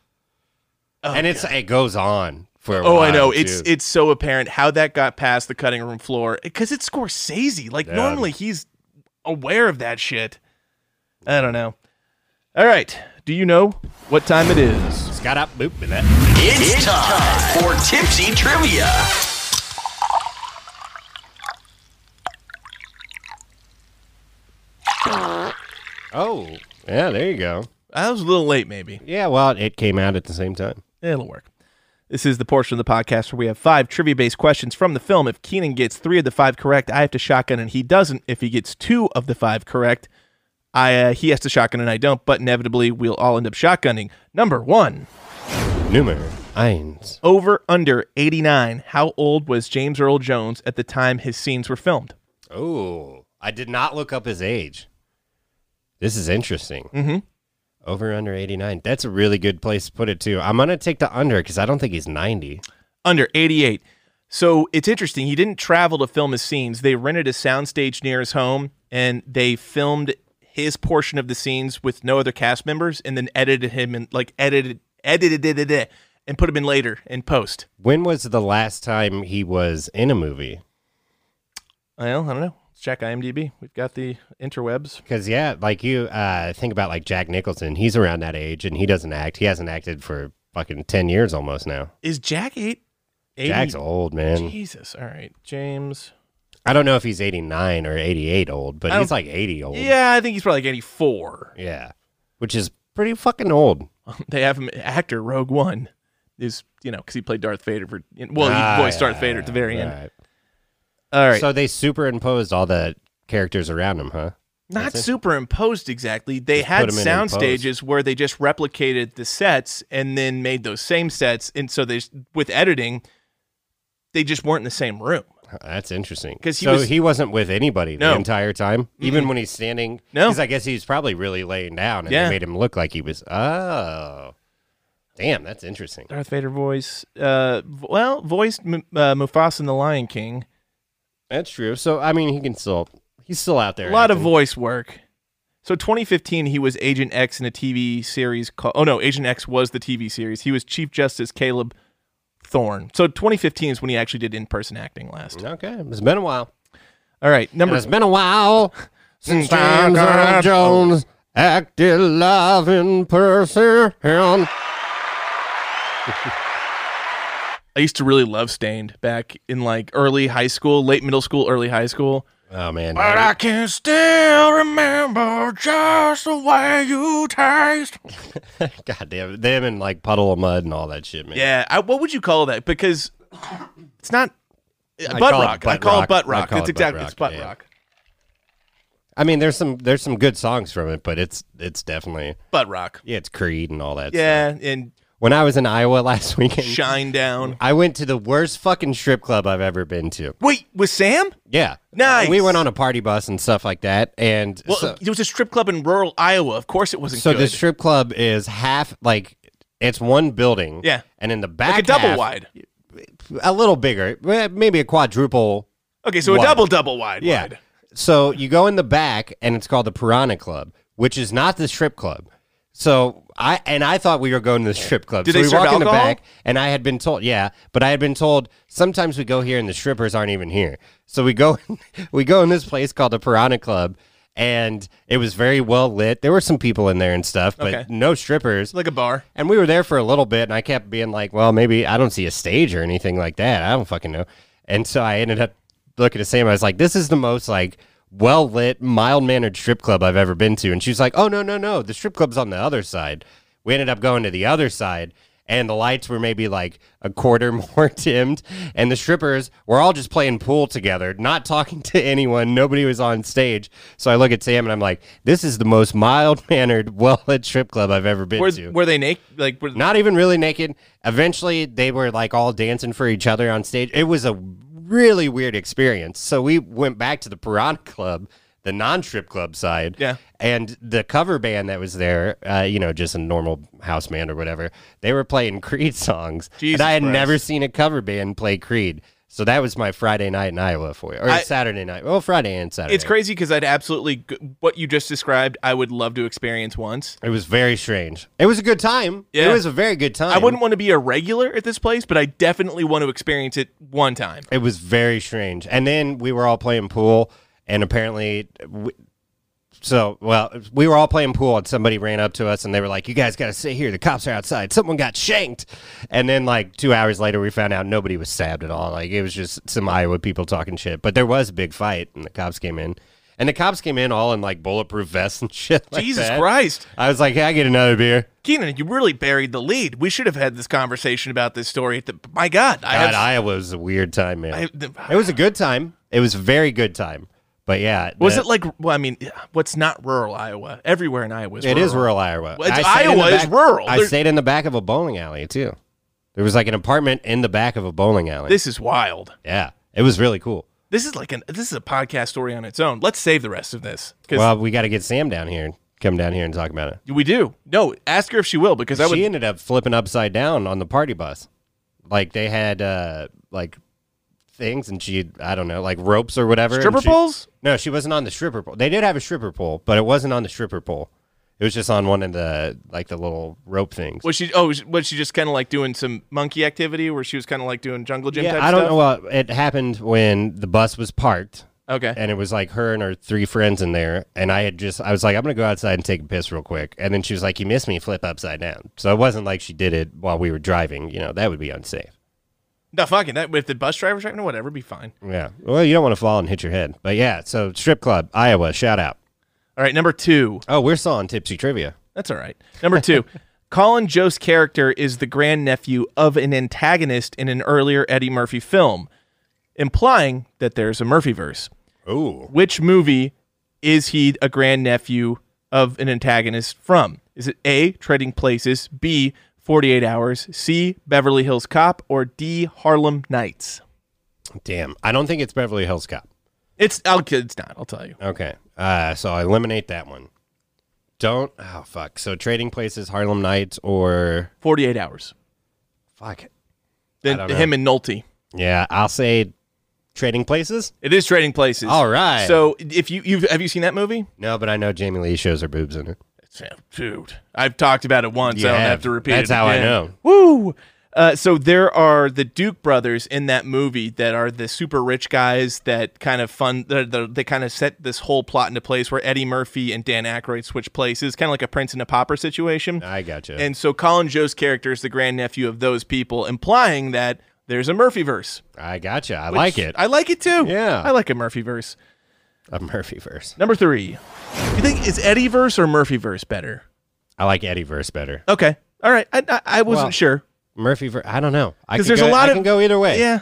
Speaker 1: Oh,
Speaker 4: and it's it goes on for. A
Speaker 1: Oh, I
Speaker 4: while,
Speaker 1: know. It's
Speaker 4: too.
Speaker 1: it's so apparent how that got past the cutting room floor because it's Scorsese. Like
Speaker 4: Yeah.
Speaker 1: normally he's aware of that shit. I don't know. All right. Do you know what time it is?
Speaker 4: It's got up boop with that.
Speaker 5: It's, time for Tipsy Trivia.
Speaker 4: Oh, yeah, there you go.
Speaker 1: I was a little late, maybe. Eh,
Speaker 4: Yeah, well, it came out at the same time.
Speaker 1: It'll work. This is the portion of the podcast where we have five trivia based questions from the film. If Keenan gets three of the five correct, I have to shotgun, and he doesn't. If he gets two of the five correct, I uh, he has to shotgun, and I don't. But inevitably, we'll all end up shotgunning. Number one,
Speaker 4: Numer eins.
Speaker 1: over under 89. How old was James Earl Jones at the time his scenes were filmed?
Speaker 4: Oh, I did not look up his age. This is interesting. Mm-hmm. Over under 89. That's a really good place to put it, too. I'm going to take the under because I don't think he's 90.
Speaker 1: Under 88. So it's interesting. He didn't travel to film his scenes. They rented a soundstage near his home and they filmed his portion of the scenes with no other cast members and then edited him and like edited, edited, edited, it and put him in later in post.
Speaker 4: When was the last time he was in a movie?
Speaker 1: Well, I don't know. Let's check IMDb. We've got the interwebs.
Speaker 4: Because, yeah, like you uh, think about like Jack Nicholson. He's around that age and he doesn't act. He hasn't acted for fucking 10 years almost now.
Speaker 1: Is Jack 8? 80?
Speaker 4: Jack's old, man.
Speaker 1: Jesus. All right. James.
Speaker 4: I don't know if he's 89 or 88 old, but
Speaker 1: I
Speaker 4: he's
Speaker 1: don't-
Speaker 4: like 80 old.
Speaker 1: Yeah, I think he's probably like 84.
Speaker 4: Yeah. Which is pretty fucking old.
Speaker 1: they have him actor Rogue One is you know because he played Darth Vader for well he
Speaker 4: Ah,
Speaker 1: voiced
Speaker 4: yeah,
Speaker 1: Darth Vader at the very end.
Speaker 4: right.
Speaker 1: All right,
Speaker 4: So they superimposed all the characters around him, huh?
Speaker 1: not superimposed exactly. They
Speaker 4: Just
Speaker 1: had
Speaker 4: put 'em in in
Speaker 1: sound
Speaker 4: post.
Speaker 1: stages where they just replicated the sets and then made those same sets, and so they s- with editing, they just weren't in the same room.
Speaker 4: That's interesting.
Speaker 1: 'Cause he
Speaker 4: so
Speaker 1: was-
Speaker 4: he wasn't with anybody
Speaker 1: No.
Speaker 4: the entire time, even when he's standing.
Speaker 1: No.
Speaker 4: because I guess he's probably really laying down, and
Speaker 1: Yeah.
Speaker 4: they made him look like he was. Oh, damn, that's interesting.
Speaker 1: Darth Vader voice, uh, v- well, voiced M- uh, Mufasa in the Lion King.
Speaker 4: That's true. So I mean, he can still. He's still out there.
Speaker 1: A lot of
Speaker 4: acting.
Speaker 1: voice work. So 2015, he was Agent X in a TV series called. Oh no, Agent X was the TV series. He was Chief Justice Caleb Thorne. So 2015 is when he actually did in-person acting last.
Speaker 4: Mm, Okay, it's been a while.
Speaker 1: All right,
Speaker 4: And
Speaker 1: number.
Speaker 4: it's been a
Speaker 1: [laughs]
Speaker 4: while since James Earl Jones acted live in person.
Speaker 1: I used to really love Stained back in like early high school, late middle school, early high school.
Speaker 4: Oh man,
Speaker 1: I can still remember just the way you taste.
Speaker 4: God damn it. Them and like puddle of mud and all that shit, man.
Speaker 1: Yeah, I, what would you call that? Because it's not.
Speaker 4: I
Speaker 1: butt
Speaker 4: call it
Speaker 1: rock. I
Speaker 4: butt
Speaker 1: call
Speaker 4: rock.
Speaker 1: it butt
Speaker 4: I
Speaker 1: rock.
Speaker 4: call
Speaker 1: It's
Speaker 4: it butt
Speaker 1: exactly it's
Speaker 4: rock,
Speaker 1: butt
Speaker 4: yeah.
Speaker 1: rock.
Speaker 4: I mean, there's some there's some good songs from it, but it's it's definitely
Speaker 1: Butt rock.
Speaker 4: yeah, it's Creed and all that. stuff.
Speaker 1: Yeah, and
Speaker 4: When I was in Iowa [laughs] last weekend,
Speaker 1: Shine Down.
Speaker 4: I went to the worst fucking strip club I've ever been to.
Speaker 1: Wait, with Sam?
Speaker 4: Yeah.
Speaker 1: Nice.
Speaker 4: We went on a party bus and stuff like that, and
Speaker 1: Well,
Speaker 4: so,
Speaker 1: there was a strip club in rural Iowa. Of course, it wasn't
Speaker 4: so
Speaker 1: good.
Speaker 4: the strip club is half like it's one building.
Speaker 1: Yeah.
Speaker 4: and in the back,
Speaker 1: like a double
Speaker 4: half-
Speaker 1: wide.
Speaker 4: a little bigger, eh, maybe a quadruple
Speaker 1: Okay, so
Speaker 4: wide.
Speaker 1: a double double wide.
Speaker 4: Yeah.
Speaker 1: wide.
Speaker 4: So you go in the back, and it's called the Piranha Club, which is not the strip club. So I and I thought we were going to the strip club.
Speaker 1: Do
Speaker 4: so
Speaker 1: they
Speaker 4: we
Speaker 1: serve
Speaker 4: walk in the
Speaker 1: alcohol?
Speaker 4: back, and I had been told, yeah, but I had been told sometimes we go here and the strippers aren't even here. So we go, we go in [laughs] this place called the Piranha Club, and it was very well lit. There were some people in there and stuff, but
Speaker 1: Okay.
Speaker 4: no strippers.
Speaker 1: It's like a bar.
Speaker 4: And we were there for a little bit, and I kept being like, well, maybe I don't see a stage or anything like that. I don't fucking know. And so I ended up looking at Sam. I was like, this is the most like well lit, mild mannered strip club I've ever been to. And she's like, oh, no, no, no. The strip club's on the other side. We ended up going to the other side. and the lights were maybe like a quarter [laughs] more dimmed, and the strippers were all just playing pool together, not talking [laughs] to anyone. Nobody was on stage. So I look at Sam and I'm like, this is the most mild [laughs] mannered, well lit strip club I've ever been
Speaker 1: Were,
Speaker 4: to.
Speaker 1: were they naked? Like, were,
Speaker 4: not even really naked. Eventually, they were like all dancing for each other on stage. It was a really weird experience. So we went back to the Piranha Club, the non-strip club side.
Speaker 1: Yeah.
Speaker 4: And the cover band that was there, uh, you know, just a normal house band or whatever, they were playing Creed songs.
Speaker 1: Jesus
Speaker 4: and I had
Speaker 1: Christ.
Speaker 4: never seen a cover band play Creed. So that was my Friday night in Iowa for you, or
Speaker 1: I-
Speaker 4: Saturday night. Well, Friday and Saturday.
Speaker 1: it's crazy because I'd absolutely g- what you just described. I would love to experience once.
Speaker 4: It was very strange. It was a good time.
Speaker 1: Yeah.
Speaker 4: It was a very good time.
Speaker 1: I wouldn't want to be a regular at this place, but I definitely want to experience it one time.
Speaker 4: It was very strange. And then we were all playing pool, and apparently, we, so well, we were all playing pool, and somebody ran up to us, and they were like, "You guys got to stay here. The cops are outside. Someone got shanked." And then, like two hours later, we found out nobody was stabbed at all. Like it was just some Iowa people talking shit. But there was a big fight, and the cops came in. And the cops came in all in like bulletproof vests and [laughs] shit. like
Speaker 1: Jesus
Speaker 4: that.
Speaker 1: Christ,
Speaker 4: I was like, "Hey, I get another beer."
Speaker 1: Keenan, you really buried the lead. We should have had this conversation about this story. At the, my God, I
Speaker 4: God,
Speaker 1: have,
Speaker 4: Iowa was a weird time, man.
Speaker 1: I- the-
Speaker 4: it was a good time. It was a very good time. But yeah,
Speaker 1: was
Speaker 4: the-
Speaker 1: it like? Well, I mean, what's not rural Iowa? Everywhere in Iowa is
Speaker 4: It
Speaker 1: rural.
Speaker 4: is rural Iowa.
Speaker 1: Well, it's-
Speaker 4: stayed in the
Speaker 1: Iowa is
Speaker 4: back-
Speaker 1: rural.
Speaker 4: I
Speaker 1: There-
Speaker 4: stayed in the back of a bowling alley too. There was like an apartment in the back of a bowling alley.
Speaker 1: This is wild.
Speaker 4: yeah, it was really cool.
Speaker 1: This is like an this is a podcast story on its own. Let's save the rest of this because
Speaker 4: Well, we got to get Sam down here and come down here and talk about it.
Speaker 1: we do. No, ask her if she will because I would.
Speaker 4: she ended up flipping upside down on the party bus. Like they had uh like things, and she I don't know like ropes or whatever. and
Speaker 1: Stripper
Speaker 4: she-
Speaker 1: poles?
Speaker 4: No, she wasn't on the stripper pole. They did have a stripper pole, but it wasn't on the stripper pole. It was just on one of the like the little rope things.
Speaker 1: Was she? Oh, was she just kind of like doing some monkey activity where she was kind of like doing jungle gym?
Speaker 4: Yeah,
Speaker 1: type
Speaker 4: I don't
Speaker 1: stuff?
Speaker 4: know. What, it happened when the bus was parked,
Speaker 1: Okay.
Speaker 4: and it was like her and her three friends in there. And I had just, I was like, I'm gonna go outside and take a piss real quick. And then she was like, "You missed me, flip upside down." So it wasn't like she did it while we were driving. You know, that would be unsafe.
Speaker 1: no, fucking that. With the bus driver's right now, whatever, be fine.
Speaker 4: Yeah. Well, you don't want to fall and hit your head. But yeah, so strip club, Iowa, shout out.
Speaker 1: All right, number two.
Speaker 4: Oh, we're still on tipsy trivia.
Speaker 1: That's all right. Number two. [laughs] Colin Joe's character is the grandnephew of an antagonist in an earlier Eddie Murphy film, implying that there's a Murphyverse.
Speaker 4: Ooh.
Speaker 1: Which movie is he a grandnephew of an antagonist from? Is it A, Trading Places, B, 48 Hours, C, Beverly Hills Cop, or D, Harlem Nights?
Speaker 4: Damn. I don't think it's Beverly Hills Cop.
Speaker 1: It's I'll, it's not. I'll tell you.
Speaker 4: Okay. Uh, so I eliminate that one. Don't. Oh fuck. So trading places, Harlem Nights, or
Speaker 1: Forty eight hours.
Speaker 4: fuck.
Speaker 1: Then
Speaker 4: don't know.
Speaker 1: him and Nolte.
Speaker 4: Yeah, I'll say trading places.
Speaker 1: It is Trading Places.
Speaker 4: All right.
Speaker 1: So if you you have you seen that movie?
Speaker 4: No, but I know Jamie Lee shows her boobs in it.
Speaker 1: Dude, I've talked about it once.
Speaker 4: You
Speaker 1: I don't
Speaker 4: have.
Speaker 1: have to repeat it.
Speaker 4: That's how I
Speaker 1: again.
Speaker 4: know.
Speaker 1: Woo! Uh, so there are the Duke brothers in that movie that are the super rich guys that kind of fun. They're, they're, they kind of set this whole plot into place where Eddie Murphy and Dan Aykroyd switch places, kind of like a prince and a pauper situation.
Speaker 4: I gotcha.
Speaker 1: And so Colin Joe's character is the grandnephew of those people, implying that there's a Murphyverse.
Speaker 4: I gotcha. I like it.
Speaker 1: I like it too.
Speaker 4: Yeah.
Speaker 1: I like a Murphyverse.
Speaker 4: A Murphy verse.
Speaker 1: Number three. You think is Eddie verse or Murphy verse better?
Speaker 4: I like Eddie verse better.
Speaker 1: Okay. All right. I I, I wasn't
Speaker 4: Well,
Speaker 1: sure
Speaker 4: Murphy verse. I don't know. I
Speaker 1: because
Speaker 4: can
Speaker 1: there's a
Speaker 4: go,
Speaker 1: lot
Speaker 4: I
Speaker 1: of
Speaker 4: can go either way.
Speaker 1: Yeah.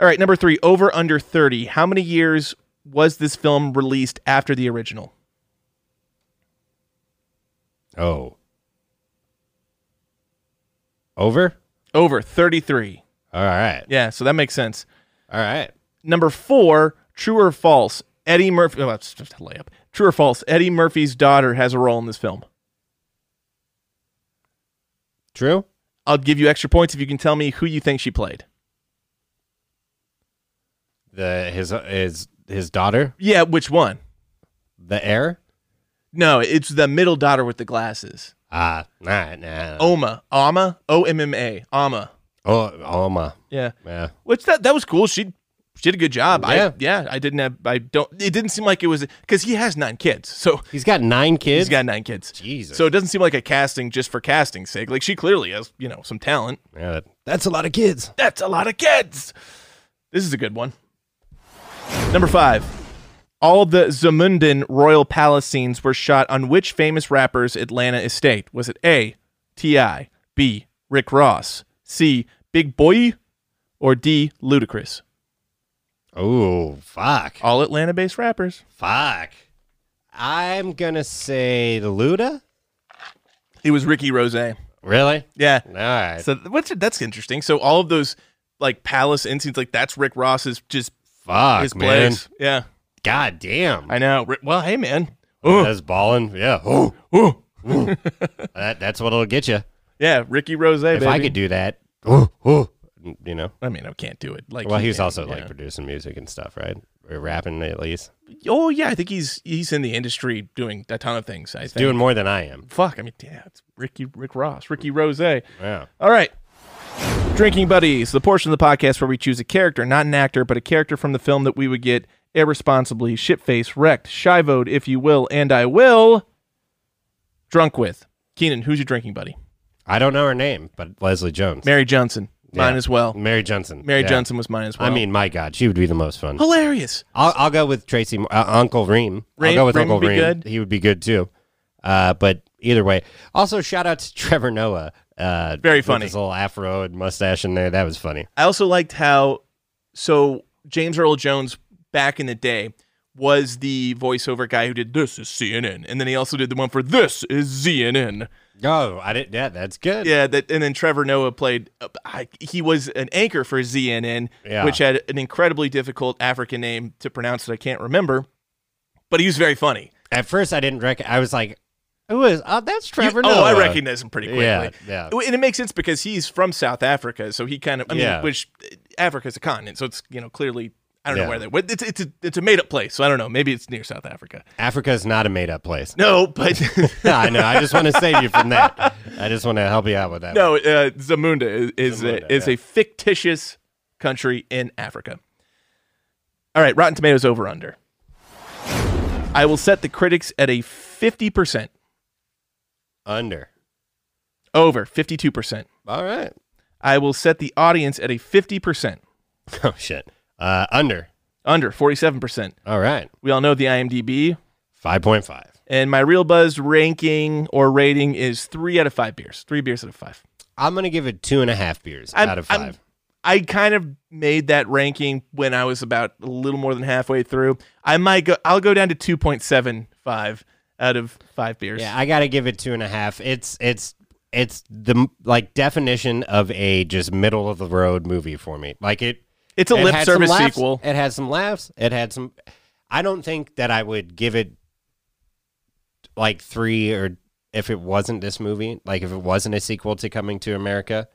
Speaker 1: All right. Number three. Over under thirty. How many years was this film released after the original?
Speaker 4: Oh. Over.
Speaker 1: Over thirty three.
Speaker 4: All right.
Speaker 1: Yeah. So that makes sense.
Speaker 4: All right.
Speaker 1: Number four. True or false? Eddie Murphy. Oh, that's just a layup. True or false? Eddie Murphy's daughter has a role in this film.
Speaker 4: True.
Speaker 1: I'll give you extra points if you can tell me who you think she played.
Speaker 4: The his his his daughter,
Speaker 1: Yeah, which one?
Speaker 4: the heir.
Speaker 1: No, it's the middle daughter with the glasses.
Speaker 4: Ah, nah, nah.
Speaker 1: Oma, Ama, O M M A, Ama.
Speaker 4: oh, Oma.
Speaker 1: Yeah,
Speaker 4: Yeah.
Speaker 1: which that that was cool. She she did a good job.
Speaker 4: Yeah.
Speaker 1: I yeah, I didn't have I don't. It didn't seem like it was because he has nine kids, so
Speaker 4: He's got nine kids.
Speaker 1: he's got nine kids.
Speaker 4: [laughs] Jesus.
Speaker 1: So it doesn't seem like a casting just for casting's sake. Like she clearly has you know some talent.
Speaker 4: yeah, that- that's a lot of kids.
Speaker 1: That's a lot of kids. This is a good one. Number five. All the Zamundin royal palace scenes were shot on which famous rapper's Atlanta estate? Was it A, T.I., B, Rick Ross? C. Big Boy or D. Ludacris?
Speaker 4: Oh, fuck.
Speaker 1: All Atlanta based rappers.
Speaker 4: Fuck. I'm going to say the Luda.
Speaker 1: It was Ricky Rose.
Speaker 4: Really?
Speaker 1: Yeah.
Speaker 4: All right.
Speaker 1: So th- what's that's interesting. So all of those like Palace instincts, like that's Rick Ross's just
Speaker 4: fuck,
Speaker 1: his
Speaker 4: man.
Speaker 1: plays. Yeah.
Speaker 4: God damn.
Speaker 1: I know. Ri- Well, hey man. Ooh,
Speaker 4: That's balling. Yeah. Ooh.
Speaker 1: ooh. [laughs]
Speaker 4: That, that's what'll get you.
Speaker 1: Yeah, Ricky Rose,
Speaker 4: If I could do that. Ooh, ooh. You know?
Speaker 1: I mean, I can't do it. Like
Speaker 4: Well, he was
Speaker 1: can,
Speaker 4: also
Speaker 1: yeah.
Speaker 4: like producing music and stuff, right? Or rapping at least.
Speaker 1: Oh yeah, I think he's he's in the industry doing a ton of things. I think.
Speaker 4: Doing more than I am.
Speaker 1: fuck. I mean, yeah, it's Ricky Rick Ross, Ricky Rose. All
Speaker 4: Yeah.
Speaker 1: right. Drinking Buddies, the portion of the podcast where we choose a character, not an actor, but a character from the film that we would get irresponsibly shit-faced, wrecked, shivoed, if you will, and I will drunk with. Keenan, who's your drinking buddy?
Speaker 4: I don't know her name, but Leslie Jones.
Speaker 1: Mary Johnson, mine
Speaker 4: Yeah.
Speaker 1: as well.
Speaker 4: Mary Johnson.
Speaker 1: Mary
Speaker 4: Yeah.
Speaker 1: Johnson was mine as well.
Speaker 4: I mean, my God, she would be the most fun.
Speaker 1: hilarious.
Speaker 4: I'll, I'll go with Tracy, uh, Uncle Reem.
Speaker 1: Reem-
Speaker 4: I'll go with
Speaker 1: Reem
Speaker 4: Uncle
Speaker 1: would be
Speaker 4: Reem.
Speaker 1: good.
Speaker 4: He would be good too. Uh, but either way, also shout out to Trevor Noah. Uh,
Speaker 1: Very
Speaker 4: with
Speaker 1: funny.
Speaker 4: His little afro and mustache in there. That was funny.
Speaker 1: I also liked how so James Earl Jones back in the day was the voiceover guy who did this is CNN, and then he also did the one for this is ZNN.
Speaker 4: Oh, I didn't. Yeah, that's
Speaker 1: [laughs]
Speaker 4: good.
Speaker 1: Yeah, that and then Trevor Noah played. Uh, I, he was an anchor for ZNN,
Speaker 4: Yeah.
Speaker 1: which had an incredibly difficult African name to pronounce that I can't remember, but he was very funny.
Speaker 4: At first, I didn't rec. I was like, "Who is? Oh, that's
Speaker 1: You-
Speaker 4: Trevor Noah."
Speaker 1: oh, I recognize him pretty quickly.
Speaker 4: Yeah, yeah.
Speaker 1: And it makes sense because he's from South Africa, so he kind of. I mean,
Speaker 4: Yeah.
Speaker 1: which uh, Africa's a continent, so it's you know clearly. I don't know
Speaker 4: Yeah.
Speaker 1: where they. what- It's it's a, it's a made up place, so I don't know. Maybe it's near South Africa.
Speaker 4: Africa is not a made up place. [laughs]
Speaker 1: No, but
Speaker 4: I know. I just want to save you from that. I just want to help you out with that.
Speaker 1: no. Uh, Zamunda is is,
Speaker 4: Zamunda,
Speaker 1: a, is
Speaker 4: yeah.
Speaker 1: a fictitious country in Africa. All right, Rotten Tomatoes over under. I will set the critics at a fifty percent
Speaker 4: under.
Speaker 1: over fifty two percent.
Speaker 4: All right. [laughs]
Speaker 1: I will set the audience at a fifty percent
Speaker 4: Oh shit. Uh, under.
Speaker 1: under forty seven percent.
Speaker 4: All right.
Speaker 1: We all know the IMDb.
Speaker 4: Five point five.
Speaker 1: And my Real Buzz ranking or rating is three out of five beers. Three beers out of 5
Speaker 4: I'm gonna give it two and a half beers
Speaker 1: I'm-
Speaker 4: out of 5
Speaker 1: I'm- I kind of made that ranking when I was about a little more than halfway through. I might go. I'll go down to two point seven five out of five beers.
Speaker 4: yeah, I gotta give it two and a half. It's it's it's the like definition of a just middle of the road movie for me. Like it,
Speaker 1: it's a
Speaker 4: it
Speaker 1: lip
Speaker 4: had some
Speaker 1: service
Speaker 4: laughs,
Speaker 1: sequel.
Speaker 4: It had some laughs. It had some. I don't think that I would give it like three or if it wasn't this movie. Like if it wasn't a sequel to Coming to America.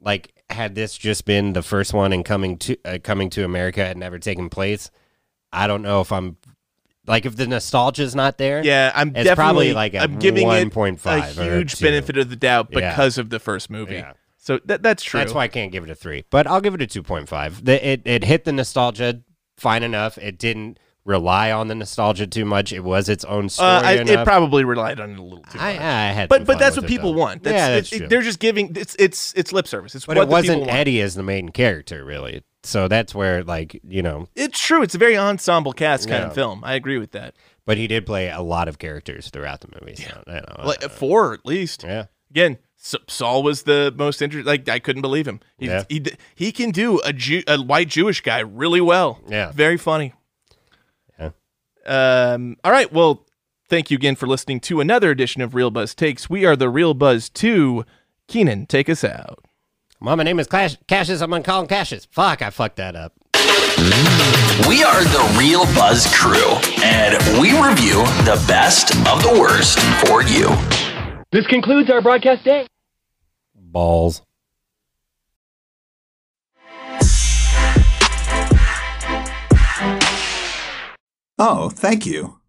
Speaker 4: Like had this just been the first one and Coming to uh, Coming to America had never taken place. I don't know if I'm like if the nostalgia's not there.
Speaker 1: Yeah, I'm
Speaker 4: It's
Speaker 1: definitely
Speaker 4: probably like a
Speaker 1: I'm giving it a
Speaker 4: 1.5 or
Speaker 1: huge
Speaker 4: two.
Speaker 1: benefit of the doubt
Speaker 4: Yeah.
Speaker 1: because of the first movie.
Speaker 4: Yeah.
Speaker 1: So that that's true.
Speaker 4: That's why I can't give it a three, but I'll give it a two point five. It it hit the nostalgia fine enough. It didn't rely on the nostalgia too much. It was its own story
Speaker 1: Uh, I, it
Speaker 4: enough.
Speaker 1: probably relied on it a little too
Speaker 4: I, I
Speaker 1: much.
Speaker 4: had, some
Speaker 1: but but
Speaker 4: fun
Speaker 1: that's
Speaker 4: with
Speaker 1: what
Speaker 4: it,
Speaker 1: people
Speaker 4: though.
Speaker 1: want. That's,
Speaker 4: yeah, that's
Speaker 1: it-
Speaker 4: true.
Speaker 1: They're just giving it's it's it's lip service. It's
Speaker 4: but
Speaker 1: what the
Speaker 4: it
Speaker 1: people
Speaker 4: wasn't
Speaker 1: want.
Speaker 4: Eddie as the main character really. So that's where like you know,
Speaker 1: It's true. It's a very ensemble cast kind of
Speaker 4: Yeah.
Speaker 1: film. I agree with that.
Speaker 4: but he did play a lot of characters throughout the movie. So, you know, uh,
Speaker 1: Like four at least.
Speaker 4: yeah.
Speaker 1: Again, S- Saul was the most interesting. Like I couldn't believe him. He
Speaker 4: Yeah.
Speaker 1: he, d- he can do a Jew, a white Jewish guy really well.
Speaker 4: Yeah.
Speaker 1: very funny.
Speaker 4: Yeah.
Speaker 1: Um. All right. Well, thank you again for listening to another edition of Real Buzz Takes. We are the Real Buzz Two. Keenan, take us out.
Speaker 4: Mom, my name is Clash- Cassius. I'm gonna call him Cassius. Fuck, I fucked that up.
Speaker 5: We are the Real Buzz crew, and we review the best of the worst for you.
Speaker 6: This concludes our broadcast day.
Speaker 4: Balls.
Speaker 7: Oh, thank you.